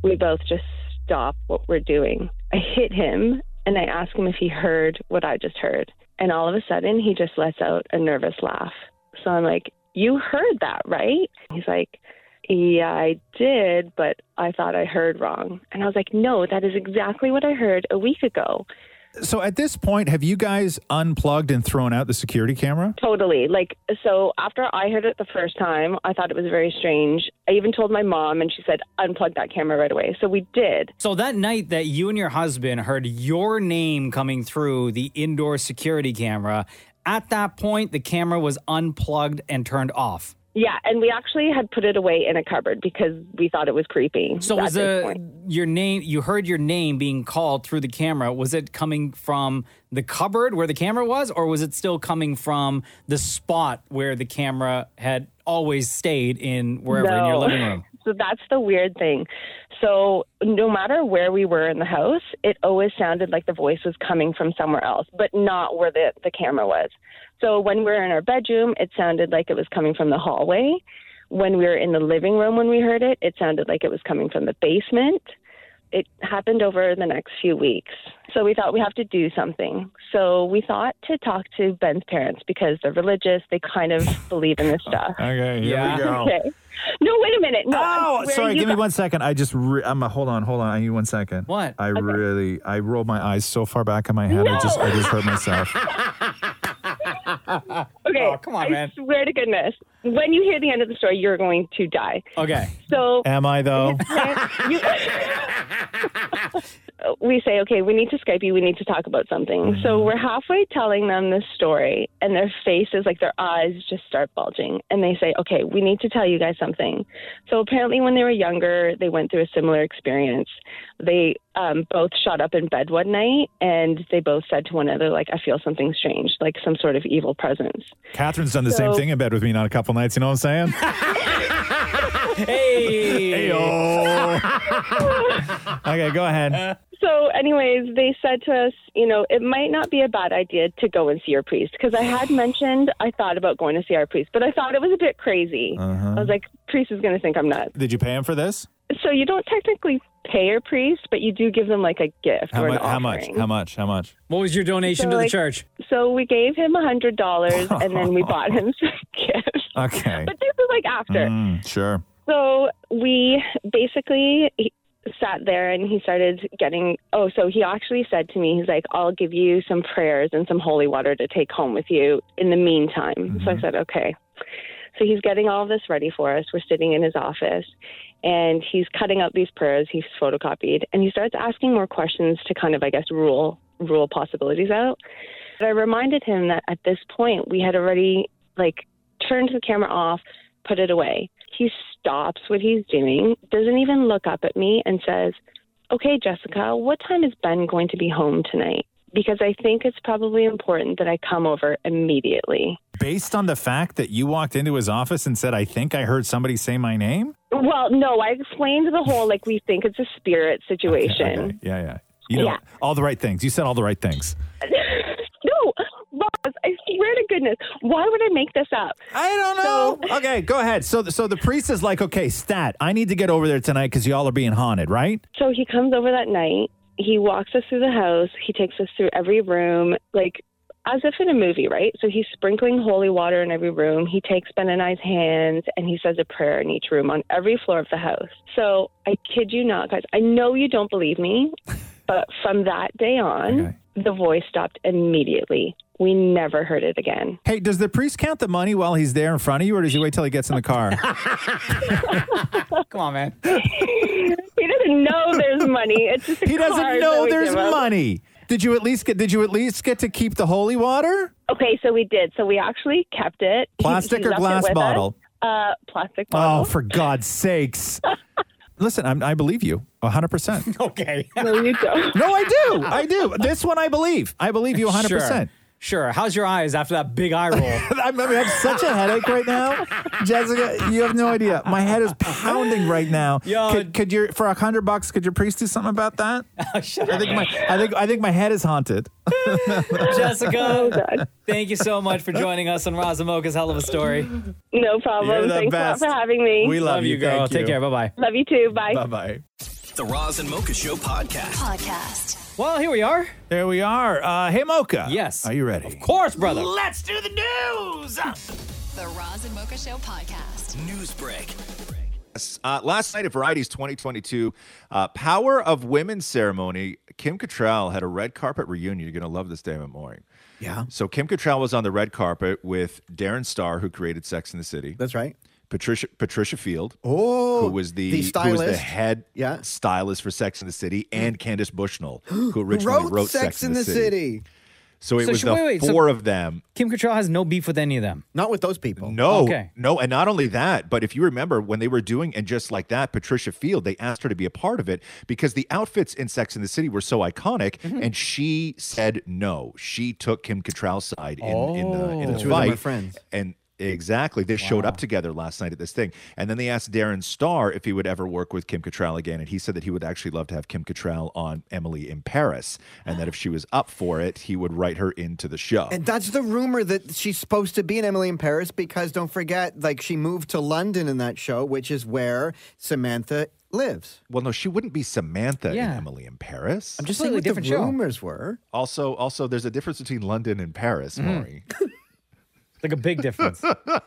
[SPEAKER 4] We both just stop what we're doing. I hit him and I ask him if he heard what I just heard. And all of a sudden, he just lets out a nervous laugh. So I'm like, You heard that, right? He's like, Yeah, I did, but I thought I heard wrong. And I was like, No, that is exactly what I heard a week ago.
[SPEAKER 5] So at this point, have you guys unplugged and thrown out the security camera?
[SPEAKER 4] Totally. Like, so after I heard it the first time, I thought it was very strange. I even told my mom, and she said, unplug that camera right away. So we did.
[SPEAKER 2] So that night that you and your husband heard your name coming through the indoor security camera, at that point the camera was unplugged and turned off.
[SPEAKER 4] Yeah, and we actually had put it away in a cupboard because we thought it was creepy.
[SPEAKER 2] So
[SPEAKER 4] at
[SPEAKER 2] was
[SPEAKER 4] this
[SPEAKER 2] uh,
[SPEAKER 4] point.
[SPEAKER 2] your name you heard your name being called through the camera. Was it coming from the cupboard where the camera was or was it still coming from the spot where the camera had always stayed in wherever in your
[SPEAKER 4] No.
[SPEAKER 2] living room?
[SPEAKER 4] So that's the weird thing. So no matter where we were in the house, it always sounded like the voice was coming from somewhere else, but not where the, the camera was. So when we were in our bedroom, it sounded like it was coming from the hallway. When we were in the living room when we heard it, it sounded like it was coming from the basement. It happened over the next few weeks. So we thought we have to do something. So we thought to talk to Ben's parents because they're religious. They kind of believe in this stuff.
[SPEAKER 5] Okay, here we go.
[SPEAKER 4] Okay. No, wait a minute. No,
[SPEAKER 5] Oh,
[SPEAKER 4] I'm- where
[SPEAKER 5] sorry.
[SPEAKER 4] you
[SPEAKER 5] Give me
[SPEAKER 4] got-
[SPEAKER 5] one second. I just, re- I'm a, hold on, hold on. I need one second.
[SPEAKER 2] What?
[SPEAKER 5] I really, I rolled my eyes so far back in my head. I just, I just hurt myself.
[SPEAKER 4] Okay.
[SPEAKER 2] Oh, come on,
[SPEAKER 4] I
[SPEAKER 2] man.
[SPEAKER 4] swear to goodness. When you hear the end of the story, you're going to die.
[SPEAKER 2] Okay.
[SPEAKER 4] So
[SPEAKER 5] Am I though?
[SPEAKER 4] you, we say, okay, we need to Skype you. We need to talk about something. So we're halfway telling them this story, and their faces, like their eyes, just start bulging. And they say, okay, we need to tell you guys something. So apparently, when they were younger, they went through a similar experience. They um, both shot up in bed one night, and they both said to one another, like, I feel something strange, like some sort of evil presence.
[SPEAKER 5] Catherine's done the same
[SPEAKER 4] So-
[SPEAKER 5] thing in bed with me now a couple nights. You know what I'm saying?
[SPEAKER 2] hey.
[SPEAKER 5] okay, go
[SPEAKER 4] Uh,
[SPEAKER 5] ahead.
[SPEAKER 4] So, anyways, they said to us, you know, it might not be a bad idea to go and see your priest because I had mentioned I thought about going to see our priest, but I thought it was a bit crazy.
[SPEAKER 5] Uh-huh.
[SPEAKER 4] I was like, priest is going to think I'm nuts.
[SPEAKER 5] Did you pay him for this?
[SPEAKER 4] So you don't technically pay your priest, but you do give them like a gift
[SPEAKER 5] How
[SPEAKER 4] or
[SPEAKER 5] much?
[SPEAKER 4] an
[SPEAKER 5] How much?
[SPEAKER 4] offering.
[SPEAKER 5] How much? How much?
[SPEAKER 2] What was your donation
[SPEAKER 4] So,
[SPEAKER 2] to the
[SPEAKER 4] like-
[SPEAKER 2] church?
[SPEAKER 4] So we gave him a hundred dollars, and then we bought him some gifts.
[SPEAKER 5] Okay.
[SPEAKER 4] But this was like after.
[SPEAKER 5] Mm, sure.
[SPEAKER 4] So we basically he sat there and he started getting. Oh, so he actually said to me, he's like, I'll give you some prayers and some holy water to take home with you in the meantime. So I said, okay. So he's getting all this ready for us. We're sitting in his office and he's cutting out these prayers he's photocopied and he starts asking more questions to kind of, I guess, rule rule possibilities out. But I reminded him that at this point we had already like turned the camera off, put it away. He stops what he's doing, doesn't even look up at me, and says, Okay, Jessica, what time is Ben going to be home tonight? Because I think it's probably important that I come over immediately.
[SPEAKER 5] Based on the fact that you walked into his office and said, "I think I heard somebody say my name."
[SPEAKER 4] Well, no, I explained the whole like we think it's a spirit situation.
[SPEAKER 5] Yeah, yeah. You know
[SPEAKER 4] Yeah.
[SPEAKER 5] all the right things. You said all the right things.
[SPEAKER 4] no, Roz, I swear to goodness, why would I make this up?
[SPEAKER 5] I don't know. Okay, go ahead. So, so the priest is like, "Okay, stat. I need to get over there tonight because y'all are being haunted, right?"
[SPEAKER 4] So he comes over that night. He walks us through the house. He takes us through every room, like as if in a movie, right? So he's sprinkling holy water in every room. He takes Ben and I's hands and he says a prayer in each room on every floor of the house. So I kid you not, guys. I know you don't believe me, but from that day on, the voice stopped immediately. We never heard it again.
[SPEAKER 5] Hey, does the priest count the money while he's there in front of you, or does he wait till he gets in the car?
[SPEAKER 2] Come on, man.
[SPEAKER 4] he doesn't know there's money. It's just a
[SPEAKER 5] he doesn't
[SPEAKER 4] card that
[SPEAKER 5] know
[SPEAKER 4] we
[SPEAKER 5] there's
[SPEAKER 4] give him.
[SPEAKER 5] money. Did you at least get? Did you at least get to keep the holy water?
[SPEAKER 4] Okay, so we did. So we actually kept it. He-
[SPEAKER 5] Plastic
[SPEAKER 4] he
[SPEAKER 5] or
[SPEAKER 4] left it
[SPEAKER 5] glass
[SPEAKER 4] with us.
[SPEAKER 5] bottle?
[SPEAKER 4] Uh, plastic
[SPEAKER 5] Oh,
[SPEAKER 4] bottle.
[SPEAKER 5] for God's sakes! Listen, I'm, I believe you 100. percent
[SPEAKER 2] Okay.
[SPEAKER 4] no, you don't.
[SPEAKER 5] No, I do. I do. This one, I believe. I believe you 100.
[SPEAKER 2] Sure.
[SPEAKER 5] percent
[SPEAKER 2] Sure. How's your eyes after that big eye roll?
[SPEAKER 5] I'm having I have such a headache right now, Jessica. You have no idea. My head is pounding right now.
[SPEAKER 2] Yo.
[SPEAKER 5] could, could your for a hundred bucks? Could your priest do something about that?
[SPEAKER 2] Shut
[SPEAKER 5] I
[SPEAKER 2] up.
[SPEAKER 5] think my I think I think my head is haunted.
[SPEAKER 2] Oh, Jessica, thank you so much for joining us on Razamoka's Hell of a Story.
[SPEAKER 5] Oh.
[SPEAKER 4] No problem.
[SPEAKER 2] You're the
[SPEAKER 4] Thanks
[SPEAKER 2] best.
[SPEAKER 4] a lot for having me.
[SPEAKER 2] We love Love you, you, girl. thank Take you. care. Bye-bye.
[SPEAKER 4] Love you too. Bye.
[SPEAKER 5] bye.
[SPEAKER 1] The Roz and Mocha Show podcast.
[SPEAKER 4] Podcast.
[SPEAKER 2] Well, here we are.
[SPEAKER 5] There we are. Uh, hey, Mocha.
[SPEAKER 2] Yes.
[SPEAKER 5] Are you ready? Of
[SPEAKER 2] course, brother.
[SPEAKER 1] Let's do the news.
[SPEAKER 3] The Roz and Mocha Show podcast.
[SPEAKER 1] News break.
[SPEAKER 5] Yes. Uh, last night at Variety's 2022 uh, Power of Women ceremony, Kim Cattrall had a red carpet reunion. You're going to love this, Damon Mooring.
[SPEAKER 6] Yeah.
[SPEAKER 5] So Kim Cattrall was on the red carpet with Darren Star, who created Sex in the City. That's
[SPEAKER 6] right.
[SPEAKER 5] Patricia Patricia Field,
[SPEAKER 6] oh,
[SPEAKER 5] who was the, who
[SPEAKER 6] the
[SPEAKER 5] was the
[SPEAKER 6] stylist.
[SPEAKER 5] head
[SPEAKER 6] Yeah.
[SPEAKER 5] stylist for Sex in the City, and Candice Bushnell, who
[SPEAKER 6] Who
[SPEAKER 5] originally
[SPEAKER 6] wrote
[SPEAKER 5] wrote,
[SPEAKER 6] Sex in the City.
[SPEAKER 5] So it
[SPEAKER 2] So
[SPEAKER 5] was
[SPEAKER 2] she-
[SPEAKER 5] the
[SPEAKER 2] wait, wait, so-
[SPEAKER 5] four of them.
[SPEAKER 2] Kim Cattrall has no beef with any of them.
[SPEAKER 6] Not with those people.
[SPEAKER 5] No,
[SPEAKER 2] Okay.
[SPEAKER 5] no, and not only that, but if you remember when they were doing and just like that, Patricia Field, they asked her to be a part of it because the outfits in Sex in the City were so iconic, and she said no. She took Kim Cattrall's side in, in the
[SPEAKER 6] Oh.
[SPEAKER 5] in
[SPEAKER 6] The
[SPEAKER 5] the
[SPEAKER 6] two of them are
[SPEAKER 5] fight.
[SPEAKER 6] friends.
[SPEAKER 5] And exactly, they showed up together last night at this thing, and then they asked Darren Star if he would ever work with Kim Cattrall again, and he said that he would actually love to have Kim Cattrall on Emily in Paris, and that if she was up for it, he would write her into the show.
[SPEAKER 6] And that's the rumor that she's supposed to be in Emily in Paris because don't forget, like she moved to London in that show, which is where Samantha lives.
[SPEAKER 5] Well, no, she wouldn't be Samantha
[SPEAKER 6] Yeah.
[SPEAKER 5] in Emily in Paris.
[SPEAKER 6] I'm just saying what the rumors were.
[SPEAKER 5] Also, also, there's a difference between London and Paris,
[SPEAKER 2] Mhm.
[SPEAKER 5] Maury.
[SPEAKER 2] Like a big difference. like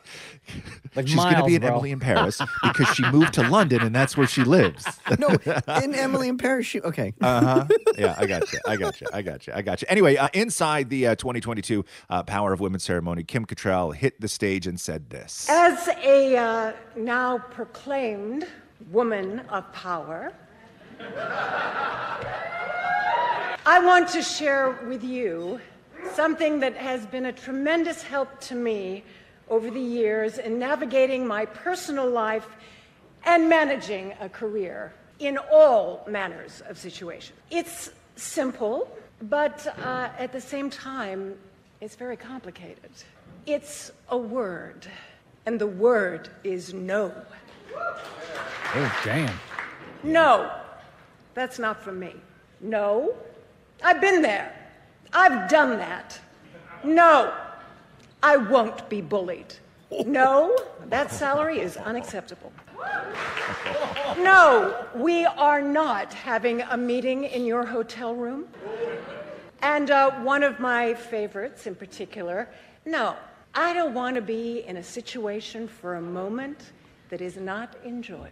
[SPEAKER 5] She's going to be
[SPEAKER 2] miles,
[SPEAKER 5] an
[SPEAKER 2] bro.
[SPEAKER 5] Emily in Paris because she moved to London and that's where she lives.
[SPEAKER 6] No, in Emily in Paris, she okay.
[SPEAKER 5] Uh huh. Yeah, I got you. I got you. I got you. I got you. Anyway, uh, inside the uh, 2022 uh, Power of Women ceremony, Kim Cattrall hit the stage and said this.
[SPEAKER 29] As a uh, now proclaimed woman of power, I want to share with you something that has been a tremendous help to me over the years in navigating my personal life and managing a career in all manners of situation. It's simple, but uh, at the same time, it's very complicated. It's a word, and the word is no.
[SPEAKER 2] Oh, damn.
[SPEAKER 29] No, that's not for me. No, I've been there. I've done that. No, I won't be bullied. No, that salary is unacceptable. No, we are not having a meeting in your hotel room. And uh, one of my favorites in particular no, I don't want to be in a situation for a moment that is not enjoyable.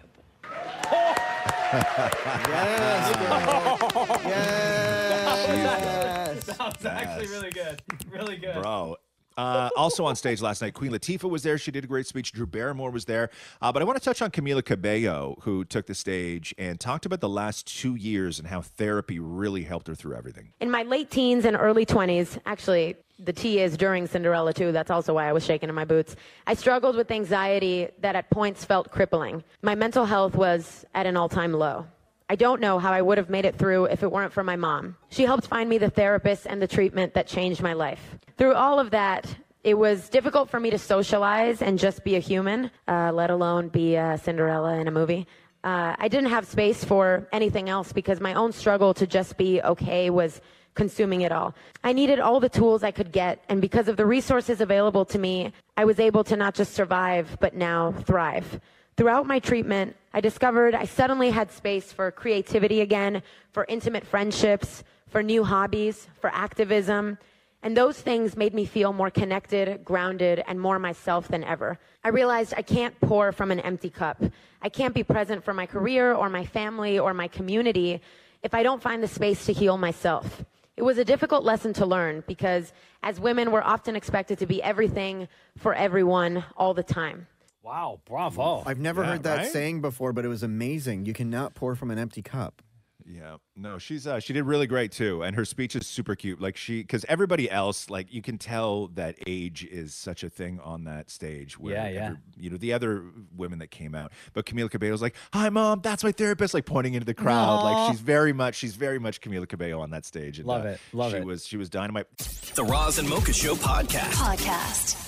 [SPEAKER 2] Yes.
[SPEAKER 5] Jesus.
[SPEAKER 2] That was actually
[SPEAKER 5] Yes.
[SPEAKER 2] really good. Really good.
[SPEAKER 5] Bro. Uh, also on stage last night, Queen Latifah was there. She did a great speech. Drew Barrymore was there. Uh, but I want to touch on Camila Cabello, who took the stage and talked about the last two years and how therapy really helped her through everything.
[SPEAKER 9] In my late teens and early 20s, actually, the T is during Cinderella too. That's also why I was shaking in my boots. I struggled with anxiety that at points felt crippling. My mental health was at an all time low. I don't know how I would have made it through if it weren't for my mom. She helped find me the therapist and the treatment that changed my life. Through all of that, it was difficult for me to socialize and just be a human, uh, let alone be uh, Cinderella in a movie. Uh, I didn't have space for anything else because my own struggle to just be okay was consuming it all. I needed all the tools I could get, and because of the resources available to me, I was able to not just survive, but now thrive. Throughout my treatment, I discovered I suddenly had space for creativity again, for intimate friendships, for new hobbies, for activism. And those things made me feel more connected, grounded, and more myself than ever. I realized I can't pour from an empty cup. I can't be present for my career or my family or my community if I don't find the space to heal myself. It was a difficult lesson to learn because as women, we're often expected to be everything for everyone all the time.
[SPEAKER 2] Wow, bravo.
[SPEAKER 6] I've never
[SPEAKER 2] Yeah,
[SPEAKER 6] heard that
[SPEAKER 2] right?
[SPEAKER 6] saying before, but it was amazing. You cannot pour from an empty cup.
[SPEAKER 5] Yeah, no, she's uh, she did really great too, and her speech is super cute. Like she, because everybody else, like you can tell that age is such a thing on that stage. Where
[SPEAKER 2] Yeah, yeah.
[SPEAKER 5] every- you know the other women that came out, but Camila Cabello's like, "Hi, mom, that's my therapist," like pointing into the crowd.
[SPEAKER 1] Aw.
[SPEAKER 5] Like she's very much, she's very much Camila Cabello on that stage. And,
[SPEAKER 1] Love
[SPEAKER 5] uh,
[SPEAKER 1] it, love
[SPEAKER 5] she
[SPEAKER 1] it.
[SPEAKER 5] Was she was dynamite.
[SPEAKER 1] The Roz and Mocha Show podcast.
[SPEAKER 30] Podcast.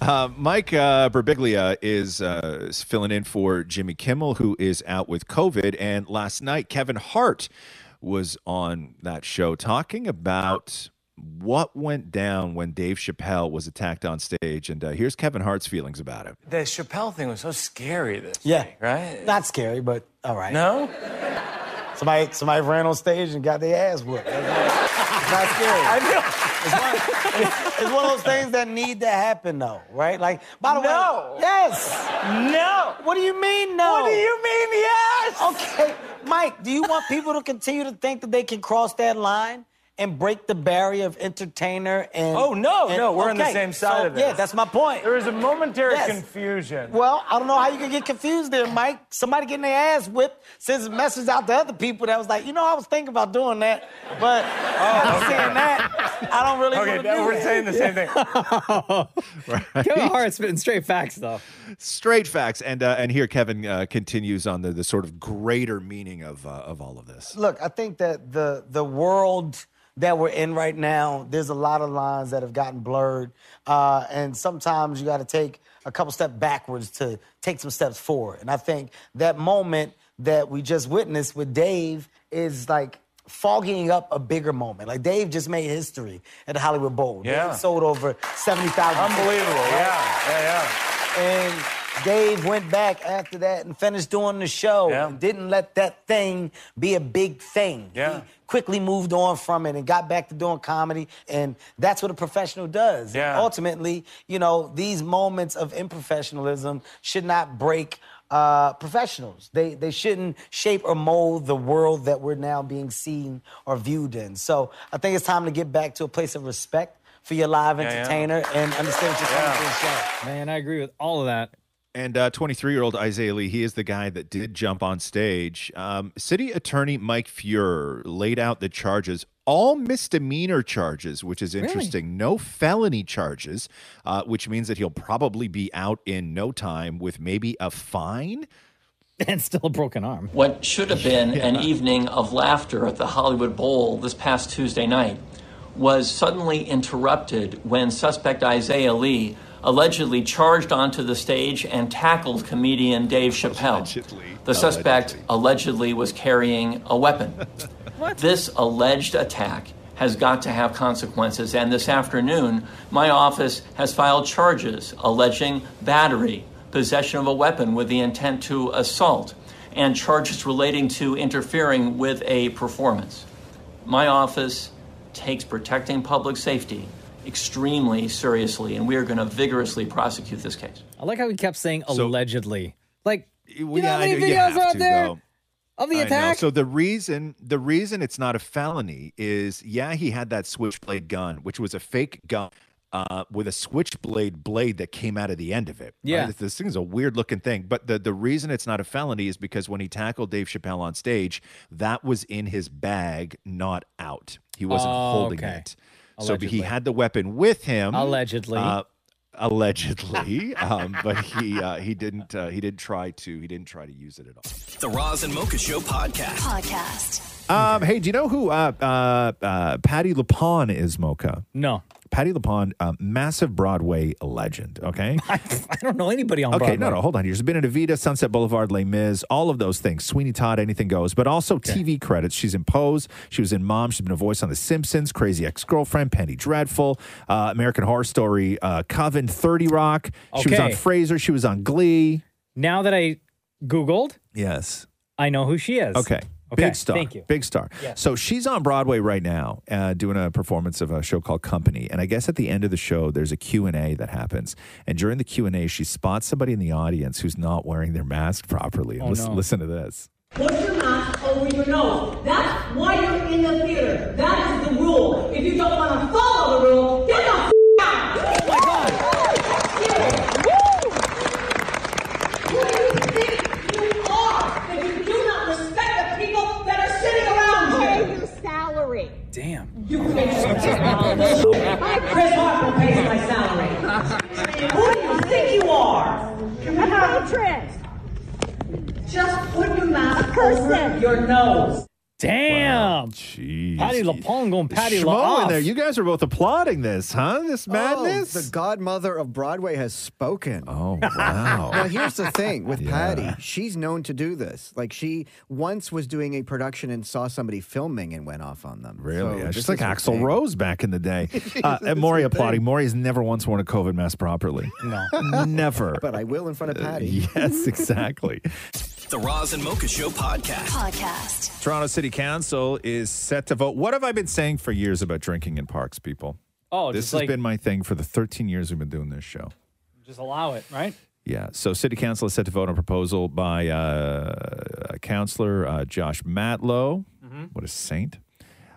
[SPEAKER 5] Uh, Mike uh, Birbiglia is uh, is filling in for Jimmy Kimmel, who is out with COVID. And last night, Kevin Hart was on that show talking about what went down when Dave Chappelle was attacked on stage. And uh, here's Kevin Hart's feelings about it.
[SPEAKER 11] The Chappelle thing was so scary. This
[SPEAKER 23] Yeah.
[SPEAKER 11] thing, right?
[SPEAKER 23] Not scary, but all right.
[SPEAKER 11] No?
[SPEAKER 23] Somebody, somebody ran on stage and got their ass whooped. That's not scary. I know. It's one, it's, it's one of those things that need to happen, though, right? Like, by the way, yes, no. What do you mean, no? What do you mean, yes? Okay, Mike, do you want people to continue to think that they can cross that line? And break the barrier of entertainer and
[SPEAKER 14] Oh, no,
[SPEAKER 23] and-
[SPEAKER 14] no, we're on the
[SPEAKER 23] okay,
[SPEAKER 14] same side
[SPEAKER 23] so,
[SPEAKER 14] of it.
[SPEAKER 23] Yeah, that's my point. There is a momentary
[SPEAKER 14] Confusion.
[SPEAKER 23] well, I don't know how you can get confused there, Mike. Somebody getting their ass whipped sends a message out to other people that was like, you know, I was thinking about doing that, but I'm
[SPEAKER 14] Oh, okay.
[SPEAKER 23] saying that, I don't really
[SPEAKER 14] Okay,
[SPEAKER 23] want to
[SPEAKER 14] that-
[SPEAKER 23] do
[SPEAKER 14] we're
[SPEAKER 23] that.
[SPEAKER 14] saying the same thing.
[SPEAKER 2] Kevin Hart's spitting straight facts, though.
[SPEAKER 5] Straight facts, and uh, and here Kevin uh, continues on the, the sort of greater meaning of uh, of all of this.
[SPEAKER 23] Look, I think that the the world that we're in right now, there's a lot of lines that have gotten blurred, uh, and sometimes you got to take a couple steps backwards to take some steps forward. And I think that moment that we just witnessed with Dave is like fogging up a bigger moment. Like Dave just made history at the Hollywood Bowl.
[SPEAKER 14] Yeah.
[SPEAKER 23] Dave sold over seventy thousand.
[SPEAKER 14] Unbelievable. Yeah. Yeah.
[SPEAKER 23] Yeah. And Dave went back after that and finished doing the show. And didn't let that thing be a big thing. Yeah. He quickly moved on from it and got back to doing comedy. And that's what a professional does.
[SPEAKER 14] Yeah.
[SPEAKER 23] Ultimately, you know, these moments of improfessionalism should not break uh, professionals. They they shouldn't shape or mold the world that we're now being seen or viewed in. So I think it's time to get back to a place of respect for your live
[SPEAKER 2] Yeah, yeah.
[SPEAKER 23] entertainer and understand what you're trying to show.
[SPEAKER 2] Man, I agree with all of that.
[SPEAKER 5] And 23 year old Isaiah Lee, he is the guy that did jump on stage. Um, City Attorney Mike Fuhrer laid out the charges, all misdemeanor charges, which is
[SPEAKER 31] Really?
[SPEAKER 5] interesting. No felony charges, uh, which means that he'll probably be out in no time with maybe a fine.
[SPEAKER 2] And still a broken arm.
[SPEAKER 32] What should have been an evening of laughter at the Hollywood Bowl this past Tuesday night was suddenly interrupted when suspect Isaiah Lee allegedly charged onto the stage and tackled comedian Dave Chappelle. The suspect allegedly was carrying a weapon. This alleged attack has got to have consequences, and this afternoon, my office has filed charges alleging battery, possession of a weapon with the intent to assault, and charges relating to interfering with a performance. My office takes protecting public safety extremely seriously, and we are going to vigorously prosecute this case.
[SPEAKER 2] I like how he kept saying allegedly. Like, you know
[SPEAKER 5] yeah,
[SPEAKER 2] how
[SPEAKER 5] I
[SPEAKER 2] many
[SPEAKER 5] know you
[SPEAKER 2] videos
[SPEAKER 5] have
[SPEAKER 2] are out
[SPEAKER 5] to,
[SPEAKER 2] there
[SPEAKER 5] though.
[SPEAKER 2] of the
[SPEAKER 5] I know.
[SPEAKER 2] attack?
[SPEAKER 5] So the reason the reason it's not a felony is yeah, he had that switchblade gun, which was a fake gun. Uh, with a switchblade blade that came out of the end of it.
[SPEAKER 2] Yeah.
[SPEAKER 5] This, this thing's a weird looking thing. But the, the reason it's not a felony is because when he tackled Dave Chappelle on stage, that was in his bag, not out. He wasn't
[SPEAKER 2] Oh,
[SPEAKER 5] holding
[SPEAKER 2] okay.
[SPEAKER 5] it. So but
[SPEAKER 2] Allegedly.
[SPEAKER 5] he had the weapon with him.
[SPEAKER 2] Allegedly.
[SPEAKER 5] Uh, allegedly. um, but he uh, he didn't uh, he didn't try to he didn't try to use it at all.
[SPEAKER 1] The Roz and Mocha Show podcast. Podcast.
[SPEAKER 5] Um, hey, do you know who uh, uh, uh, Patty LuPone is, Mocha?
[SPEAKER 2] No.
[SPEAKER 5] Patty LuPone, a massive Broadway legend, okay?
[SPEAKER 2] I don't know anybody on
[SPEAKER 5] okay,
[SPEAKER 2] Broadway.
[SPEAKER 5] no, no, hold on. She's been in Evita, Sunset Boulevard, Les Mis, all of those things. Sweeney Todd, anything goes, but also TV credits. She's in Pose. She was in Mom. She's been a voice on The Simpsons, Crazy Ex-Girlfriend, Penny Dreadful, uh, American Horror Story, uh, Coven, 30 Rock. She was on
[SPEAKER 2] Okay.
[SPEAKER 5] Fraser. She was on Glee.
[SPEAKER 2] Now that I Googled,
[SPEAKER 5] Yes.
[SPEAKER 2] I know who she is.
[SPEAKER 5] Okay.
[SPEAKER 2] Okay,
[SPEAKER 5] Big star.
[SPEAKER 2] thank you.
[SPEAKER 5] Big star.
[SPEAKER 2] Yes.
[SPEAKER 5] So she's on Broadway right now uh, doing a performance of a show called Company. And I guess at the end of the show, there's a Q&A that happens. And during the Q&A, she spots somebody in the audience who's not wearing their mask properly. And
[SPEAKER 11] Oh,
[SPEAKER 5] listen,
[SPEAKER 11] no.
[SPEAKER 5] listen to this.
[SPEAKER 11] Put your mask over your nose. oh, That's why you're in the theater. That is the rule. If you don't want to follow the rule, get the f- out. Oh my God. Who do you think you are that you do not respect the people that are sitting around you? Pay your salary.
[SPEAKER 2] Damn.
[SPEAKER 11] You pay your salary. Chris Harper pays my salary. Who do you think you are? A waitress. Just put your mask over your nose.
[SPEAKER 2] Damn.
[SPEAKER 5] Jeez.
[SPEAKER 2] Patty LaPone going Patty
[SPEAKER 5] Schmo
[SPEAKER 2] La
[SPEAKER 5] in there. You guys are both applauding this, huh? This madness?
[SPEAKER 6] Oh, the godmother of Broadway has spoken.
[SPEAKER 5] Oh, wow.
[SPEAKER 6] now, here's the thing with
[SPEAKER 5] Yeah.
[SPEAKER 6] Patty. She's known to do this. Like, she once was doing a production and saw somebody filming and went off on them.
[SPEAKER 5] Really?
[SPEAKER 6] So
[SPEAKER 5] yeah,
[SPEAKER 6] this
[SPEAKER 5] just
[SPEAKER 6] is
[SPEAKER 5] like
[SPEAKER 6] her
[SPEAKER 5] Axl
[SPEAKER 6] thing.
[SPEAKER 5] Rose back in the day. Uh,
[SPEAKER 6] This
[SPEAKER 5] and
[SPEAKER 6] is
[SPEAKER 5] Maury
[SPEAKER 6] her thing.
[SPEAKER 5] applauding. Maury's never once worn a COVID mask properly.
[SPEAKER 6] No.
[SPEAKER 5] Never.
[SPEAKER 6] But I will in front of
[SPEAKER 5] Uh,
[SPEAKER 6] Patty.
[SPEAKER 5] yes, exactly.
[SPEAKER 1] the Roz and Mocha Show podcast. Podcast.
[SPEAKER 5] Toronto City Council is set to vote. What have I been saying for years about drinking in parks, people?
[SPEAKER 2] Oh,
[SPEAKER 5] this
[SPEAKER 2] just
[SPEAKER 5] has
[SPEAKER 2] like-
[SPEAKER 5] been my thing for the 13 years we've been doing this show.
[SPEAKER 2] Just allow it, right?
[SPEAKER 5] Yeah. So, City Council is set to vote on a proposal by uh, Councillor uh, Josh Matlow.
[SPEAKER 2] Mm-hmm.
[SPEAKER 5] What a saint.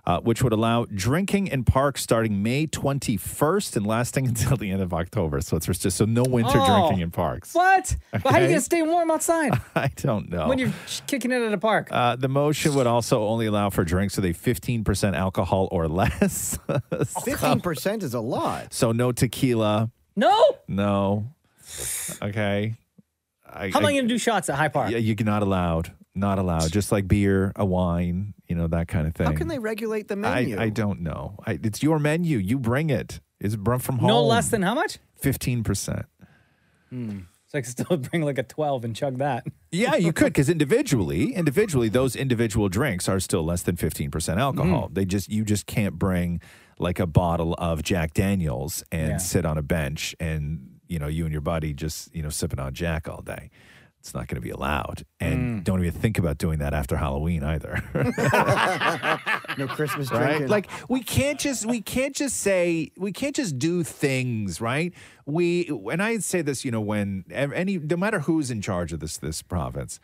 [SPEAKER 5] Uh, which would allow drinking in parks starting May 21st and lasting until the end of October. So, it's just so no winter
[SPEAKER 2] Oh.
[SPEAKER 5] drinking in parks.
[SPEAKER 2] What? But how are you
[SPEAKER 5] Okay.
[SPEAKER 2] gonna stay warm outside
[SPEAKER 5] I don't know.
[SPEAKER 2] when you're sh- kicking it at a park?
[SPEAKER 5] Uh, the motion would also only allow for drinks with a 15% alcohol or less.
[SPEAKER 6] Fifteen percent is a lot.
[SPEAKER 5] so no tequila.
[SPEAKER 2] No.
[SPEAKER 5] No. Okay. I,
[SPEAKER 2] How am I gonna do shots at High Park?
[SPEAKER 5] Yeah, you're not allowed. Not allowed. Just like beer, a wine, you know, that kind of thing.
[SPEAKER 6] How can they regulate the
[SPEAKER 5] I,
[SPEAKER 6] menu?
[SPEAKER 5] I don't know. I, it's your menu. You bring it. It's brought from home.
[SPEAKER 2] No less than how much?
[SPEAKER 5] 15%.
[SPEAKER 2] Hmm. So I could still bring like a twelve and chug that.
[SPEAKER 5] Yeah, you could because individually, individually, those individual drinks are still less than fifteen percent
[SPEAKER 6] Mm.
[SPEAKER 5] alcohol. They just you just can't bring like a bottle of Jack Daniels and
[SPEAKER 2] Yeah.
[SPEAKER 5] sit on a bench and you know you and your buddy just you know sipping on Jack all day. It's not going to be allowed,
[SPEAKER 6] Mm.
[SPEAKER 5] and don't even think about doing that after Halloween either.
[SPEAKER 6] no Christmas
[SPEAKER 5] right?
[SPEAKER 6] drinking.
[SPEAKER 5] Like we can't just we can't just say we can't just do things, right? We and I say this, you know, when ev- any no matter who's in charge of this this province,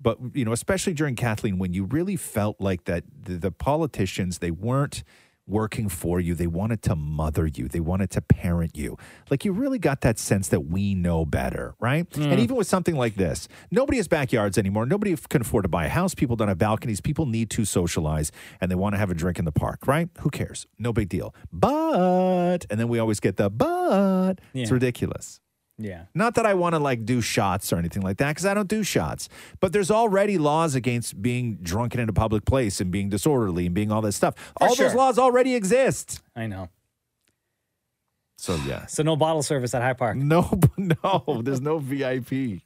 [SPEAKER 5] but you know, especially during Kathleen, when you really felt like that the, the politicians they weren't working for you they wanted to mother you they wanted to parent you like you really got that sense that we know better right and even with something like this nobody has backyards anymore nobody f- can afford to buy a house people don't have balconies people need to socialize and they want to have a drink in the park right who cares no big deal but and then we always get the but it's
[SPEAKER 2] Yeah.
[SPEAKER 5] ridiculous
[SPEAKER 2] Yeah.
[SPEAKER 5] not that I want to like do shots or anything like that, because I don't do shots. But there's already laws against being drunken in a public place and being disorderly and being all that stuff.
[SPEAKER 2] For
[SPEAKER 5] all those
[SPEAKER 2] sure.
[SPEAKER 5] laws already exist.
[SPEAKER 2] I know.
[SPEAKER 5] So yeah.
[SPEAKER 2] So no bottle service at High Park.
[SPEAKER 5] No, no. There's no VIP.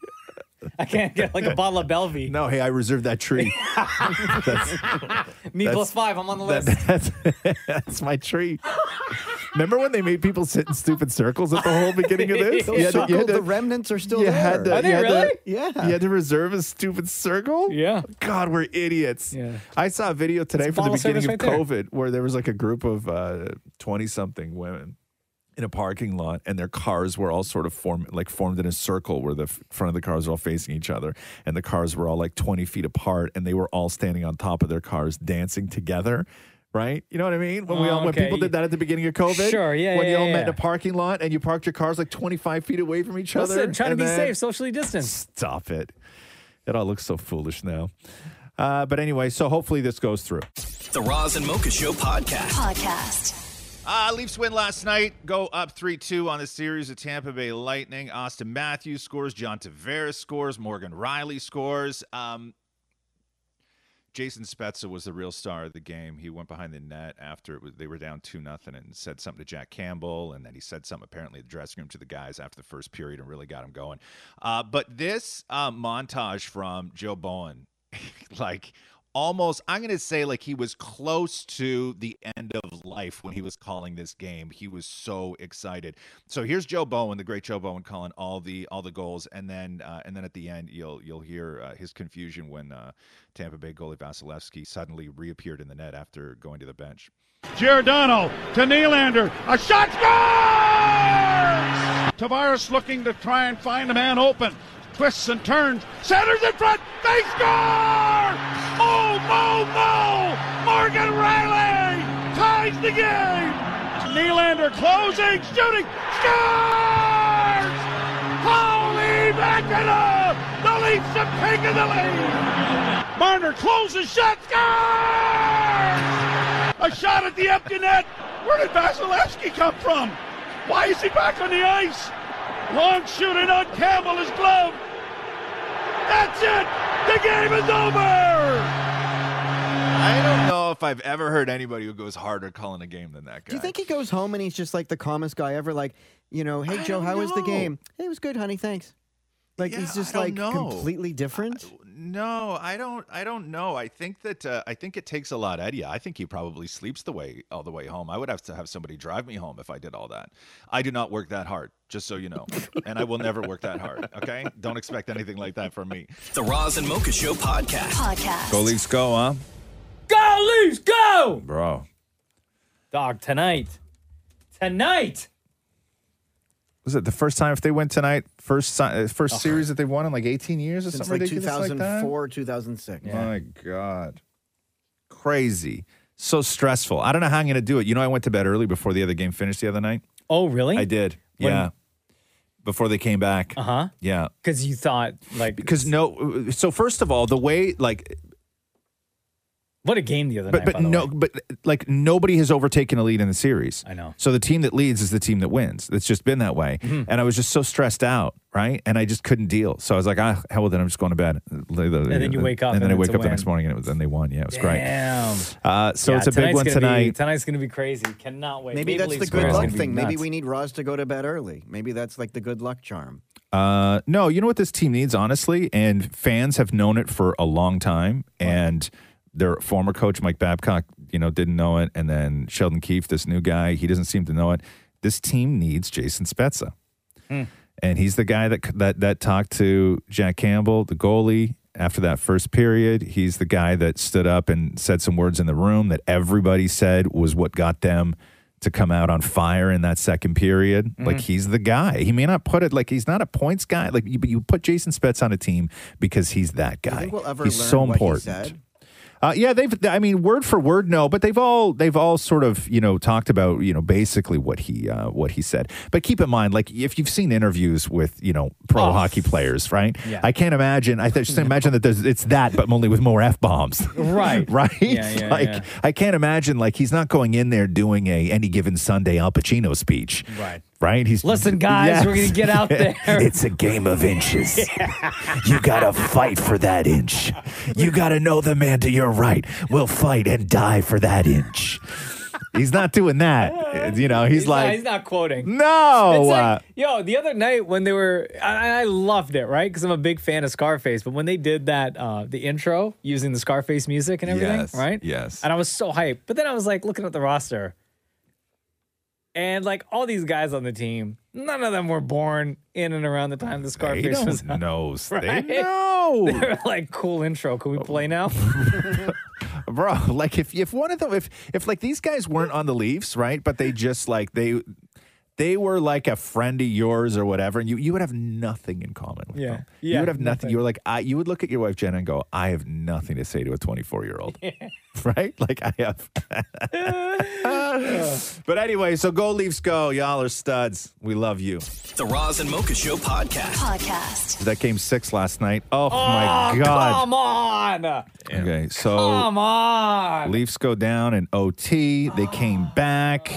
[SPEAKER 2] I can't get like a bottle of Belvy.
[SPEAKER 5] No, hey, I reserved that tree.
[SPEAKER 2] Me
[SPEAKER 5] that's-
[SPEAKER 2] plus five. I'm on the
[SPEAKER 5] That-
[SPEAKER 2] list.
[SPEAKER 5] that's, that's my tree. Remember when they made people sit in stupid circles at the whole beginning of this?
[SPEAKER 6] Those
[SPEAKER 5] You had to- you had
[SPEAKER 6] circles,
[SPEAKER 5] to-
[SPEAKER 6] the remnants are still
[SPEAKER 5] you
[SPEAKER 6] there.
[SPEAKER 5] had to- Are they you had to- really?
[SPEAKER 6] yeah.
[SPEAKER 5] You had to reserve a stupid circle? Yeah. God, we're idiots.
[SPEAKER 6] Yeah.
[SPEAKER 5] I saw a video today
[SPEAKER 6] It's
[SPEAKER 5] from the
[SPEAKER 6] bottle
[SPEAKER 5] beginning
[SPEAKER 6] service
[SPEAKER 5] of
[SPEAKER 6] right there.
[SPEAKER 5] COVID where there was like a group of 20 something women in a parking lot and their cars were all sort of formed like formed in a circle where the f- front of the cars were all facing each other and the cars were all like 20 feet apart and they were all standing on top of their cars dancing together right you know what i mean when we all
[SPEAKER 2] Oh,
[SPEAKER 5] when
[SPEAKER 2] okay.
[SPEAKER 5] people did that at the beginning of covid
[SPEAKER 2] Sure, yeah,
[SPEAKER 5] when
[SPEAKER 2] yeah,
[SPEAKER 5] you all
[SPEAKER 2] yeah,
[SPEAKER 5] met in
[SPEAKER 2] yeah.
[SPEAKER 5] a parking lot and you parked your cars like 25 feet away from each other
[SPEAKER 2] Listen, trying to
[SPEAKER 5] and
[SPEAKER 2] be
[SPEAKER 5] then-
[SPEAKER 2] safe, socially distanced.
[SPEAKER 5] Stop it. It all looks so foolish now. Uh, but anyway, so hopefully this goes through.
[SPEAKER 1] The Roz and Mocha Show podcast.
[SPEAKER 3] Podcast.
[SPEAKER 25] Uh, Leafs win last night, go up 3 2 on the series of Tampa Bay Lightning. Austin Matthews scores, John Tavares scores, Morgan Riley scores. Um, Jason Spezza was the real star of the game. He went behind the net after it was, they were down 2 nothing and said something to Jack Campbell, and then he said something apparently in the dressing room to the guys after the first period and really got him going. Uh, but this uh, montage from Joe Bowen, like almost, I'm going to say like he was close to the end of life when he was calling this game. He was so excited. So here's Joe Bowen, the great Joe Bowen, calling all the all the goals, and then uh, and then at the end you'll you'll hear uh, his confusion when uh, Tampa Bay goalie Vasilevsky suddenly reappeared in the net after going to the bench.
[SPEAKER 19] Giordano to Nylander. A shot scores! Tavares looking to try and find a man open. Twists and turns. Centers in front. They score! Oh, Mo, Mo! Morgan Riley ties the game! Nylander closing, shooting, scores! Holy mackerel! The Leafs have taken the lead! Marner closes, shot, scores! A shot at the empty net. Where did Vasilevsky come from? Why is he back on the ice? Long shooting on Campbell, his glove. That's it. The game is over.
[SPEAKER 25] I don't know if I've ever heard anybody who goes harder calling a game than that guy.
[SPEAKER 6] Do you think he goes home and he's just like the calmest guy ever? Like, you know, hey Joe,
[SPEAKER 25] don't
[SPEAKER 6] how was the
[SPEAKER 25] know.
[SPEAKER 6] game? It was good, honey. Thanks. Like
[SPEAKER 25] Yeah,
[SPEAKER 6] he's just
[SPEAKER 25] I
[SPEAKER 6] like
[SPEAKER 25] don't know.
[SPEAKER 6] completely different.
[SPEAKER 25] No, I don't. I don't know. I think that uh, I think it takes a lot out of you. I think he probably sleeps the way all the way home. I would have to have somebody drive me home if I did all that. I do not work that hard, just so you know, and I will never work that hard. Okay, don't expect anything like that from me.
[SPEAKER 1] The Roz and Mocha Show podcast. Podcast.
[SPEAKER 25] Go Leafs, go, huh?
[SPEAKER 2] Go Leafs, go,
[SPEAKER 5] bro.
[SPEAKER 2] Dog tonight, tonight.
[SPEAKER 5] Was it the first time if they went tonight? First si- uh, first series that they won in like 18 years or
[SPEAKER 6] Uh-huh. Since
[SPEAKER 5] something
[SPEAKER 6] like
[SPEAKER 5] ridiculous like that?
[SPEAKER 6] 2004, 2006.
[SPEAKER 5] My God. Crazy. So stressful. I don't know how I'm going to do it. You know, I went to bed early before the other game finished the other night.
[SPEAKER 2] Oh, really?
[SPEAKER 5] I did.
[SPEAKER 2] When-
[SPEAKER 5] yeah. Before they came back.
[SPEAKER 2] Uh huh.
[SPEAKER 5] Yeah.
[SPEAKER 2] Because you thought like
[SPEAKER 5] Because no, so first of all, the way like
[SPEAKER 2] what a game the other
[SPEAKER 5] but
[SPEAKER 2] night.
[SPEAKER 5] but
[SPEAKER 2] by the
[SPEAKER 5] no
[SPEAKER 2] way.
[SPEAKER 5] but like nobody has overtaken a lead in the series. I
[SPEAKER 2] know.
[SPEAKER 5] So the team that leads is the team that wins. It's just been that way.
[SPEAKER 2] Mhm.
[SPEAKER 5] And I was just so stressed out, right? And I just couldn't deal. So I was like, ah, hell with it. I'm just going to bed. And
[SPEAKER 2] then you wake up
[SPEAKER 5] and then
[SPEAKER 2] and
[SPEAKER 5] I
[SPEAKER 2] it's
[SPEAKER 5] wake
[SPEAKER 2] a
[SPEAKER 5] up the next
[SPEAKER 2] win.
[SPEAKER 5] morning, and it was then they won. Yeah, it was
[SPEAKER 2] Damn.
[SPEAKER 5] great. Uh, so
[SPEAKER 2] Yeah,
[SPEAKER 5] it's a big
[SPEAKER 2] tonight's
[SPEAKER 5] one
[SPEAKER 2] gonna be-
[SPEAKER 5] tonight.
[SPEAKER 2] tonight's gonna be crazy. Cannot wait.
[SPEAKER 6] Maybe
[SPEAKER 2] Maple
[SPEAKER 6] that's the
[SPEAKER 2] Leafs
[SPEAKER 6] good
[SPEAKER 2] Squares
[SPEAKER 6] luck
[SPEAKER 2] gonna be
[SPEAKER 6] thing. Maybe
[SPEAKER 2] nuts.
[SPEAKER 6] we need Roz to go to bed early. Maybe that's like the good luck charm.
[SPEAKER 5] Uh, no, you know what this team needs, honestly, and fans have known it for a long time, and their former coach Mike Babcock, you know, didn't know it, and then Sheldon Keefe, this new guy, he doesn't seem to know it. This team needs Jason Spezza,
[SPEAKER 2] Hmm.
[SPEAKER 5] and he's the guy that that that talked to Jack Campbell, the goalie. After that first period, he's the guy that stood up and said some words in the room that everybody said was what got them to come out on fire in that second period. Like
[SPEAKER 6] Mm-hmm.
[SPEAKER 2] Mhm.
[SPEAKER 5] he's the guy. He may not put it like he's not a points guy. Like you, but you put Jason Spetz on a team because he's that guy.
[SPEAKER 6] think we'll ever
[SPEAKER 5] he's
[SPEAKER 6] learn
[SPEAKER 5] so
[SPEAKER 6] what he
[SPEAKER 5] important.
[SPEAKER 6] said?
[SPEAKER 5] Uh, yeah, they've. I mean, word for word, no, but they've all they've all sort of you know talked about you know basically what he uh, what he said. But keep in mind, like if you've seen interviews with you know pro hockey players, right?
[SPEAKER 2] Oh. Yeah.
[SPEAKER 5] I can't imagine. I just imagine that there's it's that, but only with more f bombs.
[SPEAKER 2] Right.
[SPEAKER 5] right.
[SPEAKER 2] Yeah, yeah,
[SPEAKER 5] like
[SPEAKER 2] yeah.
[SPEAKER 5] I can't imagine. Like he's not going in there doing a any given Sunday Al Pacino speech.
[SPEAKER 2] Right.
[SPEAKER 5] Right. He's
[SPEAKER 2] Listen, guys,
[SPEAKER 5] Yes.
[SPEAKER 2] we're gonna get out there.
[SPEAKER 5] it's a game of inches. You gotta fight for that inch. You gotta know the man to your right will fight and die for that inch. He's not doing that. You know, Oh, he's,
[SPEAKER 2] not,
[SPEAKER 5] like,
[SPEAKER 2] he's not quoting.
[SPEAKER 5] No, uh,
[SPEAKER 2] It's like, yo, the other night when they were, I, I loved it, right? Because I'm a big fan of Scarface. But when they did that, uh, the intro using the Scarface music and everything,
[SPEAKER 5] Yes,
[SPEAKER 2] right?
[SPEAKER 5] yes.
[SPEAKER 2] And I was so hyped. But then I was like looking at the roster, and like all these guys on the team, none of them were born in and around the time the Scarface
[SPEAKER 5] they
[SPEAKER 2] was.
[SPEAKER 5] don't know.
[SPEAKER 2] Right?
[SPEAKER 5] They know. Oh,
[SPEAKER 2] They're like, cool intro. Can we play now?
[SPEAKER 5] bro like if if one of them if if like these guys weren't on the leafs right but they just like they they were like a friend of yours or whatever and you you would have nothing in common with
[SPEAKER 2] Yeah.
[SPEAKER 5] them you
[SPEAKER 2] Yeah,
[SPEAKER 5] would have nothing.
[SPEAKER 2] nothing.
[SPEAKER 5] you were like i you would look at your wife jenna and go i have nothing to say to a 24 year old right like i have but anyway so go leafs go y'all are studs we love you
[SPEAKER 1] The Roz and Mocha Show podcast. Podcast.
[SPEAKER 5] that game six last night oh, my
[SPEAKER 2] Oh,
[SPEAKER 5] god
[SPEAKER 2] Come on.
[SPEAKER 5] okay so
[SPEAKER 2] Come on. Oh.
[SPEAKER 5] Leafs go down in OT. They came back.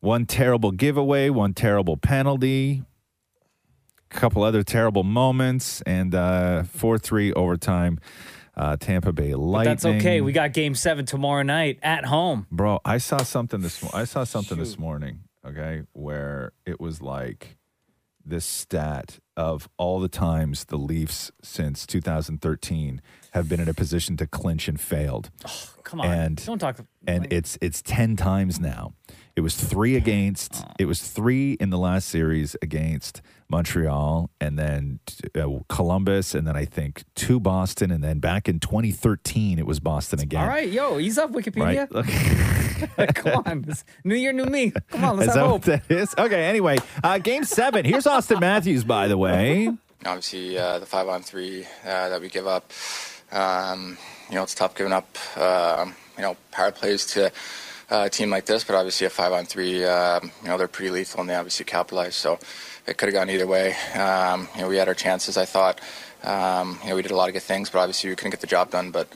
[SPEAKER 5] One terrible giveaway, one terrible penalty, a couple other terrible moments, and uh, 4 3 overtime. Uh, Tampa Bay
[SPEAKER 2] But
[SPEAKER 5] Lightning.
[SPEAKER 2] that's okay. We got game seven tomorrow night at home.
[SPEAKER 5] Bro, I saw something this. mo- I saw something this morning. Okay, where it was like this stat of all the times the Leafs since 2013 have been in a position to clinch and failed.
[SPEAKER 2] Oh, Come on.
[SPEAKER 5] And-
[SPEAKER 2] Don't talk.
[SPEAKER 5] and it's it's 10 times now it was three against it was three in the last series against montreal and then uh, columbus and then i think two boston and then back in 2013 it was boston again
[SPEAKER 2] All right, yo, he's up Wikipedia.
[SPEAKER 5] Right? Look,
[SPEAKER 2] Come on, this- new year, new me. Come on, let's
[SPEAKER 5] is
[SPEAKER 2] have
[SPEAKER 5] that
[SPEAKER 2] hope.
[SPEAKER 5] what that is? Okay. Anyway, uh, game seven. Here's Austin Matthews, by the way.
[SPEAKER 24] obviously uh, the five on three uh, that we give up. Um, you know, it's tough giving up, um you know, power plays to uh, a team like this, but obviously a five on three, um, you know, they're pretty lethal and they obviously capitalized. So it could have gone either way. Um, you know, we had our chances, I thought. Um, you know, we did a lot of good things, but obviously we couldn't get the job done. But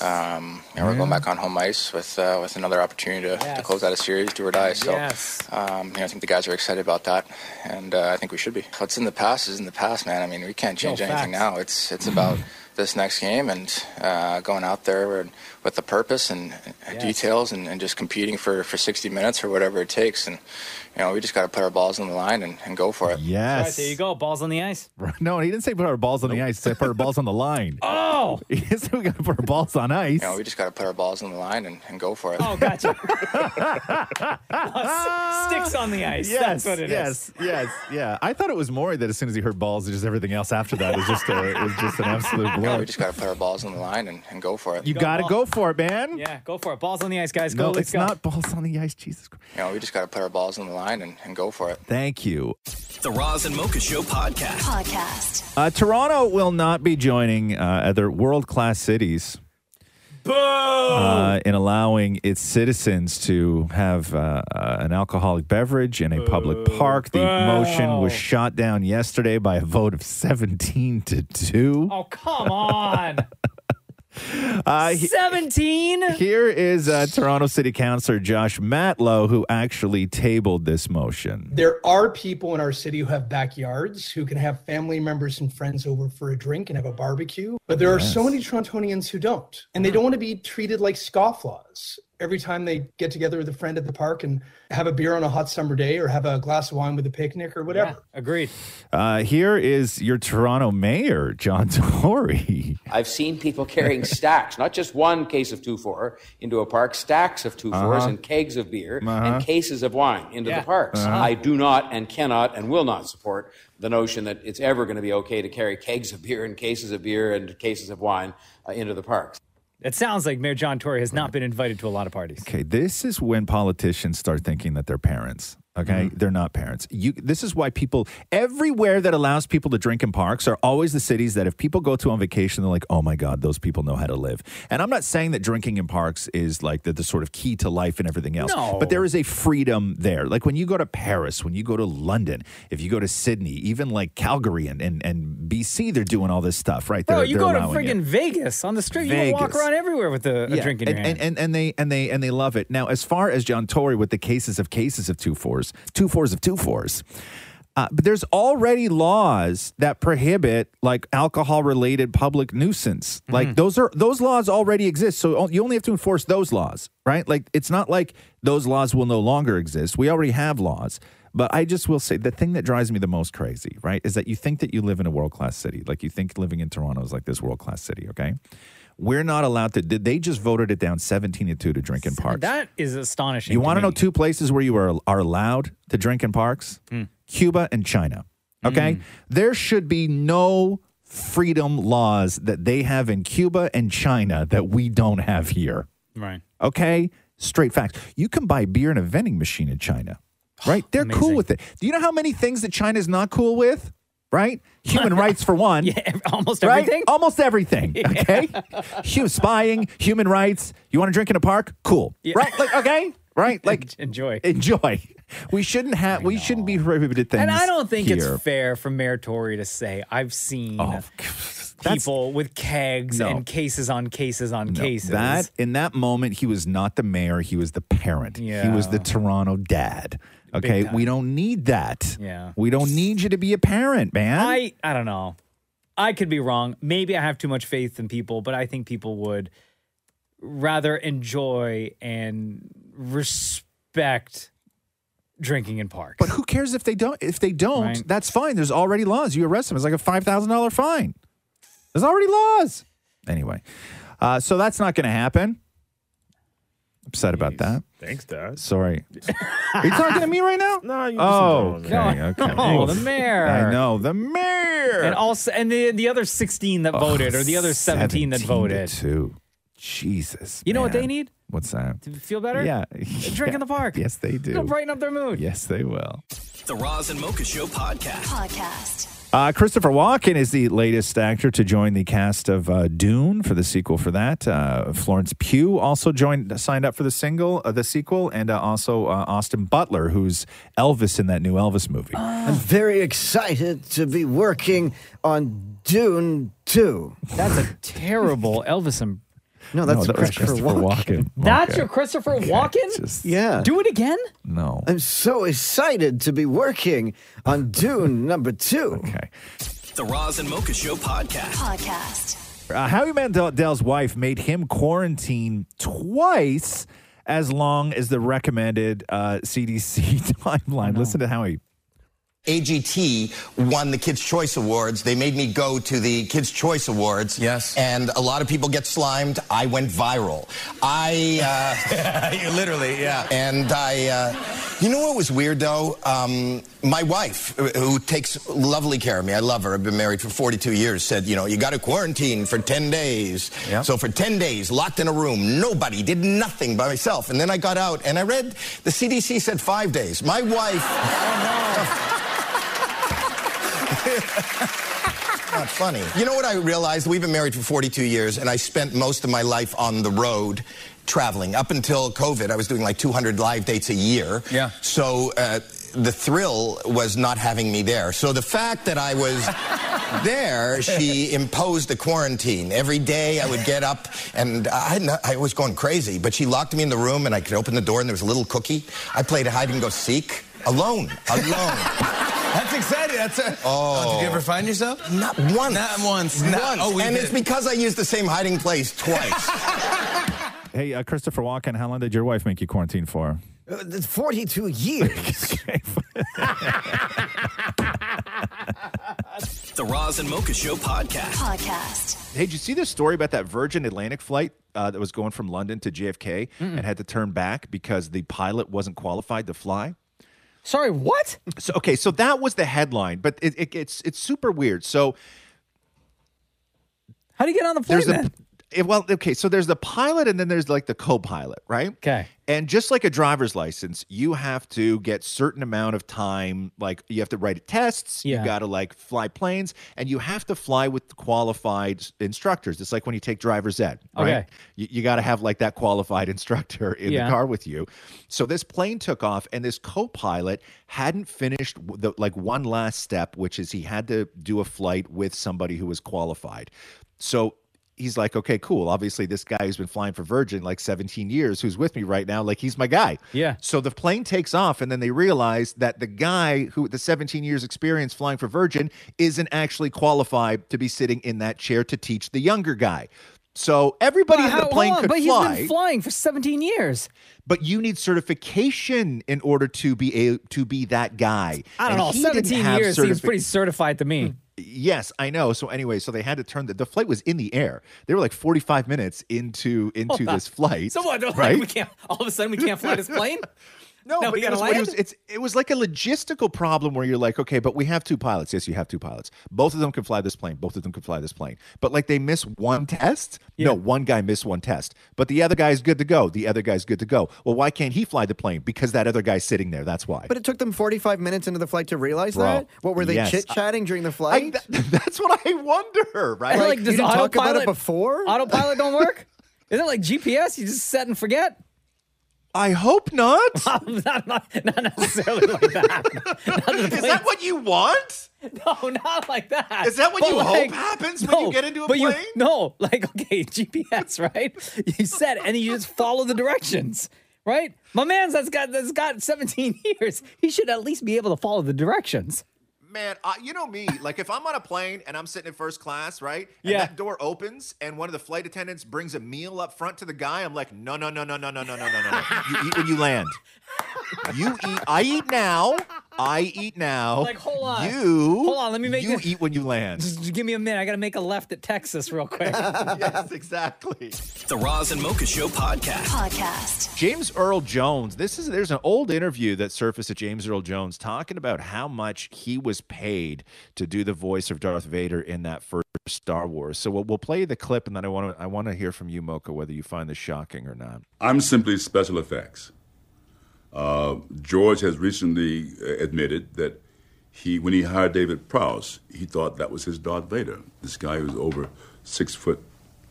[SPEAKER 24] um, you know, we're going
[SPEAKER 5] Yeah.
[SPEAKER 24] back on home ice with uh, with another opportunity to, to
[SPEAKER 5] Yes.
[SPEAKER 24] close out a series, do or die. So
[SPEAKER 5] Yes.
[SPEAKER 24] um, you know, I think the guys are excited about that, and uh, I think we should be. What's in the past is in the past, man. I mean, we can't change No, anything facts. now. It's it's about
[SPEAKER 33] this next game and uh, going out there and- with the purpose and uh,
[SPEAKER 34] Yes.
[SPEAKER 33] details and, and just competing for, for 60 minutes or whatever it takes. And, you know, we just got to put our balls on the line and, and go for it.
[SPEAKER 2] All right, there you go. Balls on the ice.
[SPEAKER 5] No, he didn't say put our balls on the ice. He said put our balls on the line.
[SPEAKER 2] Oh,
[SPEAKER 5] he didn't say we got to put our balls on
[SPEAKER 33] You
[SPEAKER 5] ice.
[SPEAKER 33] know, we just got to put our balls on the line and, and go for it.
[SPEAKER 2] Oh, gotcha. Well, s- sticks on the ice. That's what it is.
[SPEAKER 5] yes, yes, yeah. I thought it was more that as soon as he heard balls, just everything else after that is just a, is just an absolute
[SPEAKER 33] You know,
[SPEAKER 5] blow.
[SPEAKER 33] we just got to put our balls on the line and, and go for it.
[SPEAKER 5] You got to go for it, man.
[SPEAKER 2] Yeah, go for it. Balls on the ice, guys. Go.
[SPEAKER 5] No,
[SPEAKER 2] let's
[SPEAKER 5] it's
[SPEAKER 2] go.
[SPEAKER 5] not balls on the ice. Jesus Christ.
[SPEAKER 33] You know, we just got to put our balls on the line and, and go for it.
[SPEAKER 5] Thank you.
[SPEAKER 1] The Roz and Mocha Show podcast. Podcast.
[SPEAKER 5] Uh, Toronto will not be joining uh, other world class cities
[SPEAKER 2] Boom.
[SPEAKER 5] uh, in allowing its citizens to have uh, uh, an alcoholic beverage in a public park. The motion was shot down yesterday by a vote of 17 to 2.
[SPEAKER 2] Oh, come on.
[SPEAKER 5] Uh, he-
[SPEAKER 2] 17?
[SPEAKER 5] here is uh, Toronto City Councilor Josh Matlow, who actually tabled this motion.
[SPEAKER 35] There are people in our city who have backyards who can have family members and friends over for a drink and have a barbecue. But there are so many Torontonians who don't. And they don't want to be treated like scofflaws every time they get together with a friend at the park and have a beer on a hot summer day or have a glass of wine with a picnic or whatever.
[SPEAKER 2] Agreed.
[SPEAKER 5] Uh, here is your Toronto mayor, John Tory.
[SPEAKER 36] I've seen people carrying stacks, not just one case of 2 4 into a park, stacks of 2 4s
[SPEAKER 5] Uh-huh.
[SPEAKER 36] and kegs of beer
[SPEAKER 5] Uh-huh.
[SPEAKER 36] and cases of wine into
[SPEAKER 5] Yeah.
[SPEAKER 36] the parks.
[SPEAKER 5] Uh-huh.
[SPEAKER 36] I do not and cannot and will not support the notion that it's ever going to be okay to carry kegs of beer and cases of beer and cases of wine uh, into the parks.
[SPEAKER 2] It sounds like Mayor John Tory has not been invited to a lot of parties.
[SPEAKER 5] Okay, this is when politicians start thinking that they're parents. Okay,
[SPEAKER 2] Mm-hmm.
[SPEAKER 5] they're not parents. You, this is why people everywhere that allows people to drink in parks are always the cities that if people go to on vacation, they're like, oh my god, those people know how to live. And I'm not saying that drinking in parks is like the, the sort of key to life and everything else,
[SPEAKER 11] No.
[SPEAKER 5] but there is a freedom there. Like when you go to Paris, when you go to London, if you go to Sydney, even like Calgary and and, and BC, they're doing all this stuff, right?
[SPEAKER 2] Bro,
[SPEAKER 5] They're-
[SPEAKER 2] you
[SPEAKER 5] they're
[SPEAKER 2] go to
[SPEAKER 5] allowing it.
[SPEAKER 2] friggin' Vegas on the street. You can walk
[SPEAKER 5] Vegas.
[SPEAKER 2] around everywhere with a, a
[SPEAKER 5] Yeah,
[SPEAKER 2] drink in
[SPEAKER 5] and,
[SPEAKER 2] your hand.
[SPEAKER 5] And, and, and they and they and they love it. Now, as far as John Tory with the cases of cases of two fours, two fours of two fours. Uh, but there's already laws that prohibit like alcohol related public nuisance.
[SPEAKER 2] Mm-hmm.
[SPEAKER 5] Like those are those laws already exist. So o- you only have to enforce those laws, right? Like it's not like those laws will no longer exist. We already have laws. But I just will say the thing that drives me the most crazy, right, is that you think that you live in a world class city. Like you think living in Toronto is like this world class city, okay? We're not allowed to. They just voted it down 17 to 2 to drink in parks.
[SPEAKER 2] that is astonishing.
[SPEAKER 5] You
[SPEAKER 2] to
[SPEAKER 5] want to
[SPEAKER 2] me.
[SPEAKER 5] know two places where you are, are allowed to drink in parks?
[SPEAKER 2] Mm. Hmm.
[SPEAKER 5] Cuba and China. Okay? There should be no freedom laws that they have in Cuba and China that we don't have here.
[SPEAKER 2] Right.
[SPEAKER 5] Okay? Straight facts. You can buy beer in a vending machine in China, right? They're cool with it. Do you know how many things that China's not cool with? Right? Human rights for one. Yeah,
[SPEAKER 2] almost
[SPEAKER 5] everything. Almost everything. Okay. Hu- spying, human rights. You want to drink in a park? Cool. Right? Like, okay? Right? Like
[SPEAKER 2] enjoy.
[SPEAKER 5] Enjoy. We shouldn't have we shouldn't be prohibited things.
[SPEAKER 2] And I don't think
[SPEAKER 5] here. Oh,
[SPEAKER 2] it's fair for Mayor Tory to say, I've seen people with kegs
[SPEAKER 5] No.
[SPEAKER 2] and cases on cases on
[SPEAKER 5] No,
[SPEAKER 2] cases.
[SPEAKER 5] That in that moment, he was not the mayor; he was the parent. He was the Toronto dad.
[SPEAKER 2] Big
[SPEAKER 5] Okay,
[SPEAKER 2] time.
[SPEAKER 5] we don't need that.
[SPEAKER 2] Yeah.
[SPEAKER 5] we don't need you to be a parent, man.
[SPEAKER 2] I, I don't know. I could be wrong. Maybe I have too much faith in people, but I think people would rather enjoy and respect drinking in parks.
[SPEAKER 5] but who cares if they don't? If they don't, that's fine. There's already laws. You arrest them; it's like a five thousand dollar fine. There's already laws. Anyway, uh, so that's not going to happen. Upset about that.
[SPEAKER 7] Thanks, Dad.
[SPEAKER 5] Sorry. Are you talking to me right now?
[SPEAKER 7] No, you
[SPEAKER 5] Oh,
[SPEAKER 7] just
[SPEAKER 5] okay, okay.
[SPEAKER 2] No, the mayor.
[SPEAKER 5] I know the mayor.
[SPEAKER 2] And also, and the the other sixteen
[SPEAKER 5] Oh,
[SPEAKER 2] that voted, or the other seventeen that voted.
[SPEAKER 5] Two. Jesus.
[SPEAKER 2] You know what
[SPEAKER 5] man.
[SPEAKER 2] they need?
[SPEAKER 5] What's that?
[SPEAKER 2] To feel better?
[SPEAKER 5] Yeah.
[SPEAKER 2] Drink in the park.
[SPEAKER 5] Yes, they do.
[SPEAKER 2] It'll brighten up their mood.
[SPEAKER 5] Yes, they will.
[SPEAKER 1] The Roz and Mocha Show podcast. Podcast.
[SPEAKER 5] Uh, Christopher Walken is the latest actor to join the cast of uh, Dune for the sequel for that. Uh, Florence Pugh also joined, signed up for the single, uh, the sequel, and uh, also uh, Austin Butler, who's Elvis in that new Elvis movie.
[SPEAKER 2] Ah,
[SPEAKER 6] I'm very excited to be working on Dune 2.
[SPEAKER 2] That's a terrible Elvis. Im-
[SPEAKER 6] no, that's
[SPEAKER 5] that was
[SPEAKER 6] Christopher,
[SPEAKER 5] Christopher Walken.
[SPEAKER 2] That's your Christopher Walken?
[SPEAKER 6] yeah.
[SPEAKER 2] Do it again?
[SPEAKER 5] No.
[SPEAKER 6] I'm so excited to be working on Dune number 2.
[SPEAKER 5] Okay.
[SPEAKER 1] The Roz and Mocha Show podcast. Podcast.
[SPEAKER 37] Uh, Howie Mandel's wife made him quarantine twice as long as the recommended uh, CDC timeline. Listen to Howie.
[SPEAKER 27] AGT won the Kids' Choice Awards. They made me go to the Kids' Choice Awards. Yes. And a lot of people get slimed. I went viral. I. Uh, Literally, yeah. And I. Uh, you know what was weird, though? Um, my wife, who takes lovely care of me, I love her. I've been married for 42 years, said, you know, you got to quarantine for 10 days. So for 10 days, locked in a room, nobody, did nothing by myself. And then I got out and I read the CDC said five days. My wife. Not funny. You know what I realized? We've been married for 42 years, and I spent most of my life on the road traveling. Up until COVID, I was doing like 200 live dates a year. Yeah. So uh, the thrill was not having me there. So the fact that I was there, she imposed a quarantine. Every day I would get up, and I, had no- I was going crazy, but she locked me in the room, and I could open the door, and there was a little cookie. I played hide and go seek alone, alone.
[SPEAKER 14] That's exciting. That's a,
[SPEAKER 27] Oh.
[SPEAKER 14] Did you ever find yourself?
[SPEAKER 27] Not once.
[SPEAKER 14] Not once.
[SPEAKER 27] Once.
[SPEAKER 14] Not, oh, we
[SPEAKER 27] and
[SPEAKER 14] did.
[SPEAKER 27] it's because I used the same hiding place twice.
[SPEAKER 37] Hey, uh, Christopher Walken, how long did your wife make you quarantine for?
[SPEAKER 38] Uh, that's 42 years.
[SPEAKER 1] The Roz and Mocha Show podcast.
[SPEAKER 39] Podcast.
[SPEAKER 5] Hey, did you see this story about that Virgin Atlantic flight uh, that was going from London to JFK and had to turn back because the pilot wasn't qualified to fly?
[SPEAKER 2] Sorry, what?
[SPEAKER 5] So okay, so that was the headline, but it, it, it's it's super weird. So
[SPEAKER 2] how do you get on the
[SPEAKER 5] plane? There's a, it- well, okay, so there's the pilot and then there's like the co-pilot, right?
[SPEAKER 2] Okay.
[SPEAKER 5] And just like a driver's license, you have to get certain amount of time. Like you have to write tests,
[SPEAKER 2] Yeah.
[SPEAKER 5] you got to like fly planes, and you have to fly with qualified s- instructors. It's like when you take driver's ed, right?
[SPEAKER 2] Okay.
[SPEAKER 5] You, you got to have like that qualified instructor in
[SPEAKER 2] Yeah.
[SPEAKER 5] the car with you. So this plane took off, and this co-pilot hadn't finished w- the like one last step, which is he had to do a flight with somebody who was qualified. So he's like, okay, cool. Obviously, this guy who's been flying for Virgin like 17 years, who's with me right now, like he's my guy.
[SPEAKER 2] Yeah.
[SPEAKER 5] So the plane takes off, and then they realize that the guy who the 17 years experience flying for Virgin isn't actually qualified to be sitting in that chair to teach the younger guy. So everybody in the
[SPEAKER 2] How-
[SPEAKER 5] plane
[SPEAKER 2] hold on,
[SPEAKER 5] could
[SPEAKER 2] but
[SPEAKER 5] fly.
[SPEAKER 2] he's been flying for 17 years.
[SPEAKER 5] but you need certification in order to be a, to be that guy.
[SPEAKER 2] I don't
[SPEAKER 5] And
[SPEAKER 2] know.
[SPEAKER 5] he didn't
[SPEAKER 2] 17
[SPEAKER 5] have
[SPEAKER 2] years seems
[SPEAKER 5] certifi- Hmm.
[SPEAKER 2] pretty certified to me.
[SPEAKER 5] Yes, I know. So anyway, so they had to turn the the flight was in the air. They were like 45 minutes into into
[SPEAKER 2] Hold on.
[SPEAKER 5] this flight.
[SPEAKER 2] So what?
[SPEAKER 5] right?
[SPEAKER 2] We can't. All of a sudden, we can't fly this plane.
[SPEAKER 5] No,
[SPEAKER 2] Now
[SPEAKER 5] but
[SPEAKER 2] we
[SPEAKER 5] it was,
[SPEAKER 2] gotta
[SPEAKER 5] it
[SPEAKER 2] land?
[SPEAKER 5] was- it's it was like a logistical problem where you're like, okay, but we have two pilots. Yes, you have two pilots. Both of them can fly this plane. Both of them can fly this plane. But like they miss one test. No, one guy missed one test, but the other guy's good to go. The other guy's good to go. Well, why can't he fly the plane? Because that other guy's sitting there. That's why.
[SPEAKER 6] But it took them 45 minutes into the flight to realize
[SPEAKER 5] Bro,
[SPEAKER 6] that? What were they
[SPEAKER 5] yes.
[SPEAKER 6] chit chatting during the flight?
[SPEAKER 5] that's what I wonder, right?
[SPEAKER 6] Like, you didn't talk about it
[SPEAKER 2] before? Autopilot don't work. Is it like GPS? You just set and forget.
[SPEAKER 5] I hope not.
[SPEAKER 2] not, not, not necessarily like that.
[SPEAKER 5] Is that what you want?
[SPEAKER 2] No, not like that.
[SPEAKER 5] Is that what
[SPEAKER 2] But
[SPEAKER 5] you hope
[SPEAKER 2] like-
[SPEAKER 5] happens when
[SPEAKER 2] no,
[SPEAKER 5] you get into a
[SPEAKER 2] but you-
[SPEAKER 5] plane?
[SPEAKER 2] no, like okay, GPS, right? You set it and you just follow the directions, right? My man's that's got that's got 17 years. He should at least be able to follow the directions.
[SPEAKER 5] Man, I, you know me. Like, if I'm on a plane and I'm sitting in first class, right? And
[SPEAKER 2] Yeah.
[SPEAKER 5] that door opens and one of the flight attendants brings a meal up front to the guy, I'm like, no, no, no, no, no, no, no, no, no, no. You eat when you land. You eat. I eat now. I eat now.
[SPEAKER 2] Like, hold on.
[SPEAKER 5] You.
[SPEAKER 2] Hold on, let me make
[SPEAKER 5] You
[SPEAKER 2] this-
[SPEAKER 5] eat when you land.
[SPEAKER 2] Just give me a minute. I got to make a left at Texas real quick.
[SPEAKER 5] yes, exactly.
[SPEAKER 1] The Roz and Mocha Show podcast.
[SPEAKER 39] Podcast.
[SPEAKER 5] James Earl Jones. This is there's an old interview that surfaced of James Earl Jones talking about how much he was paid to do the voice of Darth Vader in that first Star Wars. So we'll, we'll play the clip, and then I want to I want to hear from you, Mocha, whether you find this shocking or not.
[SPEAKER 40] I'm simply special effects. Uh, George has recently uh, admitted that he, when he hired David Prowse, he thought that was his Darth Vader. This guy who's over six foot,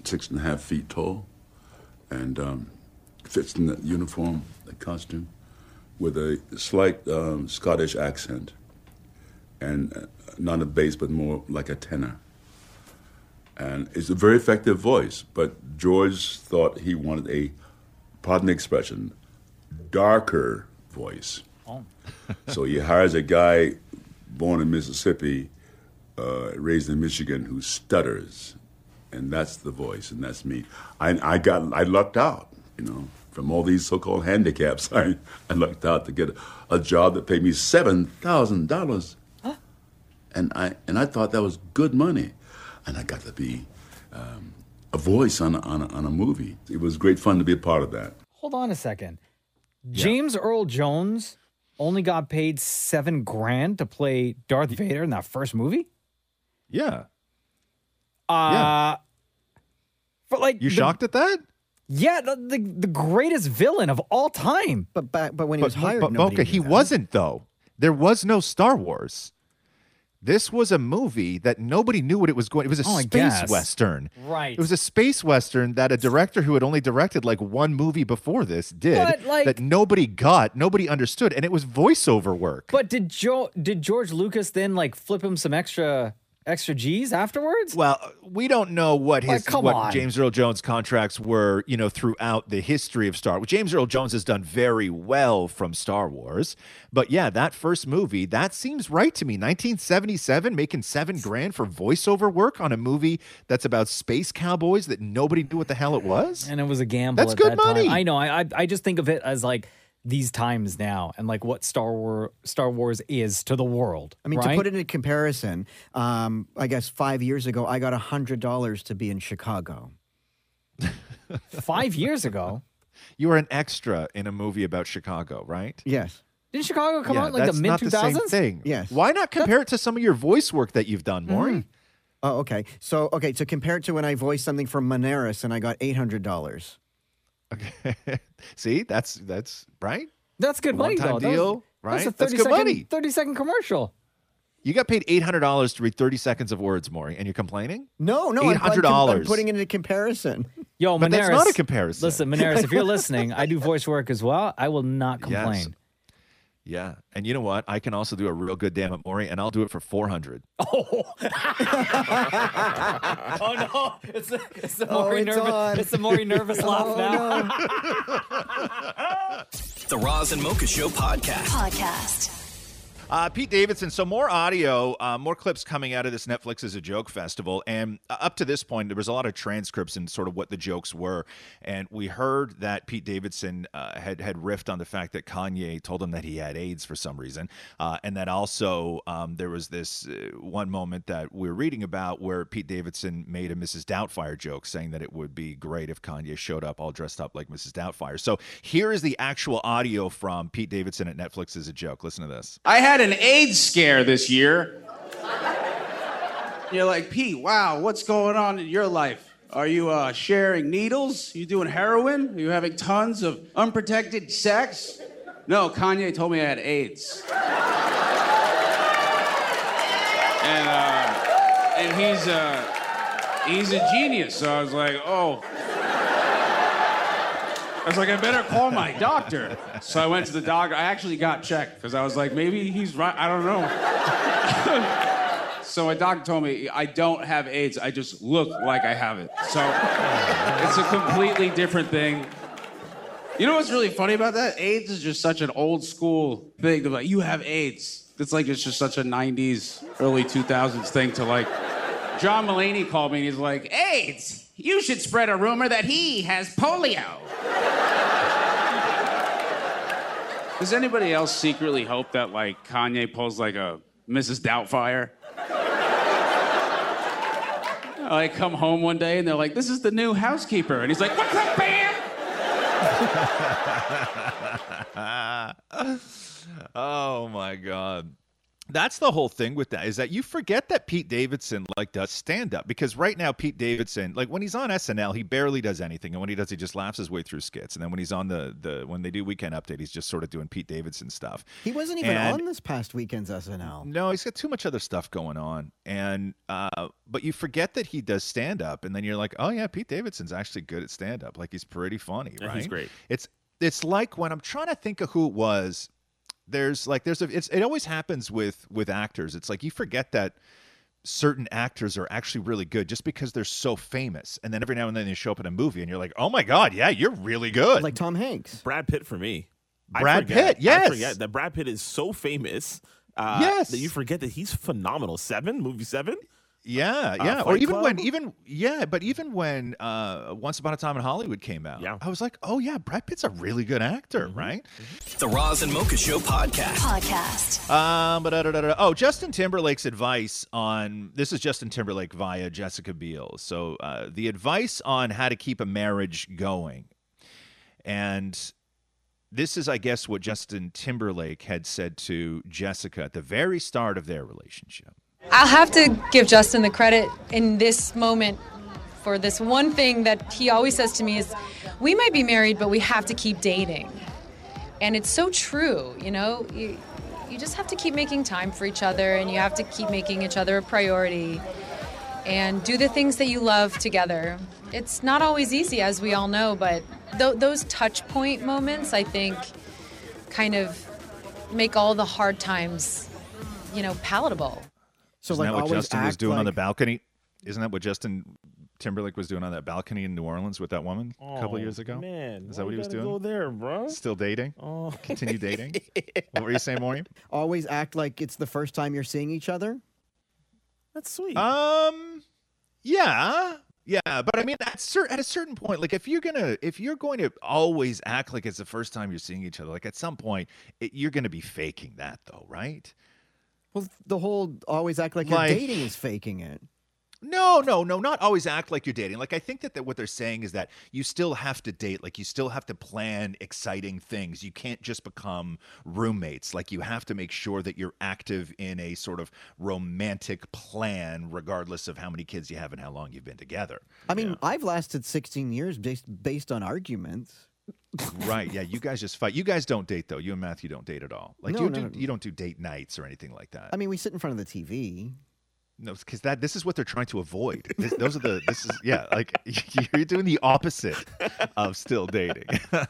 [SPEAKER 40] six and a half feet tall, and um, fits in that uniform, that costume, with a slight um, Scottish accent, and uh, not a bass, but more like a tenor. And it's a very effective voice, but George thought he wanted a pardon the expression, darker voice.
[SPEAKER 41] Oh.
[SPEAKER 40] so he hires a guy born in Mississippi, uh, raised in Michigan, who stutters and that's the voice, and that's me. I, I got I lucked out, you know, from all these so-called handicaps. I, I lucked out to get a, a job that paid me seven thousand dollars, and I and I thought that was good money, and I got to be um, a voice on a, on, a, on a movie. It was great fun to be a part of that.
[SPEAKER 2] Hold on a second. James Earl Jones only got paid seven grand to play Darth Vader in that first movie.
[SPEAKER 5] Yeah.
[SPEAKER 2] Uh but like
[SPEAKER 5] You shocked at that?
[SPEAKER 2] Yeah, the, the the greatest villain of all time.
[SPEAKER 6] But back, but when
[SPEAKER 5] but, but Mocha, he wasn't though. There was no Star Wars. This was a movie that nobody knew what it was going. It was a
[SPEAKER 2] Oh, I
[SPEAKER 5] space
[SPEAKER 2] guess.
[SPEAKER 5] western.
[SPEAKER 2] Right.
[SPEAKER 5] It was a space western that a director who had only directed like one movie before this did
[SPEAKER 2] But, like-
[SPEAKER 5] that nobody got, nobody understood, and it was voiceover work.
[SPEAKER 2] But did Joe did George Lucas then like flip him some extra extra G's afterwards?
[SPEAKER 5] Well, we don't know what
[SPEAKER 2] Like,
[SPEAKER 5] his
[SPEAKER 2] come
[SPEAKER 5] what
[SPEAKER 2] on.
[SPEAKER 5] James Earl Jones contracts were, you know, throughout the history of Star Wars. James Earl Jones has done very well from Star Wars, but yeah, that first movie that seems right to me. 1977, making seven grand for voiceover work on a movie that's about space cowboys that nobody knew what the hell it was.
[SPEAKER 2] And it was a gamble.
[SPEAKER 5] That's
[SPEAKER 2] at
[SPEAKER 5] good
[SPEAKER 2] that
[SPEAKER 5] money.
[SPEAKER 2] Time. I know. I, I I just think of it as like these times now and like what Star War Star Wars is to the world.
[SPEAKER 6] I mean,
[SPEAKER 2] right?
[SPEAKER 6] to put it in comparison, um, I guess five years ago, I got $100 to be in Chicago.
[SPEAKER 2] five years ago,
[SPEAKER 5] you were an extra in a movie about Chicago, right?
[SPEAKER 6] Yes.
[SPEAKER 2] Didn't Chicago come
[SPEAKER 5] Yeah,
[SPEAKER 2] out in, like the
[SPEAKER 5] that's
[SPEAKER 2] mid
[SPEAKER 5] not
[SPEAKER 2] 2000s?
[SPEAKER 5] same thing. Why not compare it to some of your voice work that you've done, Maury?
[SPEAKER 2] Mm-hmm.
[SPEAKER 6] Oh, okay. So, okay. So compared to when I voiced something from Monaris and I got $800.
[SPEAKER 5] See, that's that's right.
[SPEAKER 2] That's good money,
[SPEAKER 5] One-time
[SPEAKER 2] though. That was-
[SPEAKER 5] Deal, right?
[SPEAKER 2] that's a 30
[SPEAKER 5] good
[SPEAKER 2] second-
[SPEAKER 5] money.
[SPEAKER 2] 30 second commercial.
[SPEAKER 5] You got paid eight hundred dollars to read thirty seconds of words, Maury, and you're complaining?
[SPEAKER 6] Oh, No, no.
[SPEAKER 5] eight
[SPEAKER 6] I'm- I'm
[SPEAKER 5] hundred
[SPEAKER 6] com- I'm
[SPEAKER 5] dollars.
[SPEAKER 6] putting it into comparison.
[SPEAKER 2] Yo,
[SPEAKER 5] But
[SPEAKER 2] Monaris,
[SPEAKER 5] that's not a comparison.
[SPEAKER 2] Listen, Monaris, if you're listening, I do voice work as well. I will not complain.
[SPEAKER 5] Yeah, and you know what? I can also do a real good damn at Maury, and I'll do it for four hundred.
[SPEAKER 2] oh no! It's the, it's the
[SPEAKER 11] Oh,
[SPEAKER 2] more
[SPEAKER 11] it's
[SPEAKER 2] nervous.
[SPEAKER 11] on.
[SPEAKER 2] It's the more nervous laugh
[SPEAKER 11] Oh,
[SPEAKER 2] now.
[SPEAKER 11] The Roz and Mocha Show podcast.
[SPEAKER 42] Podcast.
[SPEAKER 5] Uh, Pete Davidson. So more audio, uh, more clips coming out of this Netflix is a joke festival, and uh, up to this point, there was a lot of transcripts and sort of what the jokes were, and we heard that Pete Davidson uh, had had riffed on the fact that Kanye told him that he had AIDS for some reason, uh, and that also um, there was this uh, one moment that we are reading about where Pete Davidson made a Mrs. Doubtfire joke, saying that it would be great if Kanye showed up all dressed up like Mrs. Doubtfire. So here is the actual audio from Pete Davidson at Netflix is a joke. Listen to this.
[SPEAKER 3] I had an AIDS scare this year. You're like, Pete, wow, what's going on in your life? Are you uh, sharing needles? you doing heroin? Are you having tons of unprotected sex? No, Kanye told me I had AIDS. and, uh, and he's, uh, he's a genius. So I was like, oh. I was like, I better call my doctor. So I went to the doctor. I actually got checked because I was like, maybe he's right. I don't know. so my doctor told me I don't have AIDS. I just look like I have it. So it's a completely different thing. You know what's really funny about that? AIDS is just such an old school thing. to like, you have AIDS. It's like it's just such a 90s, early 2000s thing to like. John Mulaney called me and he's like, AIDS, you should spread a rumor that he has polio. Does anybody else secretly hope that like Kanye pulls like a Mrs. Doubtfire? I come home one day and they're like, "This is the new housekeeper," and he's like, "What's up,
[SPEAKER 5] Bam?" oh my god. That's the whole thing with that is that you forget that Pete Davidson like does stand up because right now Pete Davidson like when he's on SNL he barely does anything and when he does he just laughs his way through skits and then when he's on the the when they do weekend update he's just sort of doing Pete Davidson stuff.
[SPEAKER 6] He wasn't even
[SPEAKER 5] And-
[SPEAKER 6] on this past weekend's SNL.
[SPEAKER 5] No, he's got too much other stuff going on, and uh, but you forget that he does stand up, and then you're like, oh yeah, Pete Davidson's actually good at stand up. Like he's pretty funny,
[SPEAKER 43] Yeah,
[SPEAKER 5] right?
[SPEAKER 43] he's great.
[SPEAKER 5] It's it's like when I'm trying to think of who it was. There's like there's a it's it always happens with with actors. It's like you forget that certain actors are actually really good just because they're so famous, and then every now and then they show up in a movie, and you're like, oh my god, yeah, you're really good.
[SPEAKER 6] Like Tom Hanks.
[SPEAKER 7] Brad Pitt for me. I
[SPEAKER 5] Brad
[SPEAKER 7] forget-
[SPEAKER 5] Pitt, yes.
[SPEAKER 7] I forget that Brad Pitt is so famous. Uh,
[SPEAKER 5] Yes.
[SPEAKER 7] That you forget that he's phenomenal. Seven, movie seven?
[SPEAKER 5] Yeah,
[SPEAKER 44] Uh,
[SPEAKER 5] yeah. or
[SPEAKER 44] Fight
[SPEAKER 5] even
[SPEAKER 44] Club?
[SPEAKER 5] when, even yeah, but even when uh, Once Upon a Time in Hollywood came out, yeah. I was like, oh yeah, Brad Pitt's a really good actor,
[SPEAKER 44] Mm-hmm.
[SPEAKER 5] right?
[SPEAKER 1] The Roz and Mocha Show podcast.
[SPEAKER 15] Podcast.
[SPEAKER 5] Um, but da, da, da, da. oh, Justin Timberlake's advice on this is Justin Timberlake via Jessica Biel. So uh, the advice on how to keep a marriage going, and this is, I guess, what Justin Timberlake had said to Jessica at the very start of their relationship.
[SPEAKER 45] I'll have to give Justin the credit in this moment for this one thing that he always says to me is we might be married but we have to keep dating. And it's so true, you know, you, you just have to keep making time for each other and you have to keep making each other a priority and do the things that you love together. It's not always easy as we all know, but th- those touch point moments I think kind of make all the hard times, you know, palatable.
[SPEAKER 6] So,
[SPEAKER 5] Isn't
[SPEAKER 6] like,
[SPEAKER 5] that what
[SPEAKER 6] always
[SPEAKER 5] Justin was
[SPEAKER 6] act
[SPEAKER 5] doing on
[SPEAKER 6] like-
[SPEAKER 5] the balcony? Isn't that what Justin Timberlake was doing on that balcony in New Orleans with that woman a couple
[SPEAKER 7] Oh,
[SPEAKER 5] years ago?
[SPEAKER 7] man,
[SPEAKER 5] is that
[SPEAKER 7] why
[SPEAKER 5] what he
[SPEAKER 7] you
[SPEAKER 5] was
[SPEAKER 7] gotta
[SPEAKER 5] doing?
[SPEAKER 7] go there, bro.
[SPEAKER 5] Still dating?
[SPEAKER 7] Oh,
[SPEAKER 5] continue dating. What were you saying, Maureen?
[SPEAKER 6] Always act like it's the first time you're seeing each other.
[SPEAKER 7] That's sweet.
[SPEAKER 5] Um, yeah, yeah, but I mean, at cer- at a certain point, like if you're gonna if you're going to always act like it's the first time you're seeing each other, like at some point it, you're gonna be faking that, though, right?
[SPEAKER 6] Well, the whole always act like,
[SPEAKER 5] Like-
[SPEAKER 6] you're dating is faking it.
[SPEAKER 5] No, no, no, not always act like you're dating. Like I think that, that what they're saying is that you still have to date, like you still have to plan exciting things. You can't just become roommates. Like you have to make sure that you're active in a sort of romantic plan regardless of how many kids you have and how long you've been together.
[SPEAKER 6] I mean, I've lasted 16 years based based on arguments.
[SPEAKER 5] right. Yeah, you guys just fight. You guys don't date though. You and Matthew don't date at all. Like
[SPEAKER 6] No,
[SPEAKER 5] you
[SPEAKER 6] no,
[SPEAKER 5] do,
[SPEAKER 6] no.
[SPEAKER 5] you don't do date nights or anything like that.
[SPEAKER 6] I mean, we sit in front of the TV.
[SPEAKER 5] No, because that this is what they're trying to avoid. This, those are the this is yeah, like you're doing the opposite of still dating.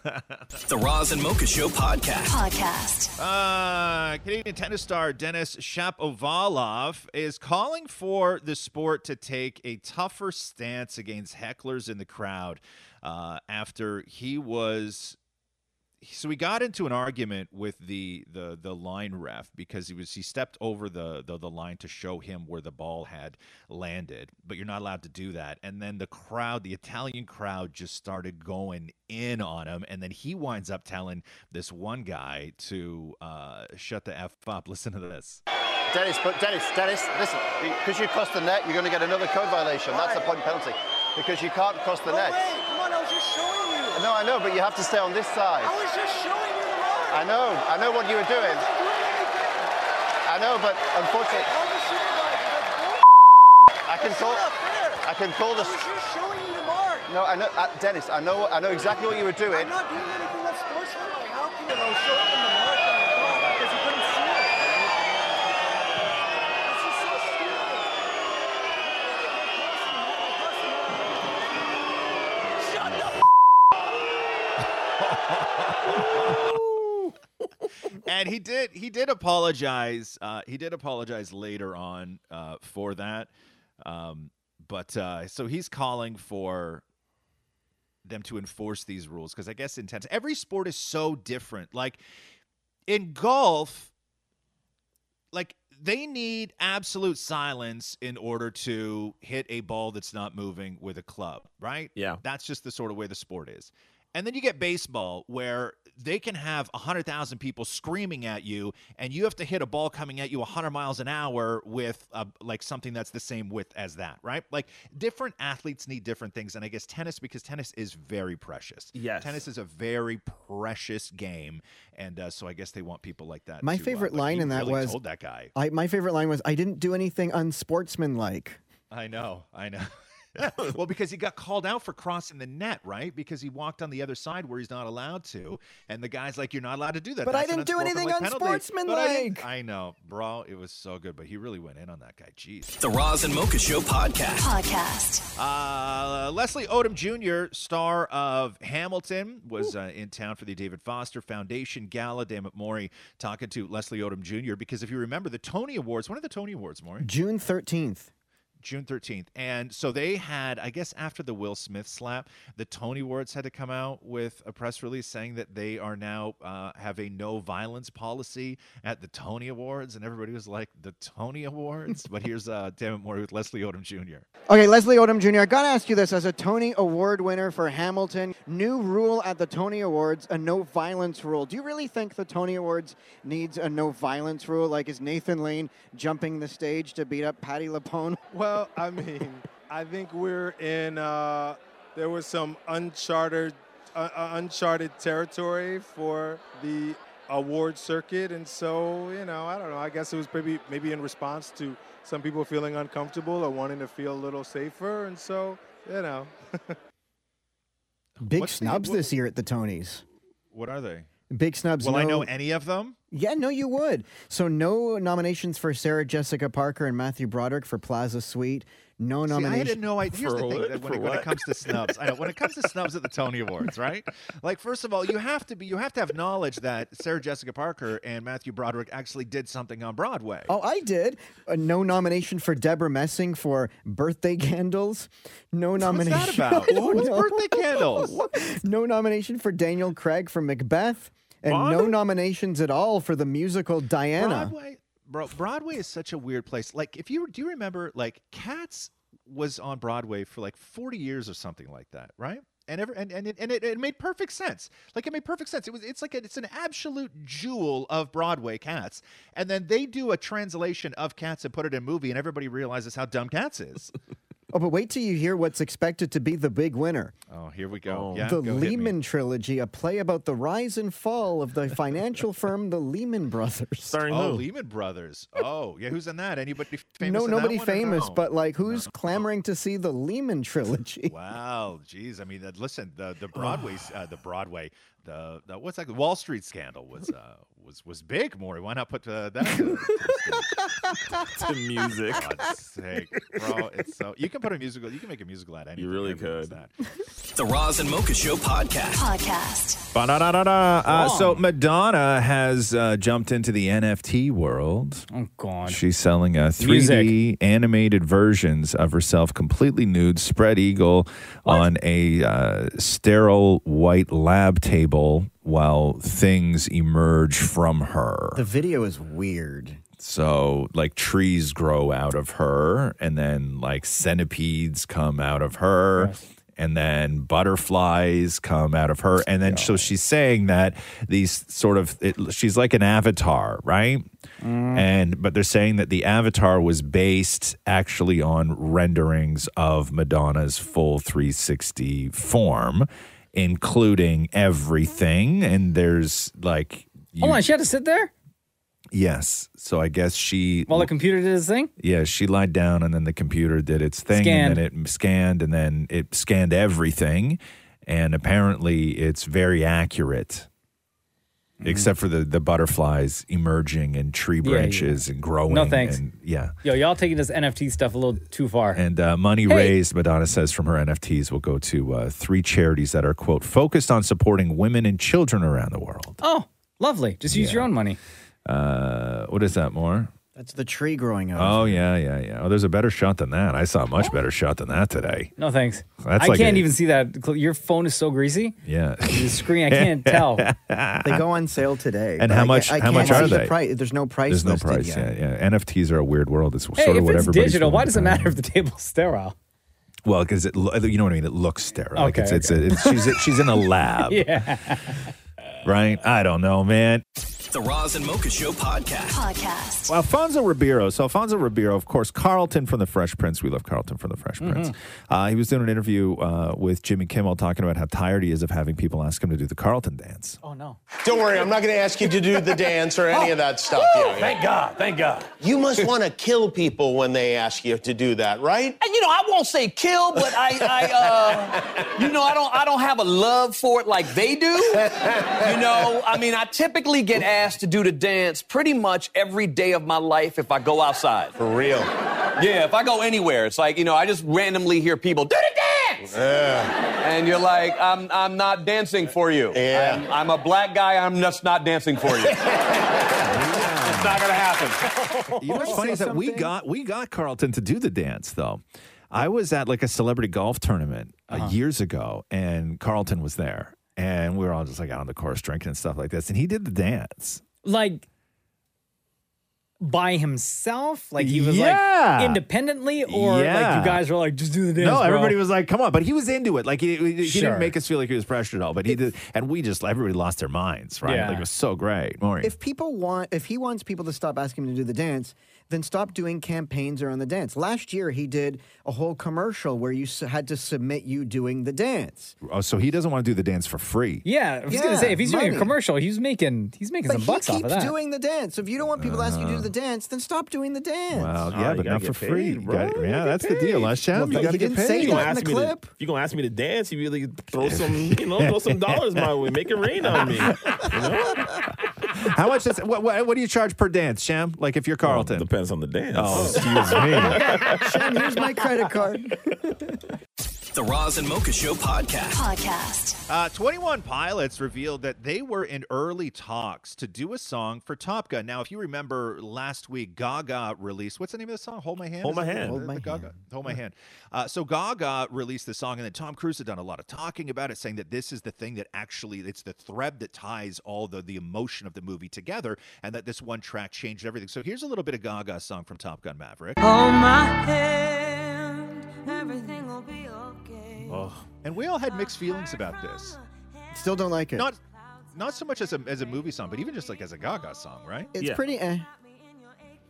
[SPEAKER 1] The Roz and Mocha Show podcast.
[SPEAKER 15] Podcast.
[SPEAKER 5] Uh, Canadian tennis star Dennis Shapovalov is calling for the sport to take a tougher stance against hecklers in the crowd uh, after he was. So he got into an argument with the the the line ref because he was he stepped over the, the the line to show him where the ball had landed, but you're not allowed to do that. And then the crowd, the Italian crowd, just started going in on him, and then he winds up telling this one guy to uh, shut the f up. Listen to this.
[SPEAKER 11] Dennis, but Dennis, Dennis, listen, because you crossed the net, you're going to get another code violation. That's a point penalty. Because you can't cross the net. come on, I was just showing you. No, I know, but you have to stay on this side. I was just showing you the line. I know, I know what you were doing. I know, but unfortunately, I can call. I can call this. showing you the mark. No, I know, uh, Dennis. I know, I know exactly what you were doing. I'm not doing anything that's sportsmanlike. How can you know, show him the mark on the ball because he couldn't see it? This is so stupid.
[SPEAKER 5] and he did he did apologize uh he did apologize later on uh for that um but uh so he's calling for them to enforce these rules because i guess in tennis every sport is so different like in golf like they need absolute silence in order to hit a ball that's not moving with a club, right? Yeah. That's just the sort of way the sport is. And then you get baseball where they can have 100,000 people screaming at you and you have to hit a ball coming at you 100 miles an hour with uh, like something that's the same width as that, right? Like different athletes need different things and I guess tennis because tennis is very precious. Yes. Tennis is a very precious game and uh, so I guess they want people like that
[SPEAKER 6] My
[SPEAKER 5] to, uh,
[SPEAKER 6] favorite
[SPEAKER 5] like,
[SPEAKER 6] line
[SPEAKER 5] you
[SPEAKER 6] in that
[SPEAKER 5] really
[SPEAKER 6] was
[SPEAKER 5] told that guy.
[SPEAKER 6] I, my favorite line was I didn't do anything unsportsmanlike.
[SPEAKER 5] I know, I know. well, because he got called out for crossing the net, right? Because he walked on the other side where he's not allowed to, and the guy's like, "You're not allowed to do that."
[SPEAKER 6] But I
[SPEAKER 5] That's an
[SPEAKER 6] didn't do anything
[SPEAKER 5] unsportsmanlike penalty." But I didn't-
[SPEAKER 6] unsportsmanlike.
[SPEAKER 5] I, know, bro. It was so good, but he really went in on that guy. Jeez.
[SPEAKER 1] The Roz and Mocha Show podcast.
[SPEAKER 15] Podcast.
[SPEAKER 5] Uh, Leslie Odom Jr., star of Hamilton, was uh, in town for the David Foster Foundation Gala. Damn it, Maury, talking to Leslie Odom Jr. Because if you remember the Tony Awards, one of the Tony Awards, Maury,
[SPEAKER 6] June 13th.
[SPEAKER 5] June 13th. And so they had, I guess, after the Will Smith slap, the Tony Awards had to come out with a press release saying that they are now uh, have a no violence policy at the Tony Awards. And everybody was like, the Tony Awards? but here's uh, Dammit Morey with Leslie Odom Jr.
[SPEAKER 6] Okay, Leslie Odom Jr., I gotta ask you this as a Tony Award winner for Hamilton, new rule at the Tony Awards, a no violence rule. Do you really think the Tony Awards needs a no violence rule? Like, is Nathan Lane jumping the stage to beat up Patty Lapone?
[SPEAKER 25] Well, I mean, I think we're in. Uh, there was some uncharted, uh, uh, uncharted territory for the award circuit, and so you know, I don't know. I guess it was maybe maybe in response to some people feeling uncomfortable or wanting to feel a little safer, and so you know.
[SPEAKER 46] Big
[SPEAKER 6] What's the-
[SPEAKER 46] snubs
[SPEAKER 6] what-
[SPEAKER 46] this year at the Tonys.
[SPEAKER 5] What are they?
[SPEAKER 6] Big snubs.
[SPEAKER 5] Will I
[SPEAKER 6] no-
[SPEAKER 5] know any of them?
[SPEAKER 6] Yeah, no, you would. So, no nominations for Sarah Jessica Parker and Matthew Broderick for Plaza Suite. No
[SPEAKER 5] See, I
[SPEAKER 6] nominations.
[SPEAKER 5] had no idea. Here's the thing that when, it, when it comes to snubs, I know when it comes to snubs at the Tony Awards, right? Like, first of all, you have to be you have to have knowledge that Sarah Jessica Parker and Matthew Broderick actually did something on Broadway.
[SPEAKER 6] Oh, I did. Uh, no nomination for Deborah Messing for Birthday Candles. No nomination.
[SPEAKER 5] about?
[SPEAKER 6] I don't
[SPEAKER 5] What's
[SPEAKER 6] know.
[SPEAKER 5] Birthday Candles?
[SPEAKER 6] no nomination for Daniel Craig for Macbeth, and no
[SPEAKER 5] What?
[SPEAKER 6] nominations at all for the musical Diana.
[SPEAKER 5] Broadway, bro, Broadway is such a weird place. Like, if you do you remember, like Cats was on Broadway for like forty years or something like that, right? And ever and and it, and it, it made perfect sense. Like it made perfect sense. It was it's like a, it's an absolute jewel of Broadway Cats. And then they do a translation of Cats and put it in a movie, and everybody realizes how dumb Cats is.
[SPEAKER 6] Oh, but wait till you hear what's expected to be the big winner.
[SPEAKER 5] oh, here we go. yeah,
[SPEAKER 6] the
[SPEAKER 5] go hit me.
[SPEAKER 6] Lehman trilogy, a play about the rise and fall of the financial firm, the Lehman Brothers.
[SPEAKER 5] oh, Lehman Brothers. Oh, yeah. Who's in that? Anybody famous?
[SPEAKER 6] no,
[SPEAKER 5] in that
[SPEAKER 6] nobody
[SPEAKER 5] one or
[SPEAKER 6] famous,
[SPEAKER 5] no?
[SPEAKER 6] but like who's clamoring to see the Lehman trilogy?
[SPEAKER 5] Wow, geez. I mean, that, listen, the the Broadway, uh, the Broadway, the, the what's that? Wall Street scandal was uh, was was big, Maury. Why not put uh, that to, to music? God's sake, bro! It's so you can put a musical. You can make a musical out of anything. You really could. That.
[SPEAKER 1] The Roz and Mocha Show podcast. Podcast.
[SPEAKER 5] Ba-da-da-da-da. Uh, so Madonna has uh, jumped into the NFT world.
[SPEAKER 2] Oh God!
[SPEAKER 5] She's selling a 3D animated versions of herself, completely nude, spread eagle, on a uh, sterile white lab table while things emerge from her.
[SPEAKER 46] The video is weird.
[SPEAKER 5] So, like trees grow out of her, and then like centipedes come out of her, and then butterflies come out of her. And then, so she's saying that these sort of, it, she's like an avatar, right?
[SPEAKER 2] Mm-hmm.
[SPEAKER 6] Mm.
[SPEAKER 5] And, but they're saying that the avatar was based actually on renderings of Madonna's full 360 form, including everything. And there's like,
[SPEAKER 2] Hold on, she had to sit there
[SPEAKER 5] yes. So I guess she,
[SPEAKER 2] while the computer did its thing.
[SPEAKER 5] yeah, she lied down and then the computer did its thing and then it scanned and then it scanned everything. And apparently it's very accurate, except for the, the butterflies emerging and tree
[SPEAKER 2] Mm-hmm. Yeah, yeah.
[SPEAKER 5] branches and growing.
[SPEAKER 2] No, thanks.
[SPEAKER 5] And, yeah.
[SPEAKER 2] Yo, y'all taking this NFT stuff a little too far.
[SPEAKER 5] And uh, money
[SPEAKER 2] Hey.
[SPEAKER 5] raised, Madonna says, from her NFTs will go to uh, three charities that are, quote, focused on supporting women and children around the world.
[SPEAKER 2] Oh, lovely. Just use
[SPEAKER 5] Yeah.
[SPEAKER 2] your own money.
[SPEAKER 5] Uh, what is that, more?
[SPEAKER 46] That's the tree growing up.
[SPEAKER 5] Oh, yeah, yeah, yeah. Oh, there's a better shot than that. I saw a
[SPEAKER 2] Oh.
[SPEAKER 5] much better shot than that today.
[SPEAKER 2] No thanks.
[SPEAKER 5] That's
[SPEAKER 2] I
[SPEAKER 5] like
[SPEAKER 2] can't
[SPEAKER 5] a-
[SPEAKER 2] even see that. Cl- Your phone is so greasy.
[SPEAKER 5] Yeah.
[SPEAKER 2] The screen, I can't tell.
[SPEAKER 46] They go on sale today.
[SPEAKER 5] And
[SPEAKER 46] but
[SPEAKER 5] how
[SPEAKER 46] I ca-
[SPEAKER 5] much-
[SPEAKER 46] I
[SPEAKER 5] how much
[SPEAKER 46] can't
[SPEAKER 5] are
[SPEAKER 46] see the
[SPEAKER 5] they?
[SPEAKER 46] price- There's no price.
[SPEAKER 5] There's no
[SPEAKER 46] listed
[SPEAKER 5] price.
[SPEAKER 46] yet.
[SPEAKER 5] Yeah, yeah. NFTs are a weird world. It's
[SPEAKER 2] Hey,
[SPEAKER 5] sort of
[SPEAKER 2] if
[SPEAKER 5] what
[SPEAKER 2] it's
[SPEAKER 5] everybody's
[SPEAKER 2] digital,
[SPEAKER 5] doing.
[SPEAKER 2] why does it matter if the table's sterile?
[SPEAKER 5] Well, because it, lo- you know what I mean. It looks sterile. like
[SPEAKER 2] Okay,
[SPEAKER 5] it's, it's, a, it's she's she's in a lab,
[SPEAKER 2] yeah.
[SPEAKER 5] right? I don't know, man.
[SPEAKER 1] The Roz and Mocha Show podcast. Podcast.
[SPEAKER 5] Well, Alfonso Ribeiro. So Alfonso Ribeiro, of course, Carlton from The Fresh Prince. We love Carlton from The Fresh Prince.
[SPEAKER 1] Mhm.
[SPEAKER 5] Uh, he was doing an interview uh, with Jimmy Kimmel talking about how tired he is of having people ask him to do the Carlton dance.
[SPEAKER 2] Oh no.
[SPEAKER 7] Don't worry, I'm not going to ask you to do the dance or any of that stuff.
[SPEAKER 11] Woo! Thank God,
[SPEAKER 7] thank God. You must want to kill people when they ask you to do that, right?
[SPEAKER 11] And you know, I won't say kill, but I, I uh, you know, I don't, I don't have a love for it like they do. You know, I mean, I typically get asked to do the dance pretty much every day of my life if I go outside. For real? Yeah, if I go anywhere, it's like you know, I just randomly hear people do the dance. And you're like, I'm, I'm not dancing for you. Yeah. I'm, I'm a black guy. I'm just not dancing for you. It's not gonna happen.
[SPEAKER 5] You know
[SPEAKER 2] Oh,
[SPEAKER 5] what's
[SPEAKER 11] Wanna
[SPEAKER 5] funny
[SPEAKER 11] say
[SPEAKER 5] is that we
[SPEAKER 11] something?
[SPEAKER 5] got we got Carlton to do the dance though. I was at like a celebrity golf tournament uh,
[SPEAKER 2] Uh-huh.
[SPEAKER 5] years ago, and Carlton was there, and we were all just like out on the course drinking and stuff like this, and he did the dance.
[SPEAKER 2] Like by himself? Like he was
[SPEAKER 5] Yeah.
[SPEAKER 2] like independently, or like
[SPEAKER 5] Yeah.
[SPEAKER 2] you guys were like, just do the dance.
[SPEAKER 5] no,
[SPEAKER 2] bro.
[SPEAKER 5] everybody was like, "Come on!" But he was into it. Like he, he- he
[SPEAKER 2] Sure.
[SPEAKER 5] didn't make us feel like he was pressured at all. But he did, and we just everybody lost their minds, right?
[SPEAKER 6] Yeah.
[SPEAKER 5] Like it was so great. Maureen.
[SPEAKER 6] If people want, if he wants people to stop asking him to do the dance, then stop doing campaigns around the dance. Last year, he did a whole commercial where you s- had to submit you doing the dance.
[SPEAKER 5] oh, so he doesn't want to do the dance for free.
[SPEAKER 2] Yeah, I was gonna
[SPEAKER 6] Yeah,
[SPEAKER 2] say if he's doing a
[SPEAKER 6] money.
[SPEAKER 2] commercial, he's making he's making
[SPEAKER 6] But
[SPEAKER 2] some bucks
[SPEAKER 6] he
[SPEAKER 2] off
[SPEAKER 6] keeps
[SPEAKER 2] of that.
[SPEAKER 6] doing the dance. So if you don't want people to ask you to do
[SPEAKER 5] Uh-huh.
[SPEAKER 6] the dance, then stop doing the dance.
[SPEAKER 5] Well,
[SPEAKER 6] Oh,
[SPEAKER 5] yeah,
[SPEAKER 6] you
[SPEAKER 5] but
[SPEAKER 6] gotta
[SPEAKER 5] not for
[SPEAKER 6] get
[SPEAKER 5] free.
[SPEAKER 6] paid,
[SPEAKER 5] You
[SPEAKER 6] bro.
[SPEAKER 5] got- yeah, that's the deal, huh, Shem? You
[SPEAKER 6] he
[SPEAKER 5] got to get
[SPEAKER 6] didn't
[SPEAKER 5] paid.
[SPEAKER 6] say
[SPEAKER 7] You gonna ask
[SPEAKER 6] the
[SPEAKER 7] me To, if you gonna ask me to dance, you really throw some, you know, throw some dollars my way, make it rain on me.
[SPEAKER 5] How much does what, what what do you charge per dance, Sham? Like if you're Carlton,
[SPEAKER 7] depends on the dance.
[SPEAKER 5] Oh, excuse me.
[SPEAKER 6] Shem, here's my credit card.
[SPEAKER 1] The Roz and Mocha Show podcast.
[SPEAKER 47] Podcast.
[SPEAKER 5] Uh, 21 Pilots revealed that they were in early talks to do a song for Top Gun. Now, if you remember last week, Gaga released what's the name of the song? Hold My Hand.
[SPEAKER 7] Hold
[SPEAKER 5] Is
[SPEAKER 7] My
[SPEAKER 5] it?
[SPEAKER 7] Hand.
[SPEAKER 5] The-
[SPEAKER 7] Hold
[SPEAKER 5] the
[SPEAKER 7] My
[SPEAKER 5] Gaga. Hold My Hand. Uh, so Gaga released the song, and then Tom Cruise had done a lot of talking about it, saying that this is the thing that actually it's the thread that ties all the the emotion of the movie together, and that this one track changed everything. So here's a little bit of Gaga's song from Top Gun Maverick.
[SPEAKER 19] Hold my hand, everything will be okay.
[SPEAKER 5] And we all had mixed feelings about this.
[SPEAKER 6] Still don't like it.
[SPEAKER 5] Not not so much as a as a movie song, but even just like as a Gaga song, right?
[SPEAKER 6] It's pretty eh.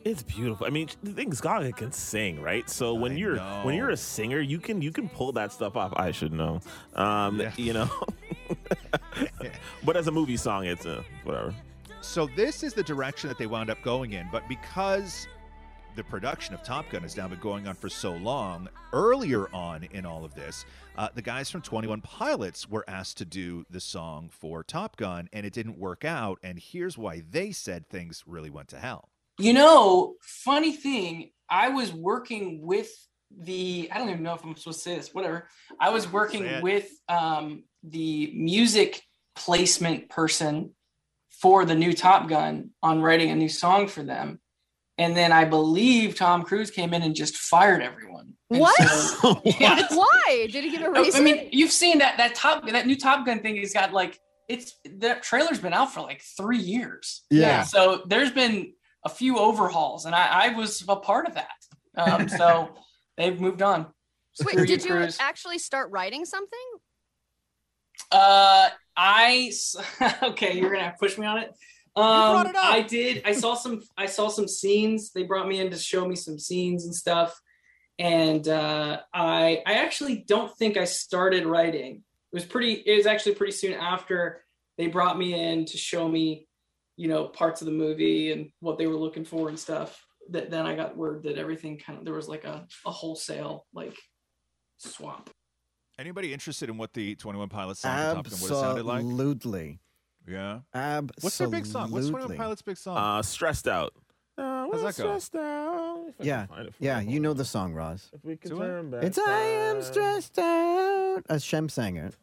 [SPEAKER 7] It's beautiful. I mean, the thing is, Gaga can sing, right? So when you're when you're a singer, you can you can pull that stuff off. I should know, um, you know. but as a movie song, it's uh, whatever.
[SPEAKER 5] So this is the direction that they wound up going in, but because the production of Top Gun has now been going on for so long, earlier on in all of this, uh, the guys from 21 Pilots were asked to do the song for Top Gun, and it didn't work out. And here's why they said things really went to hell.
[SPEAKER 48] You know, funny thing, I was working with the, I don't even know if I'm supposed to say this, whatever. I was working
[SPEAKER 49] Say it.
[SPEAKER 48] with um, the music placement person for the new Top Gun on writing a new song for them. And then I believe Tom Cruise came in and just fired everyone.
[SPEAKER 20] What?
[SPEAKER 48] Yeah.
[SPEAKER 20] Why did he get a
[SPEAKER 48] Oh, I-
[SPEAKER 20] raise?
[SPEAKER 48] I mean, you've seen that that top that new Top Gun thing has got like it's the trailer's been out for like three years.
[SPEAKER 20] Yeah.
[SPEAKER 48] So there's been a few overhauls, and I, I was a part of that. Um, so they've moved on. Screw
[SPEAKER 20] Wait, did you
[SPEAKER 48] Cruise.
[SPEAKER 20] actually start writing something?
[SPEAKER 48] Uh, I s- okay, you're gonna have to push me on it. Um,
[SPEAKER 20] brought it up.
[SPEAKER 48] I did. I saw some. I saw some scenes. They brought me in to show me some scenes and stuff. And uh, I, I actually don't think I started writing. It was pretty. It was actually pretty soon after they brought me in to show me, you know, parts of the movie and what they were looking for and stuff. That then I got word that everything kind of there was like a a wholesale like swamp.
[SPEAKER 5] Anybody interested in what the 21 Pilots song for Top Gun would have sounded like?
[SPEAKER 6] Absolutely.
[SPEAKER 5] Yeah.
[SPEAKER 6] Absolutely.
[SPEAKER 5] What's their big song? What's 21 Pilots' big song?
[SPEAKER 7] Uh, stressed out.
[SPEAKER 5] How's that go?
[SPEAKER 7] uh,
[SPEAKER 6] Yeah, yeah, you know the song, Roz.
[SPEAKER 7] If we could
[SPEAKER 6] Do I?
[SPEAKER 7] turn back
[SPEAKER 6] It's I am
[SPEAKER 7] time."
[SPEAKER 6] stressed out. As Shem sang it.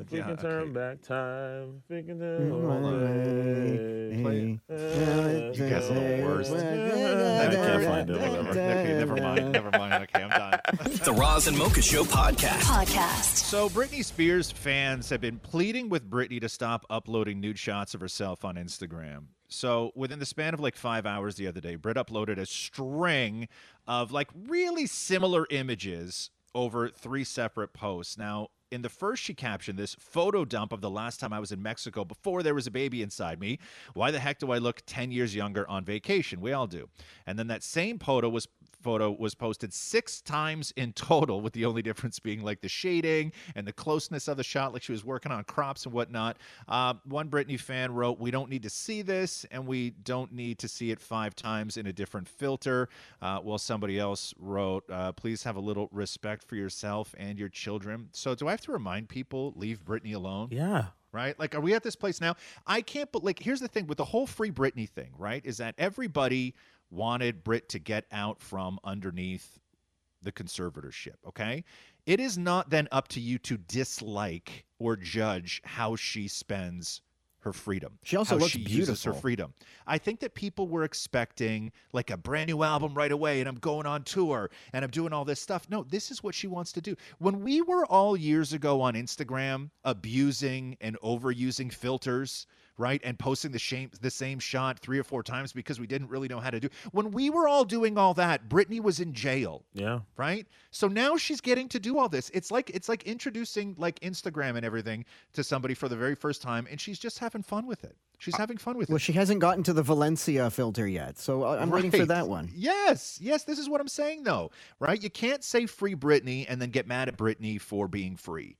[SPEAKER 7] If we can turn back time, if we can
[SPEAKER 6] Mm,
[SPEAKER 7] turn
[SPEAKER 6] Play
[SPEAKER 7] back-
[SPEAKER 6] You guys are the worst.
[SPEAKER 1] I can't find it, whatever.
[SPEAKER 5] Okay, never mind. Never mind. Okay, I'm done.
[SPEAKER 1] The Roz and Mocha Show podcast.
[SPEAKER 47] Podcast.
[SPEAKER 5] So, Britney Spears fans have been pleading with Britney to stop uploading nude shots of herself on Instagram. So, within the span of like five hours the other day, Brit uploaded a string of like really similar images over three separate posts. Now, in the first, she captioned this photo dump of the last time I was in Mexico before there was a baby inside me. Why the heck do I look 10 years younger on vacation? We all do. And then that same photo was photo was posted six times in total, with the only difference being like the shading and the closeness of the shot, like she was working on crops and whatnot. Uh, one Britney fan wrote, We don't need to see this, and we don't need to see it five times in a different filter. Uh, while somebody else wrote, uh, Please have a little respect for yourself and your children. So, do I have to remind people, leave Britney alone?
[SPEAKER 7] Yeah.
[SPEAKER 5] right? Like, are we at this place now? I can't, but like, here's the thing with the whole free Britney thing, right? Is that everybody wanted Brit to get out from underneath the conservatorship, okay? It is not then up to you to dislike or judge how she spends her freedom.
[SPEAKER 6] She also
[SPEAKER 5] how
[SPEAKER 6] looks
[SPEAKER 5] she uses her
[SPEAKER 6] beautiful.
[SPEAKER 5] freedom. I think that people were expecting like a brand new album right away, and I'm going on tour and I'm doing all this stuff. No, this is what she wants to do. When we were all years ago on Instagram abusing and overusing filters, right, and posting the same the same shot three or four times because we didn't really know how to do. When we were all doing all that, Britney was in jail
[SPEAKER 7] Yeah.
[SPEAKER 5] right so now she's getting to do all this it's like it's like introducing like instagram and everything to somebody for the very first time and she's just having fun with it she's having fun with
[SPEAKER 6] Well,
[SPEAKER 5] it
[SPEAKER 6] she hasn't gotten to the Valencia filter yet, so I- I'm waiting for
[SPEAKER 5] Right.
[SPEAKER 6] that one.
[SPEAKER 5] yes yes this is what i'm saying though right you can't say free britney and then get mad at britney for being free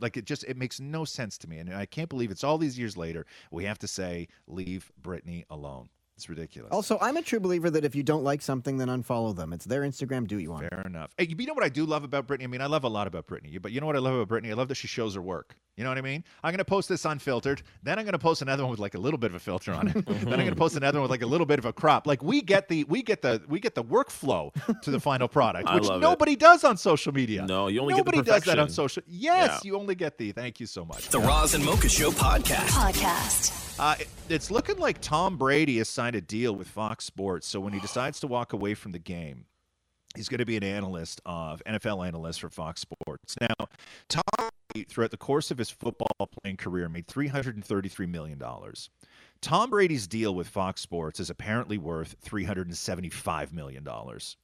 [SPEAKER 5] like it just it makes no sense to me and i can't believe it's all these years later we have to say leave britney alone it's ridiculous
[SPEAKER 6] Also, I'm a true believer that if you don't like something, then unfollow them. It's their Instagram. Do what you want?
[SPEAKER 5] Fair enough. Hey, you know what I do love about Britney? I mean, I love a lot about Britney, but you know what I love about Britney? I love that she shows her work. You know what I mean? I'm going to post this unfiltered. Then I'm going to post another one with like a little bit of a filter on it. then I'm going to post another one with like a little bit of a crop. Like we get the we get the we get the workflow to the final product,
[SPEAKER 7] I
[SPEAKER 5] which
[SPEAKER 7] love it.
[SPEAKER 5] nobody does on social media.
[SPEAKER 7] No, you only get the
[SPEAKER 5] nobody does that on
[SPEAKER 7] perfection.
[SPEAKER 5] social. Yes,
[SPEAKER 7] Yeah.
[SPEAKER 5] you only get the. Thank you so much.
[SPEAKER 1] The Roz and Mocha Show podcast.
[SPEAKER 15] Podcast.
[SPEAKER 5] Uh, it- it's looking like Tom Brady has signed a deal with Fox Sports. So when he decides to walk away from the game, he's going to be an analyst of NFL analyst for Fox Sports. Now, Tom Brady, throughout the course of his football playing career, made three hundred and thirty-three million dollars. Tom Brady's deal with Fox Sports is apparently worth three hundred and seventy-five million dollars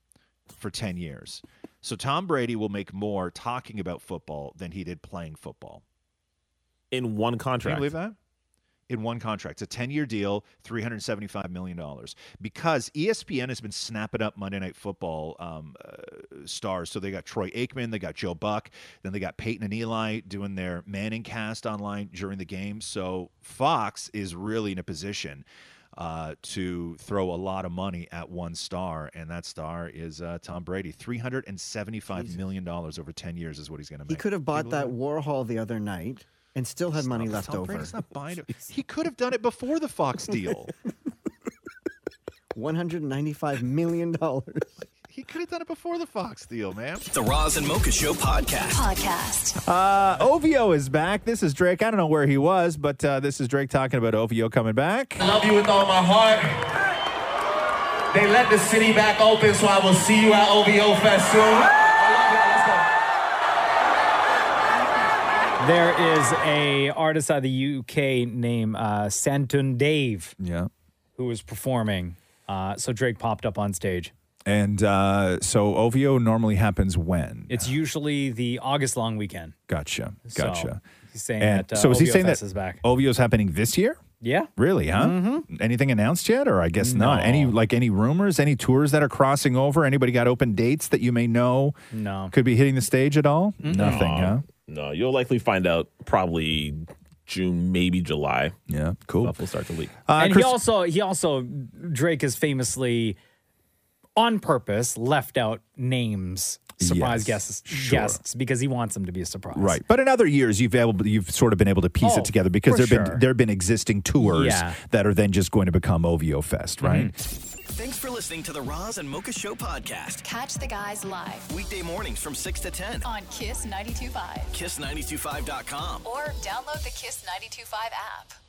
[SPEAKER 5] for 10 years. So Tom Brady will make more talking about football than he did playing football.
[SPEAKER 7] In one contract.
[SPEAKER 5] Can you believe that? In one contract. It's a 10 year deal, $375 million. Because E ESPN has been snapping up Monday Night Football um, uh, stars. So they got Troy Aikman, they got Joe Buck, then they got Peyton and Eli doing their Manning cast online during the game. So Fox is really in a position uh, to throw a lot of money at one star. And that star is uh, Tom Brady. $375 million over 10 years is what he's going to make.
[SPEAKER 6] He could have bought that Warhol the other night and still had money left
[SPEAKER 5] Tom
[SPEAKER 6] over.
[SPEAKER 5] Brady's not buying it. He could have done it before the Fox deal.
[SPEAKER 6] One hundred ninety-five million dollars.
[SPEAKER 5] he could have done it before the Fox deal, man.
[SPEAKER 1] The Roz and Mocha Show podcast.
[SPEAKER 15] Podcast.
[SPEAKER 27] Uh, Ovio is back. This is Drake. I don't know where he was, but uh, this is Drake talking about Ovio coming back.
[SPEAKER 17] I love you with all my heart. They let the city back open, so I will see you at OVO Fest soon.
[SPEAKER 2] There is a artist out of the UK named uh, Santun Dave.
[SPEAKER 27] Yeah.
[SPEAKER 2] Who was performing. Uh, so Drake popped up on stage.
[SPEAKER 27] And uh, so Ovio normally happens when?
[SPEAKER 2] It's usually the August long weekend.
[SPEAKER 27] Gotcha.
[SPEAKER 2] So,
[SPEAKER 27] Gotcha.
[SPEAKER 2] he's saying
[SPEAKER 27] And
[SPEAKER 2] that, uh,
[SPEAKER 27] so is he
[SPEAKER 2] OVO
[SPEAKER 27] saying
[SPEAKER 2] Fest
[SPEAKER 27] that
[SPEAKER 2] is back.
[SPEAKER 27] Ovio's happening this year?
[SPEAKER 2] Yeah.
[SPEAKER 27] Really, huh?
[SPEAKER 2] Mhm.
[SPEAKER 27] Anything announced yet? Or I guess not. Any like any rumors, any tours that are crossing over? Anybody got open dates that you may know
[SPEAKER 2] No.
[SPEAKER 27] could be hitting the stage at all? Nothing,
[SPEAKER 7] No.
[SPEAKER 27] huh?
[SPEAKER 7] No, you'll likely find out probably June, maybe July.
[SPEAKER 27] Yeah, cool.
[SPEAKER 7] Stuff will start to leak.
[SPEAKER 27] Uh,
[SPEAKER 2] and he also he also Drake has famously on purpose left out names surprise guests guests because he wants them to be a surprise.
[SPEAKER 27] Right, but in other years you've able you've sort of been able to piece
[SPEAKER 2] Oh,
[SPEAKER 27] it together because
[SPEAKER 2] for
[SPEAKER 27] there've
[SPEAKER 2] sure.
[SPEAKER 27] been there've been existing tours
[SPEAKER 2] Yeah. Mm-hmm.
[SPEAKER 27] that are then just going to become OVO Fest, right?
[SPEAKER 1] Thanks for listening to the Roz and Mocha Show podcast.
[SPEAKER 15] Catch the guys live
[SPEAKER 1] Weekday mornings from 6 to 10.
[SPEAKER 15] on Kiss 92.5
[SPEAKER 1] Kiss925.com.
[SPEAKER 15] or download the Kiss 92.5 app.